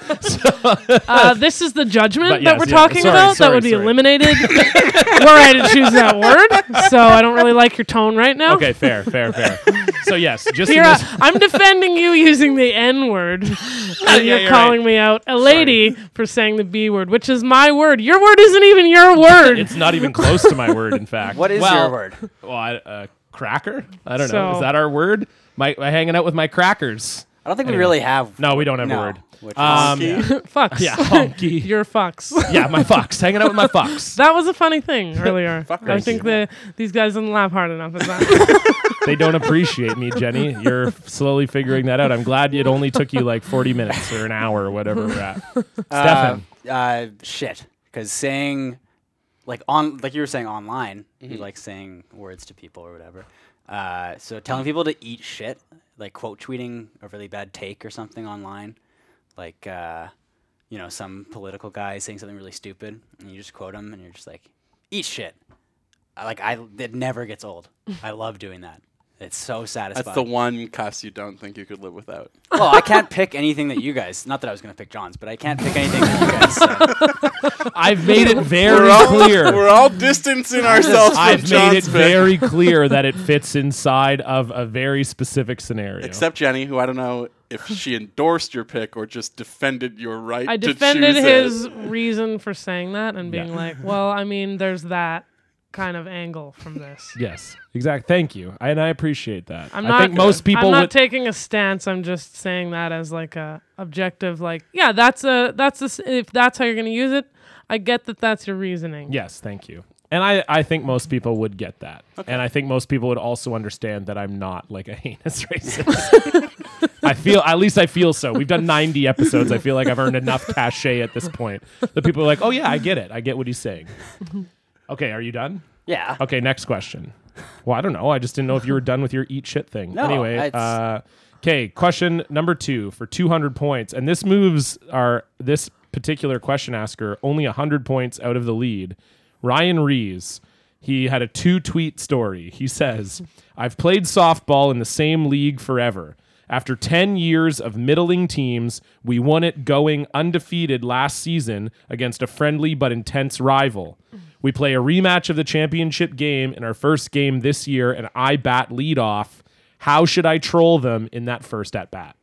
[SPEAKER 4] uh, this is the judgment
[SPEAKER 3] But
[SPEAKER 4] that
[SPEAKER 3] yes,
[SPEAKER 4] we're
[SPEAKER 3] yeah.
[SPEAKER 4] talking
[SPEAKER 3] Sorry,
[SPEAKER 4] about
[SPEAKER 3] sorry,
[SPEAKER 4] that would be
[SPEAKER 3] sorry. <laughs>
[SPEAKER 4] eliminated <laughs> were I to choose that word. So I don't really like your tone right now.
[SPEAKER 3] okay, fair, fair, fair. So yes, just in <laughs>
[SPEAKER 4] Here,
[SPEAKER 3] this,
[SPEAKER 4] I, am defending you using the N
[SPEAKER 3] <laughs>
[SPEAKER 4] word. and you're
[SPEAKER 3] you're
[SPEAKER 4] calling me out, a lady, for saying the B word, which is my word. Your word isn't
[SPEAKER 3] <laughs>
[SPEAKER 4] even your word. <laughs>
[SPEAKER 3] it's not even close to my word. In fact,
[SPEAKER 2] What is
[SPEAKER 3] Well,
[SPEAKER 2] your word?
[SPEAKER 3] Well, I, uh, cracker. I don't know. Is
[SPEAKER 4] So-
[SPEAKER 3] that our word? My uh, hanging out with my crackers.
[SPEAKER 2] I don't think
[SPEAKER 3] Anyway.
[SPEAKER 2] we really have.
[SPEAKER 3] No, we don't have
[SPEAKER 2] No.
[SPEAKER 3] a word.
[SPEAKER 2] Which
[SPEAKER 3] Um,
[SPEAKER 1] is-
[SPEAKER 4] Fox. <laughs>
[SPEAKER 3] yeah, Oh. honky.
[SPEAKER 4] Your fox.
[SPEAKER 3] <laughs> yeah, my fox. Hanging out with my fox.
[SPEAKER 4] That was a
[SPEAKER 3] <laughs>
[SPEAKER 4] funny thing earlier. I
[SPEAKER 1] Thank
[SPEAKER 4] think that these guys didn't laugh hard enough at
[SPEAKER 3] <laughs>
[SPEAKER 4] that.
[SPEAKER 3] They don't appreciate me, Jenny. You're slowly figuring that out. I'm glad it only took you like 40 minutes or an hour or whatever we're at. Stefan.
[SPEAKER 2] Uh, uh, shit. Because saying, like on, like you were saying online, you like saying words to people or whatever. Uh, so telling people to eat shit, like quote tweeting a really bad take or something online, like uh, you know some political guy saying something really stupid, and you just quote him, and you're just like, eat shit. I- Like I, it never gets old. I love doing that. It's so satisfying.
[SPEAKER 1] That's the one cuss you don't think you could live without.
[SPEAKER 2] Well, I can't pick anything that you guys. Not that I was going to pick John's, but I can't pick anything that you guys.
[SPEAKER 1] <laughs>
[SPEAKER 2] say.
[SPEAKER 3] I've made it very
[SPEAKER 1] we're all
[SPEAKER 3] clear.
[SPEAKER 1] <laughs> we're all distancing ourselves from
[SPEAKER 3] I've
[SPEAKER 1] John
[SPEAKER 3] made it
[SPEAKER 1] Smith,
[SPEAKER 3] very clear that it fits inside of a very specific scenario.
[SPEAKER 1] except Jenny, who I don't know if she
[SPEAKER 3] <laughs>
[SPEAKER 1] endorsed your pick or just defended your right.
[SPEAKER 4] I
[SPEAKER 1] to
[SPEAKER 4] defended
[SPEAKER 1] choose
[SPEAKER 4] his
[SPEAKER 1] It.
[SPEAKER 4] reason for saying that and being like, well, I mean, there's that kind of angle from this.
[SPEAKER 3] yes, exactly. Thank you, and I appreciate that.
[SPEAKER 4] I'm
[SPEAKER 3] I
[SPEAKER 4] not.
[SPEAKER 3] think most people
[SPEAKER 4] I'm not
[SPEAKER 3] would.
[SPEAKER 4] taking a stance. I'm just saying that as like a objective. Like, yeah, that's a that's a, s- if that's how you're gonna use it. I get that that's your reasoning.
[SPEAKER 3] yes, thank you. And I, I think most people would get that. And I think most people would also understand that I'm not like a <laughs> heinous racist. I feel, at least I feel so. We've done 90 episodes. I feel like I've earned enough cachet at this point that people are like, oh, yeah, I get it. I get what he's saying. Okay, are you done?
[SPEAKER 2] Yeah.
[SPEAKER 3] Okay, next question. Well, I don't know. I just didn't know if you were done with your eat shit thing.
[SPEAKER 2] No,
[SPEAKER 3] anyway, uh,
[SPEAKER 2] it's-
[SPEAKER 3] okay. Question number two for two hundred points, and this moves our this particular question asker only hundred points out of the lead. Ryan Rees. He had a two tweet story. He says, <laughs> I've played softball in the same league forever. After 10 years of middling teams, we won it going undefeated last season against a friendly but intense rival. We play a rematch of the championship game in our first game this year, and I bat leadoff. How should I troll them in that first at bat?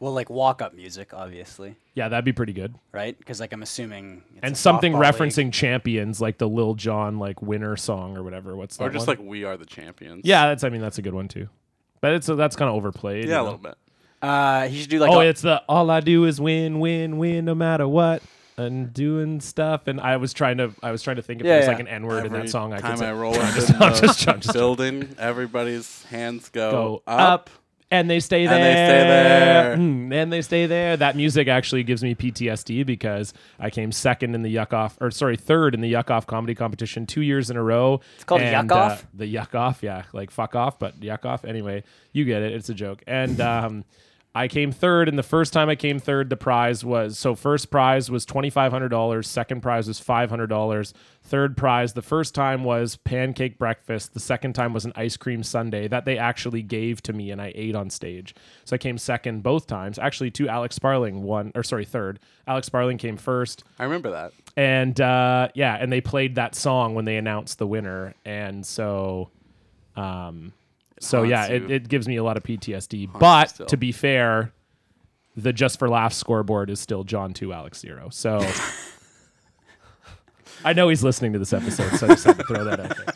[SPEAKER 2] Well, like walk up music, obviously,
[SPEAKER 3] Yeah, that'd be pretty good.
[SPEAKER 2] right? Because like I'm assuming. It's
[SPEAKER 3] And
[SPEAKER 2] a
[SPEAKER 3] something
[SPEAKER 2] softball league.
[SPEAKER 3] referencing champions, like the Lil Jon like winner song or whatever. What's that?
[SPEAKER 1] Or just
[SPEAKER 3] one?
[SPEAKER 1] like we are the champions.
[SPEAKER 3] yeah, that's I mean that's a good one too, but it's uh, that's kind of overplayed.
[SPEAKER 1] yeah,
[SPEAKER 3] you
[SPEAKER 1] a
[SPEAKER 3] know?
[SPEAKER 1] little bit.
[SPEAKER 2] Uh, he should do like.
[SPEAKER 3] oh,
[SPEAKER 2] a-
[SPEAKER 3] it's the all I do is win, win, win, no matter what, and doing stuff. And I was trying to, I was trying to think if
[SPEAKER 2] Yeah,
[SPEAKER 3] there's
[SPEAKER 2] yeah.
[SPEAKER 3] like an N word in that
[SPEAKER 1] Every
[SPEAKER 3] song. I could
[SPEAKER 1] time
[SPEAKER 3] say,
[SPEAKER 1] I
[SPEAKER 3] <laughs>
[SPEAKER 1] roll up in
[SPEAKER 3] I'm
[SPEAKER 1] the
[SPEAKER 3] just joking, just joking.
[SPEAKER 1] building, everybody's hands go,
[SPEAKER 3] go
[SPEAKER 1] up.
[SPEAKER 3] up, and they stay there,
[SPEAKER 1] And they stay there.
[SPEAKER 3] Mm, and they stay there. That music actually gives me PTSD because I came second in the yuck off, or sorry, third in the yuck off comedy competition two years in a row. uh, It's
[SPEAKER 2] called Yuck Off?
[SPEAKER 3] the yuck off, yeah, like fuck off, but yuck off. Anyway, you get it. It's a joke, and. um I came third, and the first time I came third, the prize was so first prize was twenty five hundred dollars, second prize was five hundred dollars, third prize the first time was pancake breakfast, the second time was an ice cream sundae that they actually gave to me and I ate on stage. So I came second both times, actually to Alex Sparling one or sorry third. Alex Sparling came first,
[SPEAKER 1] I remember that.
[SPEAKER 3] and uh, yeah, and they played that song when they announced the winner, and so, um, so
[SPEAKER 1] haunts
[SPEAKER 3] yeah,
[SPEAKER 1] you.
[SPEAKER 3] it, it gives me a lot of PTSD. But
[SPEAKER 1] still.
[SPEAKER 3] to be fair, the just for laughs scoreboard is still John two Alex zero.
[SPEAKER 2] <laughs>
[SPEAKER 3] So I know he's listening to this episode, so I just had to throw that out there,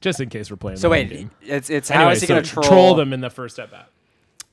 [SPEAKER 3] just in case we're playing.
[SPEAKER 2] so
[SPEAKER 3] the
[SPEAKER 2] wait,
[SPEAKER 3] long game.
[SPEAKER 2] it's it's
[SPEAKER 3] Anyway,
[SPEAKER 2] how is he
[SPEAKER 3] so
[SPEAKER 2] gonna troll,
[SPEAKER 3] them in the first at bat?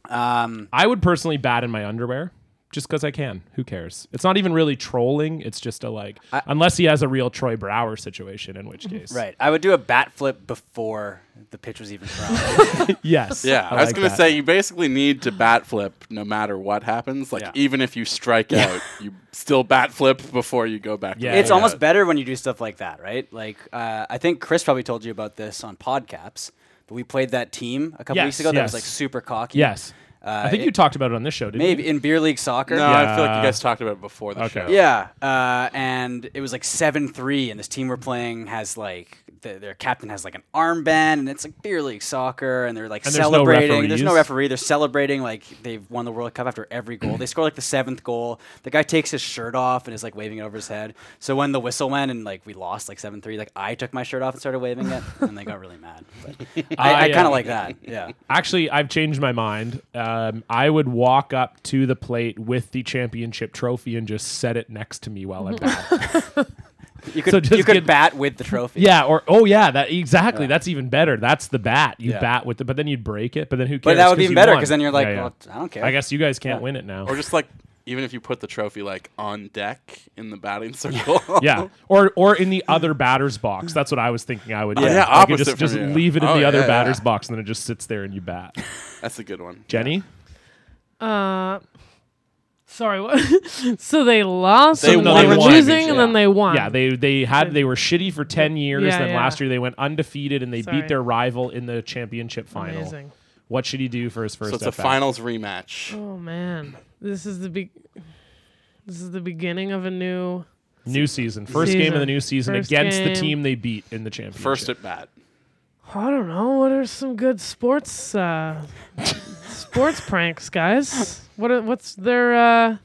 [SPEAKER 2] Um,
[SPEAKER 3] I would personally bat in my underwear just because I can. Who cares? It's not even really trolling. It's just a like, unless he has a real Troy Brower situation, in which case.
[SPEAKER 2] right. I would do a bat flip before the pitch was even
[SPEAKER 3] <laughs>
[SPEAKER 2] thrown. <laughs>
[SPEAKER 3] <laughs> Yes.
[SPEAKER 1] Yeah, I, was
[SPEAKER 3] like
[SPEAKER 1] gonna
[SPEAKER 3] that.
[SPEAKER 1] say you basically need to bat flip no matter what happens. Like
[SPEAKER 2] Yeah.
[SPEAKER 1] even if you strike out, you still bat flip before you go back.
[SPEAKER 3] Yeah,
[SPEAKER 1] to
[SPEAKER 2] it's
[SPEAKER 3] yeah.
[SPEAKER 2] almost better when you do stuff like that, right? Like uh, I think Chris probably told you about this on Podcaps. But we played that team a couple
[SPEAKER 3] Yes,
[SPEAKER 2] weeks ago that was
[SPEAKER 3] yes.
[SPEAKER 2] like super cocky.
[SPEAKER 3] Yes.
[SPEAKER 2] Uh,
[SPEAKER 3] I think you talked about it on this show, didn't
[SPEAKER 2] maybe
[SPEAKER 3] you?
[SPEAKER 2] in beer league soccer.
[SPEAKER 1] No, I feel like you guys talked about it before the
[SPEAKER 3] Okay.
[SPEAKER 1] show.
[SPEAKER 2] Yeah, uh, and it was like seven three, and this team we're playing has like the, their captain has like an armband, and it's like beer league soccer, and they're like
[SPEAKER 3] And there's no
[SPEAKER 2] celebrating. there's no
[SPEAKER 3] referees.
[SPEAKER 2] referee. They're celebrating like they've won the World Cup after every goal. they score like the seventh goal. The guy takes his shirt off and is like waving it over his head. So when the whistle went and like we lost like seven three, like I took my shirt off and started waving it, and they got really mad.
[SPEAKER 3] <laughs>
[SPEAKER 2] But I, I,
[SPEAKER 3] I, uh,
[SPEAKER 2] kind of like that. Yeah.
[SPEAKER 3] Actually, I've changed my mind. Um, I would walk up to the plate with the championship trophy and just set it next to me while I bat.
[SPEAKER 2] You could
[SPEAKER 3] So just
[SPEAKER 2] you could
[SPEAKER 3] get-
[SPEAKER 2] bat with the trophy.
[SPEAKER 3] yeah, or oh yeah, that exactly. That's even better. That's the bat. You
[SPEAKER 2] Yeah.
[SPEAKER 3] bat with it, but then you'd break it. But then who cares?
[SPEAKER 2] But that would be
[SPEAKER 3] 'Cause you
[SPEAKER 2] better
[SPEAKER 3] won.
[SPEAKER 2] because then you're like,
[SPEAKER 3] Yeah, yeah.
[SPEAKER 2] well, I don't care.
[SPEAKER 3] I guess you guys can't win it now.
[SPEAKER 1] Or just like even if you put the trophy like on deck in the batting circle.
[SPEAKER 3] <laughs> yeah, or or in the other batter's box. That's what I was thinking. I would.
[SPEAKER 1] Yeah,
[SPEAKER 3] do.
[SPEAKER 1] Oh, yeah,
[SPEAKER 3] I could
[SPEAKER 1] opposite
[SPEAKER 3] just
[SPEAKER 1] from
[SPEAKER 3] just
[SPEAKER 1] you.
[SPEAKER 3] leave it in
[SPEAKER 1] Oh,
[SPEAKER 3] the other
[SPEAKER 1] yeah, yeah.
[SPEAKER 3] batter's box, and then it just sits there and you bat.
[SPEAKER 1] <laughs> That's a good one.
[SPEAKER 3] Jenny,
[SPEAKER 4] Uh, sorry. <laughs> What? so they lost.
[SPEAKER 1] They
[SPEAKER 4] and
[SPEAKER 1] won
[SPEAKER 4] They
[SPEAKER 1] the
[SPEAKER 4] were
[SPEAKER 1] championship.
[SPEAKER 4] losing, and then they won.
[SPEAKER 3] Yeah, they they had they were shitty for ten years.
[SPEAKER 4] Um, Yeah,
[SPEAKER 3] then
[SPEAKER 4] yeah.
[SPEAKER 3] last year they went undefeated and they
[SPEAKER 4] Sorry.
[SPEAKER 3] beat their rival in the championship final.
[SPEAKER 4] Amazing.
[SPEAKER 3] What should he do for his first?
[SPEAKER 1] So it's a
[SPEAKER 3] at-bat?
[SPEAKER 1] finals rematch.
[SPEAKER 4] Oh man, this is the big. This is the beginning of a new.
[SPEAKER 3] New season, first game of the
[SPEAKER 4] Season.
[SPEAKER 3] new season
[SPEAKER 4] First
[SPEAKER 3] against the
[SPEAKER 4] game.
[SPEAKER 3] team they beat in the championship.
[SPEAKER 1] First at bat.
[SPEAKER 4] I don't know. What are some good sports uh, sports pranks, guys? What are, what's their? Uh,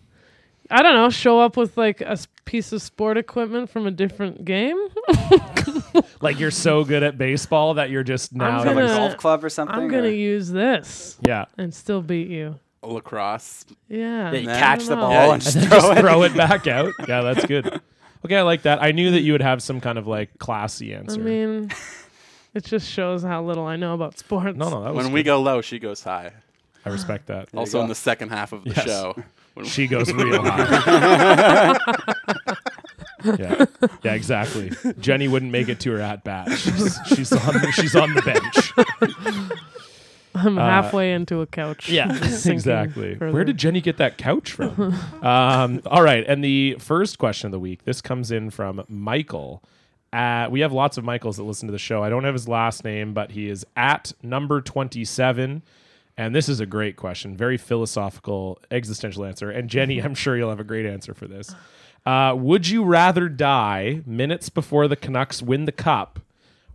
[SPEAKER 4] I don't know. Show up with like a s- piece of sport equipment from a
[SPEAKER 2] <laughs>
[SPEAKER 4] different game.
[SPEAKER 3] like you're so good at baseball that you're just now.
[SPEAKER 4] I'm
[SPEAKER 2] Have a
[SPEAKER 4] gonna-
[SPEAKER 2] golf club or something.
[SPEAKER 4] I'm
[SPEAKER 2] or-
[SPEAKER 4] gonna use this
[SPEAKER 1] <laughs>
[SPEAKER 3] yeah,
[SPEAKER 4] and still beat you.
[SPEAKER 1] Lacrosse.
[SPEAKER 4] Yeah.
[SPEAKER 2] Yeah, you
[SPEAKER 1] Nah.
[SPEAKER 2] catch the
[SPEAKER 4] No.
[SPEAKER 2] ball
[SPEAKER 1] Yeah,
[SPEAKER 2] and
[SPEAKER 1] you
[SPEAKER 2] just
[SPEAKER 1] <laughs>
[SPEAKER 2] throw
[SPEAKER 3] just
[SPEAKER 2] it.
[SPEAKER 3] throw it back out. Yeah, that's good. Okay, I like that. I knew that you would have some kind of like classy
[SPEAKER 4] I
[SPEAKER 3] answer.
[SPEAKER 4] mean, it just shows how little I know about sports.
[SPEAKER 3] no, no, that was
[SPEAKER 1] When we
[SPEAKER 3] good.
[SPEAKER 1] go low, she goes high.
[SPEAKER 3] I respect that.
[SPEAKER 1] <laughs> Also in the second half of the
[SPEAKER 3] Yes.
[SPEAKER 1] show.
[SPEAKER 3] <laughs>
[SPEAKER 1] When
[SPEAKER 3] She goes
[SPEAKER 1] <laughs>
[SPEAKER 3] real high. yeah, yeah, exactly. Jenny wouldn't make it to her at bat. She's, she's on the, she's on the bench.
[SPEAKER 4] I'm
[SPEAKER 3] Uh,
[SPEAKER 4] halfway into a couch. Sinking
[SPEAKER 3] exactly. Where
[SPEAKER 4] further.
[SPEAKER 3] did Jenny get that couch from? um, all right, and the first question of the week. This comes in from Michael. Uh, we have lots of Michaels that listen to the show. I don't have his last name, but he is at number twenty-seven. And this is a great question, very philosophical, existential answer. And Jenny, I'm sure you'll have a great answer for this. Uh, would you rather die minutes before the Canucks win the cup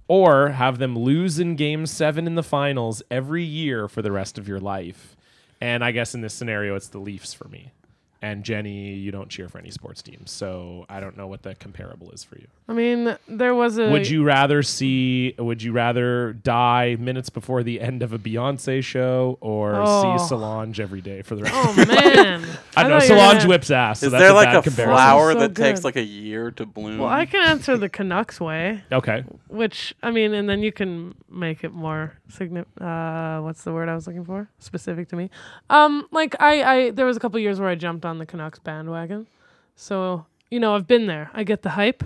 [SPEAKER 3] or have them lose in game seven in the finals every year for the rest of your life? And I guess in this scenario, it's the Leafs for me. And Jenny, you don't cheer for any sports teams, so I don't know what the comparable is for you.
[SPEAKER 4] I mean, there was a.
[SPEAKER 3] Would you rather see? Would you rather die minutes before the end of a Beyonce show, or
[SPEAKER 4] Oh.
[SPEAKER 3] see Solange every day for the rest?
[SPEAKER 4] Oh
[SPEAKER 3] of
[SPEAKER 4] man.
[SPEAKER 3] <laughs> I don't know.
[SPEAKER 4] thought you were
[SPEAKER 3] Solange
[SPEAKER 4] gonna-
[SPEAKER 3] whips ass. So
[SPEAKER 1] is
[SPEAKER 3] that's
[SPEAKER 1] there
[SPEAKER 3] a
[SPEAKER 1] like
[SPEAKER 3] bad
[SPEAKER 1] a
[SPEAKER 3] comparison.
[SPEAKER 1] flower
[SPEAKER 4] So
[SPEAKER 1] that takes
[SPEAKER 4] good.
[SPEAKER 1] like a year to bloom?
[SPEAKER 4] Well, I can answer the Canucks way,
[SPEAKER 3] Okay.
[SPEAKER 4] which I mean, and then you can make it more significant. Uh, what's the word I was looking for? Specific to me. Um, like I, I, there was a couple years where I jumped on the Canucks bandwagon, so you know I've been there. I get the hype,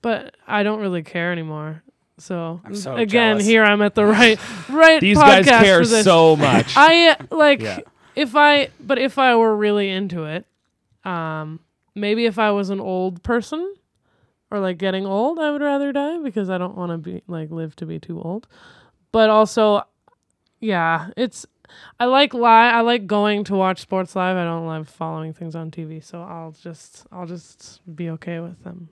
[SPEAKER 4] but I don't really care anymore. So,
[SPEAKER 2] so
[SPEAKER 4] again,
[SPEAKER 2] jealous.
[SPEAKER 4] here I'm at the right, right.
[SPEAKER 3] These
[SPEAKER 4] podcast
[SPEAKER 3] guys care
[SPEAKER 4] for this.
[SPEAKER 3] so
[SPEAKER 4] <laughs>
[SPEAKER 3] much.
[SPEAKER 4] I uh,
[SPEAKER 3] <laughs>
[SPEAKER 4] like
[SPEAKER 3] Yeah.
[SPEAKER 4] if I but if I were really into it, um maybe if I was an old person or like getting old, I would rather die because I don't want to be like live to be too old. But also yeah, it's I like live I like going to watch sports live. I don't love following things on TV, so I'll just I'll just be okay with them.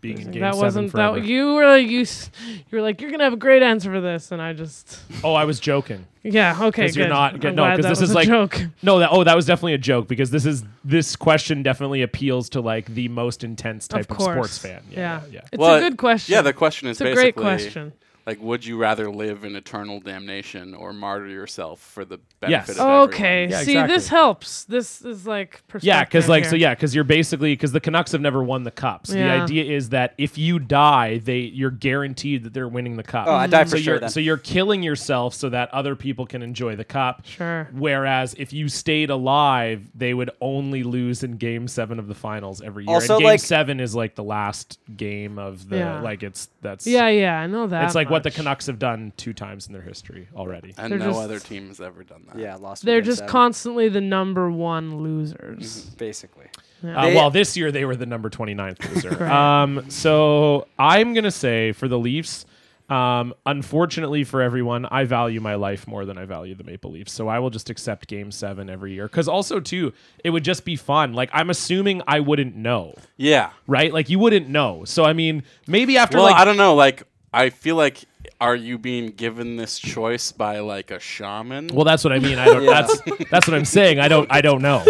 [SPEAKER 3] Being in game
[SPEAKER 4] that
[SPEAKER 3] seven
[SPEAKER 4] wasn't
[SPEAKER 3] forever.
[SPEAKER 4] that you were like you s- you were like you're going to have a great answer for this and I just
[SPEAKER 3] Oh, I was joking.
[SPEAKER 4] yeah, okay,
[SPEAKER 3] Because
[SPEAKER 4] good.
[SPEAKER 3] you're not
[SPEAKER 4] I'm
[SPEAKER 3] good. No,
[SPEAKER 4] glad
[SPEAKER 3] because this
[SPEAKER 4] that was
[SPEAKER 3] is
[SPEAKER 4] a
[SPEAKER 3] like
[SPEAKER 4] joke.
[SPEAKER 3] no. That oh, that was definitely a joke because this is this question definitely appeals to like the most intense type of, sports fan. Yeah, yeah.
[SPEAKER 4] It's
[SPEAKER 1] Well,
[SPEAKER 4] a good question.
[SPEAKER 1] Yeah, the question is
[SPEAKER 4] it's a
[SPEAKER 1] basically
[SPEAKER 4] great question.
[SPEAKER 1] like would you rather live in eternal damnation or martyr yourself for the benefit
[SPEAKER 3] Yes.
[SPEAKER 1] of everyone?
[SPEAKER 4] Okay,
[SPEAKER 3] Yeah,
[SPEAKER 4] see,
[SPEAKER 3] exactly.
[SPEAKER 4] this helps. This is like perspective.
[SPEAKER 3] Yeah, because like so,
[SPEAKER 4] here.
[SPEAKER 3] yeah, because you're basically because the Canucks have never won the cup. So The
[SPEAKER 4] Yeah.
[SPEAKER 3] idea is that if you die, they you're guaranteed that they're winning the cup.
[SPEAKER 2] Oh, I die
[SPEAKER 3] so
[SPEAKER 2] for sure
[SPEAKER 3] you're
[SPEAKER 2] then.
[SPEAKER 3] so you're killing yourself so that other people can enjoy the cup.
[SPEAKER 4] Sure.
[SPEAKER 3] Whereas if you stayed alive, they would only lose in Game Seven of the finals every year.
[SPEAKER 2] Also,
[SPEAKER 3] and game
[SPEAKER 2] like-
[SPEAKER 3] Seven is like the last game of the
[SPEAKER 4] Yeah.
[SPEAKER 3] like it's that's
[SPEAKER 4] Yeah, yeah, I know that.
[SPEAKER 3] It's like what the
[SPEAKER 4] much.
[SPEAKER 3] Canucks have done two times in their history already. Uh,
[SPEAKER 1] And
[SPEAKER 4] They're
[SPEAKER 1] no
[SPEAKER 4] just-
[SPEAKER 1] other team has ever done that.
[SPEAKER 2] Yeah, lost.
[SPEAKER 4] They're
[SPEAKER 2] again,
[SPEAKER 4] just
[SPEAKER 2] so
[SPEAKER 4] constantly the number one losers.
[SPEAKER 2] basically.
[SPEAKER 3] Uh,
[SPEAKER 2] They-
[SPEAKER 3] well, this year they were the number 29th loser. um, so I'm going to say for the Leafs, Um, unfortunately for everyone, I value my life more than I value the Maple Leafs, so I will just accept Game Seven every year. Because also too, it would just be fun. Like I'm assuming I wouldn't know,
[SPEAKER 1] Yeah.
[SPEAKER 3] right? Like you wouldn't know. So I mean, maybe after
[SPEAKER 1] Well,
[SPEAKER 3] like
[SPEAKER 1] I don't know. Like, I feel like are you being given this choice by like a shaman?
[SPEAKER 3] Well, that's what I mean. I
[SPEAKER 2] <laughs>
[SPEAKER 3] don't.
[SPEAKER 1] Yeah.
[SPEAKER 3] That's that's what I'm saying. I don't. I don't know.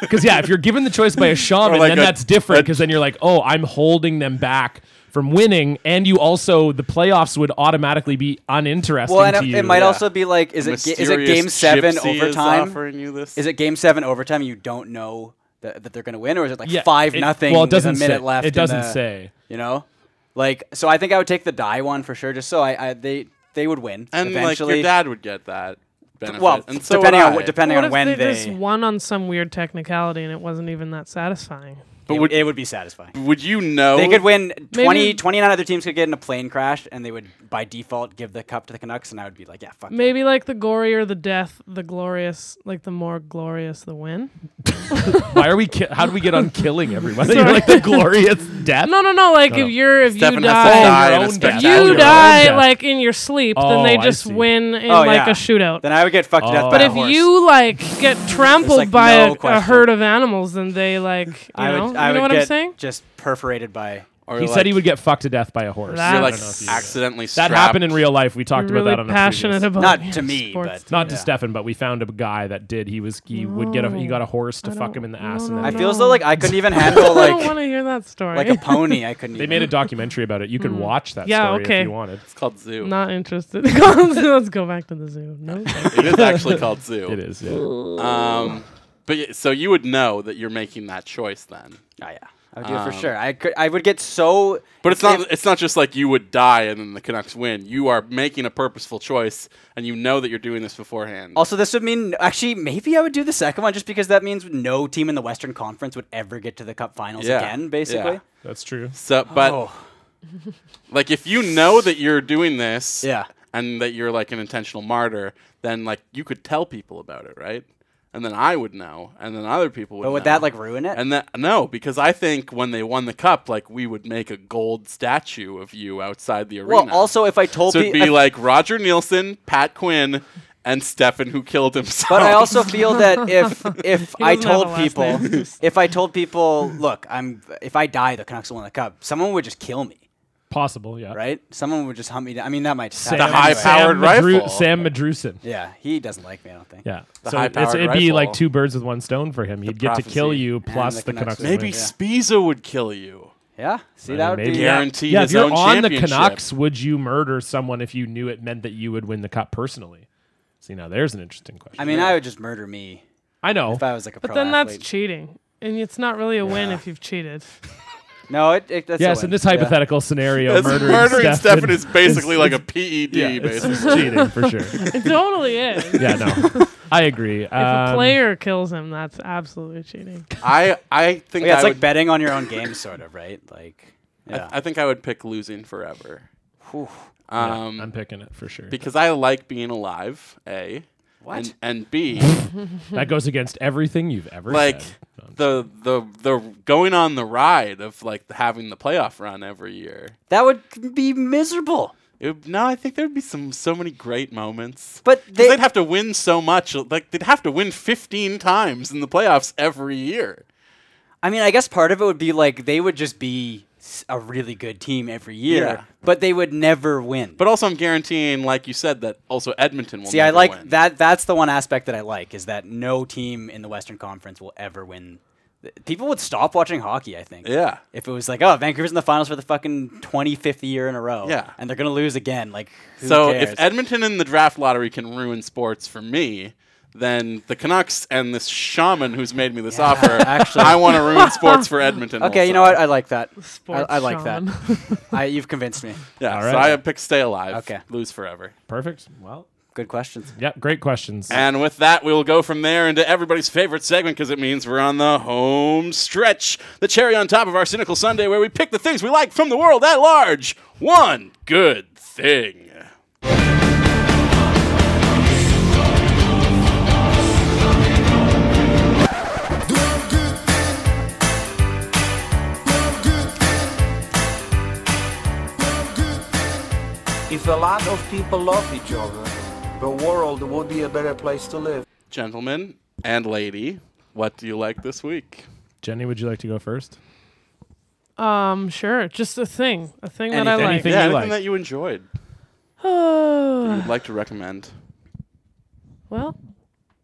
[SPEAKER 3] Because yeah, if you're given the choice by a shaman,
[SPEAKER 1] Or like
[SPEAKER 3] then
[SPEAKER 1] a-
[SPEAKER 3] that's different. Because then you're like, oh, I'm holding them back from winning, and you also the playoffs would automatically be uninteresting
[SPEAKER 2] Well, and
[SPEAKER 3] to
[SPEAKER 2] it,
[SPEAKER 3] you.
[SPEAKER 2] it might also be like, is it, ga- is it
[SPEAKER 1] Mysterious
[SPEAKER 2] game seven
[SPEAKER 1] gypsy is
[SPEAKER 2] overtime?
[SPEAKER 1] offering you this?
[SPEAKER 2] Is it game seven overtime? You don't know that, that they're going to win, or is it like
[SPEAKER 3] Yeah,
[SPEAKER 2] five
[SPEAKER 3] it-
[SPEAKER 2] nothing?
[SPEAKER 3] well, it
[SPEAKER 2] with a
[SPEAKER 3] doesn't
[SPEAKER 2] minute
[SPEAKER 3] say.
[SPEAKER 2] left.
[SPEAKER 3] It
[SPEAKER 2] in
[SPEAKER 3] doesn't
[SPEAKER 2] the-
[SPEAKER 3] say.
[SPEAKER 2] You know, like so. I think I would take the die one for sure, just so I, I they they would win
[SPEAKER 1] and
[SPEAKER 2] eventually.
[SPEAKER 1] like your dad would get that benefit.
[SPEAKER 2] well,
[SPEAKER 1] and so
[SPEAKER 2] depending
[SPEAKER 1] would
[SPEAKER 2] on
[SPEAKER 1] I.
[SPEAKER 2] what, depending
[SPEAKER 4] What
[SPEAKER 2] on
[SPEAKER 4] if
[SPEAKER 2] when
[SPEAKER 4] they,
[SPEAKER 2] they,
[SPEAKER 4] just won on some weird technicality and it wasn't even that satisfying?
[SPEAKER 1] But
[SPEAKER 2] it,
[SPEAKER 1] would,
[SPEAKER 2] it would be satisfying.
[SPEAKER 1] would you know?
[SPEAKER 2] They could win 20,
[SPEAKER 4] Maybe-
[SPEAKER 2] 29 other teams could get in a plane crash, and they would by default give the cup to the Canucks, and I would be like, yeah, fuck. that.
[SPEAKER 4] Maybe like the gorier the death, the glorious, like the more glorious the win.
[SPEAKER 3] Why are we? Ki- how do we get on killing everyone? You're like the glorious
[SPEAKER 2] <laughs>
[SPEAKER 3] death.
[SPEAKER 4] No, no, no. Like if you're if
[SPEAKER 1] Stefan
[SPEAKER 4] you
[SPEAKER 1] has to
[SPEAKER 4] die,
[SPEAKER 1] die in
[SPEAKER 3] your
[SPEAKER 1] a
[SPEAKER 3] own
[SPEAKER 4] if
[SPEAKER 3] That's your
[SPEAKER 4] you
[SPEAKER 3] own
[SPEAKER 1] spectacular
[SPEAKER 4] die
[SPEAKER 3] death.
[SPEAKER 4] like in your sleep,
[SPEAKER 3] Oh,
[SPEAKER 4] then
[SPEAKER 3] I
[SPEAKER 4] they
[SPEAKER 2] see.
[SPEAKER 4] see.
[SPEAKER 3] just
[SPEAKER 4] win in
[SPEAKER 2] Oh,
[SPEAKER 4] like
[SPEAKER 2] yeah.
[SPEAKER 4] a shootout.
[SPEAKER 2] Then I would get fucked to death.
[SPEAKER 3] Oh.
[SPEAKER 2] by
[SPEAKER 4] but
[SPEAKER 2] a
[SPEAKER 4] if
[SPEAKER 2] horse.
[SPEAKER 4] you like get trampled
[SPEAKER 2] like,
[SPEAKER 4] by
[SPEAKER 2] no
[SPEAKER 4] a, a
[SPEAKER 2] question.
[SPEAKER 4] herd of animals, then they like you
[SPEAKER 2] <laughs> I
[SPEAKER 4] know,
[SPEAKER 2] would, I
[SPEAKER 4] you know
[SPEAKER 2] would
[SPEAKER 4] what
[SPEAKER 2] get
[SPEAKER 4] I'm saying? Oh,
[SPEAKER 2] just perforated by.
[SPEAKER 1] Or
[SPEAKER 3] He
[SPEAKER 1] like,
[SPEAKER 3] said he would get fucked to death by a horse.
[SPEAKER 4] That-
[SPEAKER 1] You're
[SPEAKER 4] I
[SPEAKER 1] like
[SPEAKER 4] don't know if
[SPEAKER 3] you-
[SPEAKER 1] accidentally
[SPEAKER 3] that
[SPEAKER 1] strapped.
[SPEAKER 3] happened in real life. We talked
[SPEAKER 4] You're really
[SPEAKER 3] about that on a
[SPEAKER 4] passionate
[SPEAKER 3] previous.
[SPEAKER 4] about
[SPEAKER 2] Not
[SPEAKER 4] your
[SPEAKER 2] to me,
[SPEAKER 4] sports
[SPEAKER 2] but-
[SPEAKER 4] team.
[SPEAKER 3] Not to Stefan, but we found a guy that did. He was he would get a he got a horse to
[SPEAKER 4] No, I
[SPEAKER 3] fuck
[SPEAKER 4] don't-
[SPEAKER 3] him in the
[SPEAKER 4] no,
[SPEAKER 3] ass, and
[SPEAKER 4] no,
[SPEAKER 2] I
[SPEAKER 3] then
[SPEAKER 4] no.
[SPEAKER 2] feel as though like I couldn't even handle
[SPEAKER 4] <laughs> I don't want
[SPEAKER 2] like
[SPEAKER 4] to hear that story. <laughs>
[SPEAKER 2] like a pony. I couldn't.
[SPEAKER 3] they
[SPEAKER 2] even.
[SPEAKER 3] made a documentary about it. You could
[SPEAKER 4] Mm.
[SPEAKER 3] watch that
[SPEAKER 4] Yeah,
[SPEAKER 3] story
[SPEAKER 4] okay.
[SPEAKER 3] if you wanted.
[SPEAKER 1] It's called zoo.
[SPEAKER 4] Not interested. <laughs> Let's go back to
[SPEAKER 2] <laughs>
[SPEAKER 4] the zoo. No. thank you.
[SPEAKER 1] It is actually called zoo.
[SPEAKER 3] <laughs> It is. Yeah.
[SPEAKER 1] Um, but y- so you would know that you're making that choice then.
[SPEAKER 2] Oh yeah, I would do it for sure. I could. I would get so.
[SPEAKER 1] Um, But it's not it's not just like you would die and then the Canucks win. You are making a purposeful choice and you know that you're doing this beforehand.
[SPEAKER 2] Also, this would mean actually maybe I would do the second one just because that means no team in the Western Conference would ever get to the Cup Finals
[SPEAKER 1] Yeah,
[SPEAKER 2] again. Basically,
[SPEAKER 1] yeah.
[SPEAKER 3] That's true.
[SPEAKER 1] so but
[SPEAKER 2] oh
[SPEAKER 1] like if you know that you're doing this
[SPEAKER 2] Yeah.
[SPEAKER 1] and that you're like an intentional martyr, then like you could tell people about it, right? And then I would know, and then other people would.
[SPEAKER 2] But would
[SPEAKER 1] know.
[SPEAKER 2] that, like, ruin it?
[SPEAKER 1] And that no, because I think when they won the cup, like we would make a gold statue of you outside the arena.
[SPEAKER 2] well, also if I told
[SPEAKER 1] so it'd
[SPEAKER 2] people,
[SPEAKER 1] be like Roger Nielsen, Pat Quinn, and Stefan who killed himself.
[SPEAKER 2] But I
[SPEAKER 1] <laughs>
[SPEAKER 2] also feel that if if I
[SPEAKER 4] doesn't have a
[SPEAKER 2] told
[SPEAKER 4] last
[SPEAKER 2] people
[SPEAKER 4] name. Just-
[SPEAKER 2] if I told people, look, I'm if I die, the Canucks will win the cup. Someone would just kill me,
[SPEAKER 3] Possible. Yeah.
[SPEAKER 2] right? Someone would just hunt me down. I mean, that might just
[SPEAKER 3] Sam-
[SPEAKER 2] happen.
[SPEAKER 1] The high
[SPEAKER 2] anyway.
[SPEAKER 1] power- high-powered
[SPEAKER 3] Sam Madru-
[SPEAKER 1] rifle.
[SPEAKER 3] Sam Madrusin.
[SPEAKER 2] Yeah, he doesn't like me. I don't think.
[SPEAKER 3] Yeah.
[SPEAKER 1] The
[SPEAKER 3] so it's,
[SPEAKER 1] high-powered
[SPEAKER 3] it'd be like
[SPEAKER 1] rifle.
[SPEAKER 3] two birds with one stone for him. He'd get to kill
[SPEAKER 2] prophecy.
[SPEAKER 3] you
[SPEAKER 2] And
[SPEAKER 3] plus
[SPEAKER 2] the
[SPEAKER 3] the Canucks.
[SPEAKER 2] Canucks
[SPEAKER 3] would
[SPEAKER 1] maybe
[SPEAKER 3] win.
[SPEAKER 1] Spiza would kill you.
[SPEAKER 2] Yeah. See,
[SPEAKER 3] I
[SPEAKER 2] that
[SPEAKER 3] mean,
[SPEAKER 2] would
[SPEAKER 3] maybe.
[SPEAKER 2] be
[SPEAKER 1] Guarantee
[SPEAKER 3] yeah. If
[SPEAKER 1] his
[SPEAKER 3] you're
[SPEAKER 1] own
[SPEAKER 3] on the
[SPEAKER 1] championship.
[SPEAKER 3] Canucks, would you murder someone if you knew it meant that you would win the cup personally? See, now there's an interesting question.
[SPEAKER 2] I mean, I would just murder me
[SPEAKER 3] I know.
[SPEAKER 2] if I was like a
[SPEAKER 4] But
[SPEAKER 2] pro
[SPEAKER 4] then that's
[SPEAKER 2] athlete.
[SPEAKER 4] cheating. And it's not really a win if you've cheated.
[SPEAKER 2] no, it, it that's a
[SPEAKER 3] Yes,
[SPEAKER 2] win.
[SPEAKER 3] in this
[SPEAKER 2] Yeah.
[SPEAKER 3] hypothetical scenario,
[SPEAKER 1] That's-
[SPEAKER 3] murdering,
[SPEAKER 1] murdering
[SPEAKER 3] Stefan,
[SPEAKER 1] Stefan
[SPEAKER 3] <laughs>
[SPEAKER 1] is basically like a PED,
[SPEAKER 3] yeah, it's,
[SPEAKER 1] basically.
[SPEAKER 3] it's <laughs> cheating for sure.
[SPEAKER 2] <laughs>
[SPEAKER 4] It totally is. If
[SPEAKER 3] Yeah, no, <laughs> I agree.
[SPEAKER 4] a
[SPEAKER 3] Um,
[SPEAKER 4] player kills him, that's absolutely cheating.
[SPEAKER 1] I I think
[SPEAKER 2] Well, yeah,
[SPEAKER 1] I
[SPEAKER 2] it's like
[SPEAKER 1] would
[SPEAKER 2] betting on your own game, sort of, right? Like, yeah.
[SPEAKER 1] I think I would pick losing forever.
[SPEAKER 2] Whew.
[SPEAKER 3] yeah,
[SPEAKER 1] Um,
[SPEAKER 3] I'm picking it for sure.
[SPEAKER 1] because I like being alive. A.
[SPEAKER 2] What?
[SPEAKER 1] And, and
[SPEAKER 3] <laughs>
[SPEAKER 1] B,
[SPEAKER 3] That goes against everything you've ever
[SPEAKER 1] like
[SPEAKER 3] said. No, I'm-
[SPEAKER 1] the the the going on the ride of like having the playoff run every year.
[SPEAKER 2] that would be miserable.
[SPEAKER 1] It would- no, I think there would be some so many great moments.
[SPEAKER 2] But
[SPEAKER 1] 'Cause
[SPEAKER 2] they-
[SPEAKER 1] they'd have to win so much. Like they'd have to win 15 times in the playoffs every year.
[SPEAKER 2] I mean, I guess part of it would be like they would just be s- a really good team every year,
[SPEAKER 1] Yeah.
[SPEAKER 2] but they would never win.
[SPEAKER 1] But also, I'm guaranteeing, like you said, that also Edmonton will.
[SPEAKER 2] See, I
[SPEAKER 1] never
[SPEAKER 2] like
[SPEAKER 1] win.
[SPEAKER 2] that. That's the one aspect that I like is that no team in the Western Conference will ever win. Th- People would stop watching hockey. I think.
[SPEAKER 1] Yeah.
[SPEAKER 2] If it was like, oh, Vancouver's in the finals for the fucking twenty fifth year in a row.
[SPEAKER 1] Yeah.
[SPEAKER 2] And they're gonna lose again. Like. Who
[SPEAKER 1] So
[SPEAKER 2] cares?
[SPEAKER 1] if Edmonton and the draft lottery can ruin sports for me, then the Canucks and this shaman who's made me this offer,
[SPEAKER 2] <laughs> actually.
[SPEAKER 1] I want to
[SPEAKER 2] <laughs>
[SPEAKER 1] ruin sports for Edmonton.
[SPEAKER 2] Okay,
[SPEAKER 1] also.
[SPEAKER 2] you know what? I like that.
[SPEAKER 4] Sports
[SPEAKER 2] I, I like
[SPEAKER 4] Sean.
[SPEAKER 2] that. <laughs> I, you've
[SPEAKER 1] <laughs>
[SPEAKER 2] convinced me.
[SPEAKER 1] Yeah,
[SPEAKER 3] All
[SPEAKER 1] so
[SPEAKER 3] right.
[SPEAKER 1] I pick stay alive.
[SPEAKER 2] Okay.
[SPEAKER 1] lose forever.
[SPEAKER 3] perfect. Well,
[SPEAKER 2] Good questions.
[SPEAKER 3] yeah, great questions.
[SPEAKER 1] And with that, we will go from there into everybody's favorite segment because it means we're on the home stretch. The cherry on top of our cynical Sunday where we pick the things we like from the world at large. One good thing.
[SPEAKER 11] If a lot of people love each other, the world would be a better place to live.
[SPEAKER 1] Gentlemen and lady, what do you like this week?
[SPEAKER 3] Jenny, would you like to go first?
[SPEAKER 4] Um, sure. Just a thing, a thing that I like.
[SPEAKER 1] yeah, anything that you enjoyed, that
[SPEAKER 4] <sighs>
[SPEAKER 2] <laughs>
[SPEAKER 1] you would like to recommend.
[SPEAKER 4] Well,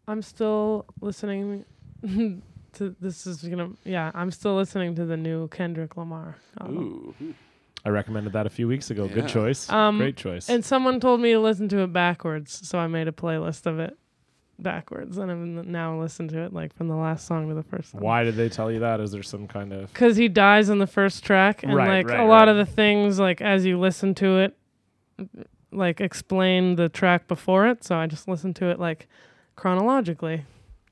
[SPEAKER 4] I'm still listening <laughs> to this is gonna yeah, I'm still listening to the new Kendrick Lamar. album.
[SPEAKER 3] I recommended that a few weeks ago.
[SPEAKER 4] Yeah.
[SPEAKER 3] Good choice.
[SPEAKER 4] Um,
[SPEAKER 3] Great choice.
[SPEAKER 4] And someone told me to listen to it backwards, so I made a playlist of it backwards and I've now listened to it like from the last song to the first song.
[SPEAKER 3] Why did they tell you that? Is there some kind of
[SPEAKER 4] Because he dies in the first track, and
[SPEAKER 3] Right,
[SPEAKER 4] like
[SPEAKER 3] right,
[SPEAKER 4] a lot
[SPEAKER 3] right.
[SPEAKER 4] of the things, like as you listen to it, like explain the track before it. So I just listened to it like chronologically.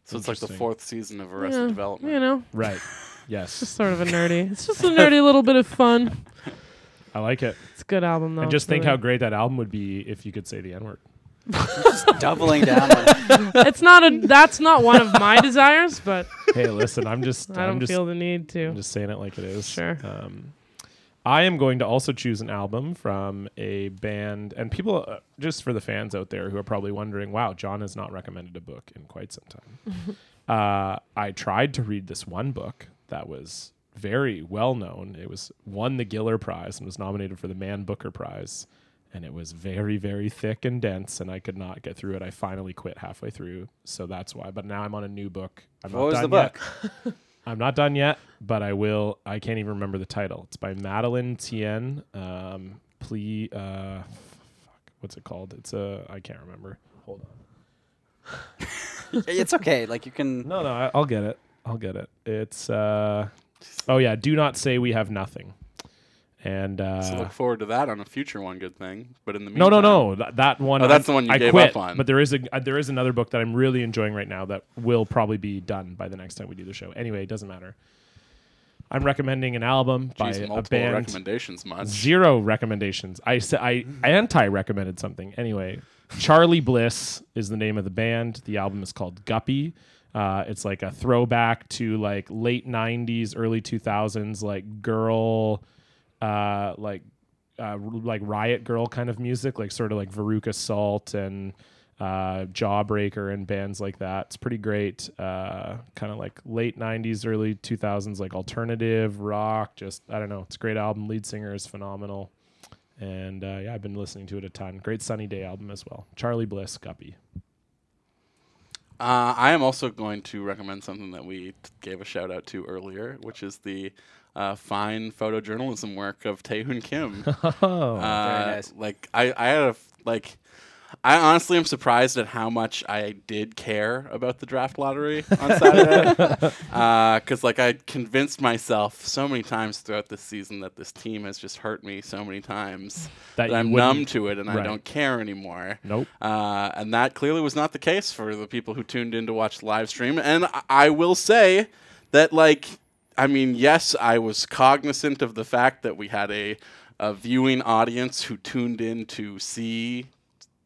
[SPEAKER 1] So it's like the
[SPEAKER 4] Interesting.
[SPEAKER 1] fourth season of Arrested
[SPEAKER 4] Yeah,
[SPEAKER 1] Development.
[SPEAKER 4] You know,
[SPEAKER 3] <laughs> Right. Yes.
[SPEAKER 4] just sort of a <laughs> nerdy. It's just a nerdy little bit of fun.
[SPEAKER 3] I like it.
[SPEAKER 4] It's a good album though.
[SPEAKER 3] And
[SPEAKER 4] It's
[SPEAKER 3] just think
[SPEAKER 4] really-
[SPEAKER 3] how great that album would be if you could say the N word.
[SPEAKER 2] doubling
[SPEAKER 1] <laughs>
[SPEAKER 2] down on-
[SPEAKER 4] it's not a. That's not one of my desires,
[SPEAKER 3] <laughs>
[SPEAKER 4] but
[SPEAKER 3] hey, listen, I'm just.
[SPEAKER 4] <laughs> I
[SPEAKER 3] I'm
[SPEAKER 4] don't
[SPEAKER 3] just-
[SPEAKER 4] feel the need to.
[SPEAKER 3] I'm just saying it like it is. Sure. Um, I am going to also choose an album from a band, and people, uh, just for the fans out there who are probably wondering, wow, John has not recommended a book in quite some time. uh, I tried to read this one book that was very well known. It was won the Giller Prize and was nominated for the Man Booker Prize. And it was very, very thick and dense, and I could not get through it. I finally quit halfway through, so that's why. But now I'm on a new book. I'm
[SPEAKER 2] What was the
[SPEAKER 3] not done yet. I'm not done yet, but I will. I can't even remember the title. It's by Madeline Tien. Um, Ple Uh, fuck, what's it called? It's a. I can't remember. Hold on.
[SPEAKER 2] it's okay. Like you can.
[SPEAKER 3] No, no, I, I'll get it. I'll get it. It's uh oh yeah. Do not say we have nothing. And uh,
[SPEAKER 1] so look forward to that on a future one. Good thing, but in the
[SPEAKER 3] no,
[SPEAKER 1] meantime,
[SPEAKER 3] no, no. That, that one.
[SPEAKER 1] Oh, that's
[SPEAKER 3] I-
[SPEAKER 1] the one you
[SPEAKER 3] I
[SPEAKER 1] gave
[SPEAKER 3] quit,
[SPEAKER 1] up on.
[SPEAKER 3] But there is a uh, there is another book that I'm really enjoying right now that will probably be done by the next time we do the show. Anyway, it doesn't matter. I'm recommending an album
[SPEAKER 1] Jeez,
[SPEAKER 3] by a
[SPEAKER 1] multiple
[SPEAKER 3] band.
[SPEAKER 1] recommendations, Maz.
[SPEAKER 3] Zero recommendations. I sa- I anti-recommended something. Anyway, Charlie Bliss is the name of the band. The album is called Guppy. Uh, it's like a throwback to like late '90s, early 2000s, like girl, uh, like uh, r- like riot girl kind of music, like sort of like Veruca Salt and uh, Jawbreaker and bands like that. It's pretty great. Uh, kind of like late '90s, early 2000s, like alternative rock. Just I don't know. It's a great album. Lead singer is phenomenal, and uh, yeah, I've been listening to it a ton. Great Sunny Day album as well. Charlie Bliss, Guppy.
[SPEAKER 1] Uh, I am also going to recommend something that we t- gave a shout out to earlier, which is the uh, fine photojournalism work of Taehoon Kim.
[SPEAKER 3] <laughs> Oh,
[SPEAKER 1] Uh,
[SPEAKER 3] Very nice.
[SPEAKER 1] Like I, I had a f- like. I honestly am surprised at how much I did care about the draft lottery on Saturday,
[SPEAKER 3] <laughs>
[SPEAKER 1] because like I convinced myself so many times throughout this season that this team has just hurt me so many times
[SPEAKER 3] That
[SPEAKER 1] that,
[SPEAKER 3] you
[SPEAKER 1] I'm
[SPEAKER 3] wouldn't-
[SPEAKER 1] numb to it and I
[SPEAKER 3] Right.
[SPEAKER 1] don't care anymore.
[SPEAKER 3] Nope.
[SPEAKER 1] Uh, and that clearly was not the case for the people who tuned in to watch the live stream. And I- I will say that, like, I mean, yes, I was cognizant of the fact that we had a, a viewing audience who tuned in to see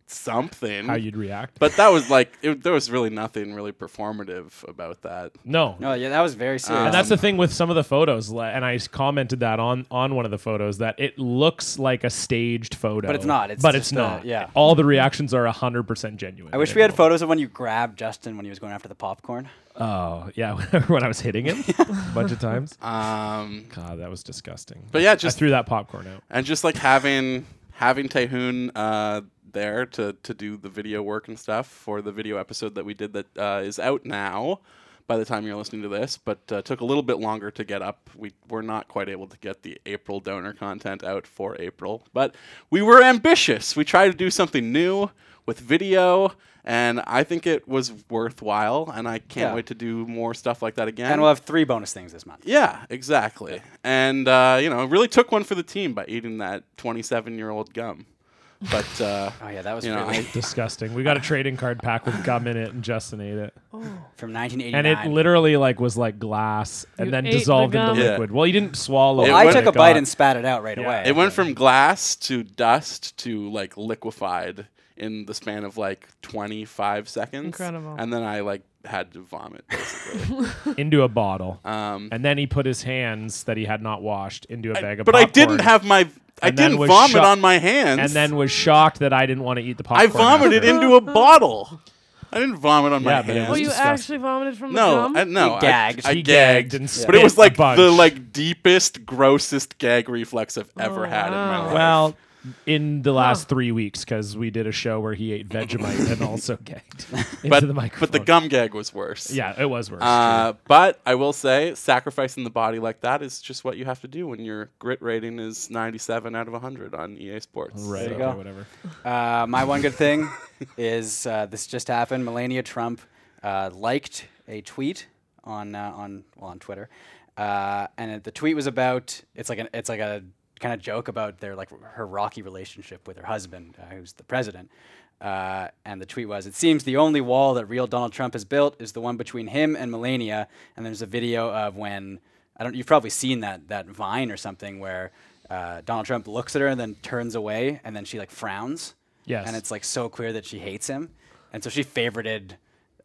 [SPEAKER 1] something.
[SPEAKER 3] How you'd react.
[SPEAKER 1] But that was like, it, there was really nothing really performative about that.
[SPEAKER 3] No.
[SPEAKER 2] No, Oh, yeah, that was very
[SPEAKER 1] Um,
[SPEAKER 2] serious.
[SPEAKER 3] and that's the thing with some of the photos, li- and I s- commented that on on one of the photos that it looks like a staged photo,
[SPEAKER 2] But it's not. It's
[SPEAKER 3] but
[SPEAKER 2] just
[SPEAKER 3] it's
[SPEAKER 2] a-
[SPEAKER 3] not.
[SPEAKER 2] yeah.
[SPEAKER 3] all the reactions are hundred percent genuine.
[SPEAKER 2] I wish we had photos of when you grabbed Justin when he was going after the popcorn.
[SPEAKER 3] Oh yeah, <laughs> when I was hitting him a bunch of times.
[SPEAKER 1] Um,
[SPEAKER 3] God, that was disgusting.
[SPEAKER 1] But yeah,
[SPEAKER 3] I
[SPEAKER 1] just
[SPEAKER 3] threw that popcorn out.
[SPEAKER 1] and just like having having Taehoon uh, there to to do the video work and stuff for the video episode that we did that uh, is out now. By the time you're listening to this, but uh, took a little bit longer to get up. We were not quite able to get the April donor content out for April, but we were ambitious. We tried to do something new with video, and I think it was worthwhile. And I can't
[SPEAKER 2] Yeah.
[SPEAKER 1] wait to do more stuff like that again.
[SPEAKER 2] And we'll have three bonus things this month.
[SPEAKER 1] Yeah, exactly. And uh, you know, really took one for the team by eating that 27-year-old gum. But uh,
[SPEAKER 2] oh yeah, that was
[SPEAKER 1] you know, <laughs>
[SPEAKER 2] really-
[SPEAKER 1] I-
[SPEAKER 3] disgusting. We got a trading card pack with gum in it, and Justin ate it.
[SPEAKER 2] From 1989.
[SPEAKER 3] And it literally like was like glass, and
[SPEAKER 2] You
[SPEAKER 3] then
[SPEAKER 2] ate the
[SPEAKER 3] dissolved into
[SPEAKER 2] gum. Yeah.
[SPEAKER 3] liquid. Well, you didn't swallow.
[SPEAKER 1] It
[SPEAKER 3] it,
[SPEAKER 1] went-
[SPEAKER 3] but
[SPEAKER 1] I took
[SPEAKER 3] it
[SPEAKER 1] a bite
[SPEAKER 3] got-
[SPEAKER 2] and spat it out right away.
[SPEAKER 1] it went from glass to dust to like liquefied in the span of like 25 seconds.
[SPEAKER 4] Incredible.
[SPEAKER 1] And then I like had to <laughs> vomit basically.
[SPEAKER 3] into a bottle.
[SPEAKER 1] Um,
[SPEAKER 3] and then he put his hands that he had not washed into a bag of
[SPEAKER 1] but I
[SPEAKER 3] popcorn.
[SPEAKER 1] didn't have my I
[SPEAKER 3] and then
[SPEAKER 1] didn't
[SPEAKER 3] was
[SPEAKER 1] vomit
[SPEAKER 3] shock-
[SPEAKER 1] on my hands.
[SPEAKER 3] and then was shocked that I didn't want to eat the
[SPEAKER 1] I
[SPEAKER 3] popcorn.
[SPEAKER 1] vomited
[SPEAKER 3] after.
[SPEAKER 1] <laughs> into a bottle. I didn't vomit on
[SPEAKER 3] Yeah,
[SPEAKER 1] my
[SPEAKER 3] but it
[SPEAKER 1] hands.
[SPEAKER 4] Well, you
[SPEAKER 3] disgusting.
[SPEAKER 4] actually vomited from the
[SPEAKER 1] no,
[SPEAKER 4] gum.
[SPEAKER 1] I, no,
[SPEAKER 2] He gagged.
[SPEAKER 1] I, I
[SPEAKER 3] He
[SPEAKER 1] gagged,
[SPEAKER 3] gagged and
[SPEAKER 1] but it
[SPEAKER 3] spit
[SPEAKER 1] was
[SPEAKER 3] a
[SPEAKER 1] like
[SPEAKER 3] bunch.
[SPEAKER 1] the like deepest, grossest gag reflex I've ever
[SPEAKER 4] Oh,
[SPEAKER 1] had in my
[SPEAKER 4] wow.
[SPEAKER 1] life.
[SPEAKER 3] Well, in the last three weeks, because we did a show where he ate Vegemite and also gagged into
[SPEAKER 1] but
[SPEAKER 3] the microphone.
[SPEAKER 1] but the gum gag was worse.
[SPEAKER 3] Yeah, it was worse.
[SPEAKER 1] Uh, but I will say, sacrificing the body like that is just what you have to do when your grit rating is 97 out of 100 on EA Sports.
[SPEAKER 3] right.
[SPEAKER 2] you
[SPEAKER 3] okay,
[SPEAKER 2] go.
[SPEAKER 3] Whatever.
[SPEAKER 2] Uh, my one
[SPEAKER 1] <laughs>
[SPEAKER 2] good thing is uh, this just happened. Melania Trump uh, liked a tweet on uh, on well, on Twitter, uh, and it, the tweet was about it's like an it's like a kind of joke about their like her rocky relationship with her husband, uh, who's the president. Uh, and the tweet was, "It seems the only wall that real Donald Trump has built is the one between him and Melania." And there's a video of when I don't. You've probably seen that that Vine or something where uh, Donald Trump looks at her and then turns away, and then she like frowns.
[SPEAKER 3] Yes.
[SPEAKER 2] And it's like so clear that she hates him, and so she favorited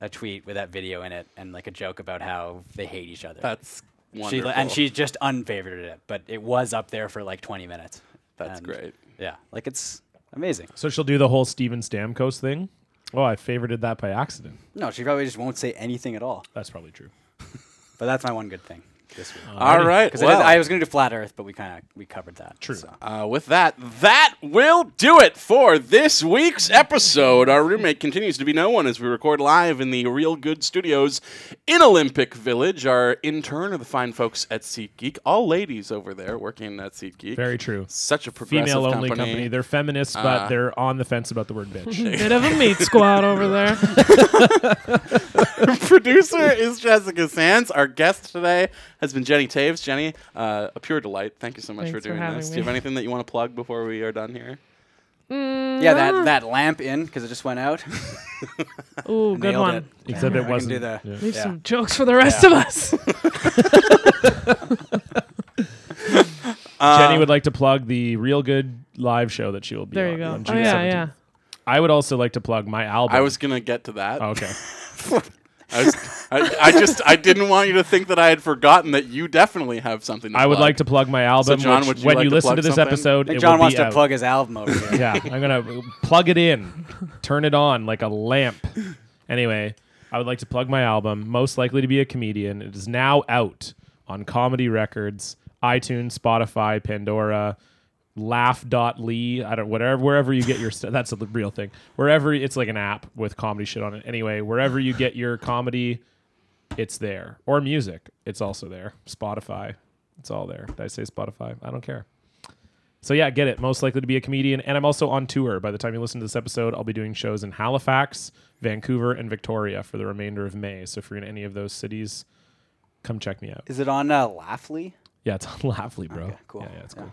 [SPEAKER 2] a tweet with that video in it and like a joke about how they hate each other.
[SPEAKER 1] That's
[SPEAKER 2] she
[SPEAKER 1] wonderful.
[SPEAKER 2] li- and she just unfavorited it, but it was up there for like 20 minutes.
[SPEAKER 1] That's
[SPEAKER 2] And,
[SPEAKER 1] great.
[SPEAKER 2] Yeah, like it's amazing.
[SPEAKER 3] So she'll do the whole Steven Stamkos thing. Oh, I favorited that by accident.
[SPEAKER 2] No, she probably just won't say anything at all.
[SPEAKER 3] That's probably true.
[SPEAKER 2] But that's my one good thing this week.
[SPEAKER 3] Uh,
[SPEAKER 1] All right.
[SPEAKER 2] Because
[SPEAKER 1] Well,
[SPEAKER 2] I, was going to do flat Earth, but we kind of we covered that.
[SPEAKER 3] True.
[SPEAKER 2] so.
[SPEAKER 1] Uh, with that, that will do it for this week's episode. Our roommate continues to be no one as we record live in the Real Good Studios in Olympic Village. Our intern are the fine folks at SeatGeek, all ladies over there working at SeatGeek.
[SPEAKER 3] Very true.
[SPEAKER 1] Such a progressive
[SPEAKER 3] Female only
[SPEAKER 1] company.
[SPEAKER 3] company. They're feminists,
[SPEAKER 1] Uh,
[SPEAKER 3] but they're on the fence about the word bitch.
[SPEAKER 4] <laughs> Bit of a meat squad over
[SPEAKER 2] <laughs>
[SPEAKER 4] there.
[SPEAKER 1] <laughs> Producer is Jessica Sands. Our guest today has been Jenny Taves. Jenny, uh, a pure delight. Thank you so much
[SPEAKER 4] Thanks
[SPEAKER 1] for
[SPEAKER 4] for
[SPEAKER 1] doing
[SPEAKER 4] having
[SPEAKER 1] this.
[SPEAKER 4] me.
[SPEAKER 1] Do you have anything that you want to plug before we are done here?
[SPEAKER 2] Yeah, that, that lamp in because it just went out.
[SPEAKER 4] Ooh,
[SPEAKER 2] <laughs>
[SPEAKER 4] good
[SPEAKER 2] Nailed
[SPEAKER 4] one.
[SPEAKER 2] it.
[SPEAKER 3] Except
[SPEAKER 2] I
[SPEAKER 3] it
[SPEAKER 2] can
[SPEAKER 3] wasn't.
[SPEAKER 2] do the-
[SPEAKER 3] yeah.
[SPEAKER 4] Leave
[SPEAKER 2] Yeah.
[SPEAKER 4] some jokes for the rest
[SPEAKER 3] <laughs>
[SPEAKER 4] of us.
[SPEAKER 1] Um,
[SPEAKER 3] Jenny would like to plug the real good live show that she will be
[SPEAKER 4] there you
[SPEAKER 3] on
[SPEAKER 4] go.
[SPEAKER 3] on
[SPEAKER 4] Oh
[SPEAKER 3] June
[SPEAKER 4] yeah,
[SPEAKER 3] 17th.
[SPEAKER 4] yeah.
[SPEAKER 3] I would also like to plug my album.
[SPEAKER 1] I was going to get to that.
[SPEAKER 3] Oh, okay.
[SPEAKER 1] I, was, I, I just I didn't want you to think that I had forgotten that you definitely have something. To
[SPEAKER 3] I would
[SPEAKER 1] plug.
[SPEAKER 3] like to plug my album.
[SPEAKER 1] John, would
[SPEAKER 3] which
[SPEAKER 1] you
[SPEAKER 3] when
[SPEAKER 1] like
[SPEAKER 3] you
[SPEAKER 1] to
[SPEAKER 3] listen
[SPEAKER 1] plug
[SPEAKER 3] to this
[SPEAKER 1] something?
[SPEAKER 3] episode,
[SPEAKER 2] I think
[SPEAKER 3] it
[SPEAKER 2] John
[SPEAKER 3] will
[SPEAKER 2] wants
[SPEAKER 3] be
[SPEAKER 2] to
[SPEAKER 3] out.
[SPEAKER 2] plug his album
[SPEAKER 3] <laughs>
[SPEAKER 2] over here.
[SPEAKER 3] yeah, I'm gonna plug it in, turn it on like a lamp. Anyway, I would like to plug my album, Most Likely to Be a Comedian. It is now out on Comedy Records, iTunes, Spotify, Pandora, Laugh.ly. I don't whatever wherever you get your stuff. That's a l- real thing. Wherever it's like an app with comedy shit on it. Anyway, wherever you get your comedy, it's there or music. It's also there. Spotify. It's all there. Did I say Spotify? I don't care. So yeah, get it. Most likely to be a comedian, and I'm also on tour. By the time you listen to this episode, I'll be doing shows in Halifax, Vancouver, and Victoria for the remainder of May. So if you're in any of those cities, come check me out.
[SPEAKER 2] Is it on uh, Laughly?
[SPEAKER 3] Yeah, it's <laughs> on Laughly, bro.
[SPEAKER 2] cool.
[SPEAKER 3] Yeah, yeah, it's cool.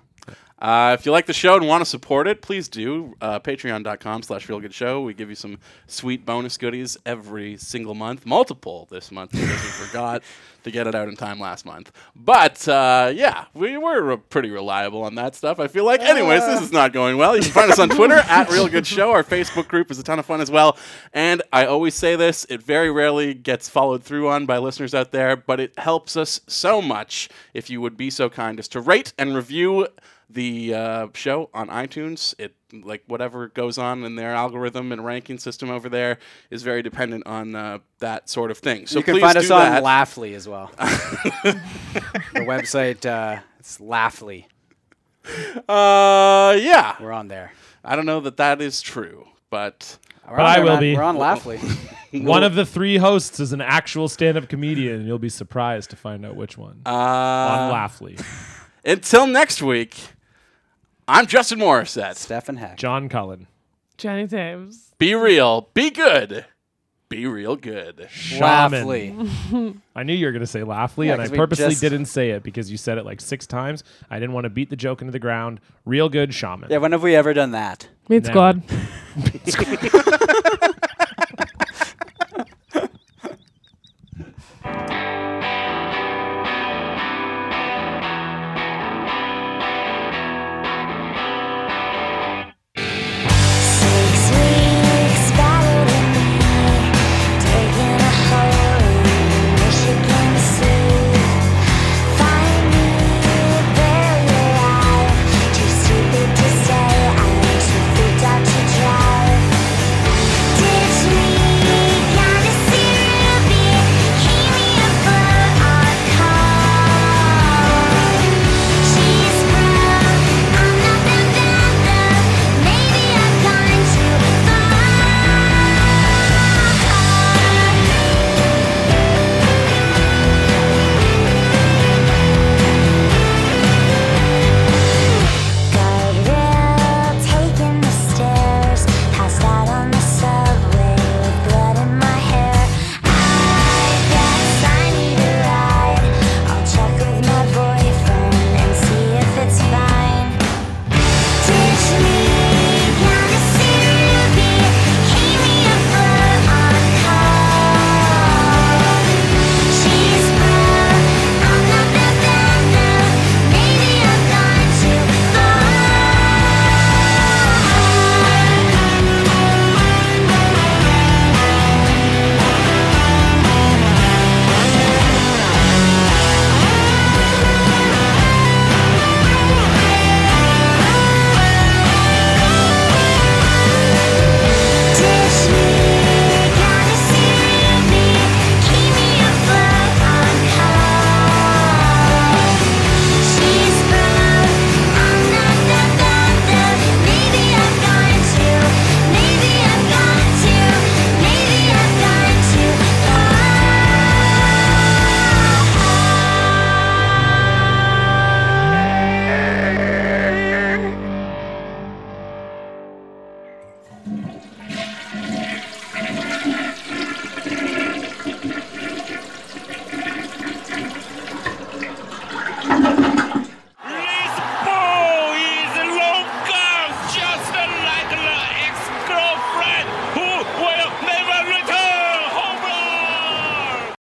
[SPEAKER 1] Uh, if you like the show and want to support it, please do. Uh, Patreon.com slash Real Good Show. We give you some sweet bonus goodies every single month. Multiple this month because we forgot to get it out in time last month. But uh, yeah, we were re- pretty reliable on that stuff, I feel like. Anyways, this is not going well. You can find us on Twitter at Real Good Show. Our Facebook group is a ton of fun as well. And I always say this, it very rarely gets followed through on by listeners out there, but it helps us so much if you would be so kind as to rate and review the uh, show on iTunes. It like whatever goes on in their algorithm and ranking system over there is very dependent on uh, that sort of thing. So
[SPEAKER 2] you can
[SPEAKER 1] please
[SPEAKER 2] find
[SPEAKER 1] do
[SPEAKER 2] us on
[SPEAKER 1] that.
[SPEAKER 2] Laughly as
[SPEAKER 3] <laughs>
[SPEAKER 2] well. the website, uh, it's Laughly.
[SPEAKER 1] uh, yeah,
[SPEAKER 2] We're on there.
[SPEAKER 1] I don't know that that is true, but
[SPEAKER 2] We're on
[SPEAKER 3] But I
[SPEAKER 2] there,
[SPEAKER 3] will
[SPEAKER 2] man.
[SPEAKER 3] be. Oh.
[SPEAKER 2] We're on Laughly.
[SPEAKER 3] One of the three hosts is an actual stand-up comedian, and you'll be surprised to find out which one. on
[SPEAKER 1] uh,
[SPEAKER 3] Laughly,
[SPEAKER 1] until next week, I'm Justin Morissette.
[SPEAKER 2] Stefan Heck.
[SPEAKER 3] John Cullen.
[SPEAKER 4] Jenny Thames.
[SPEAKER 1] Be real, be good, be real good.
[SPEAKER 3] Shaman.
[SPEAKER 2] Laughly.
[SPEAKER 3] I knew you were going to say Laughly,
[SPEAKER 2] Yeah,
[SPEAKER 3] and I
[SPEAKER 2] 'cause we
[SPEAKER 3] purposely
[SPEAKER 2] just-
[SPEAKER 3] didn't say it because you said it like six times. I didn't want to beat the joke into the ground. Real good shaman.
[SPEAKER 2] Yeah, when have we ever done that?
[SPEAKER 4] Meat
[SPEAKER 3] Never.
[SPEAKER 4] squad.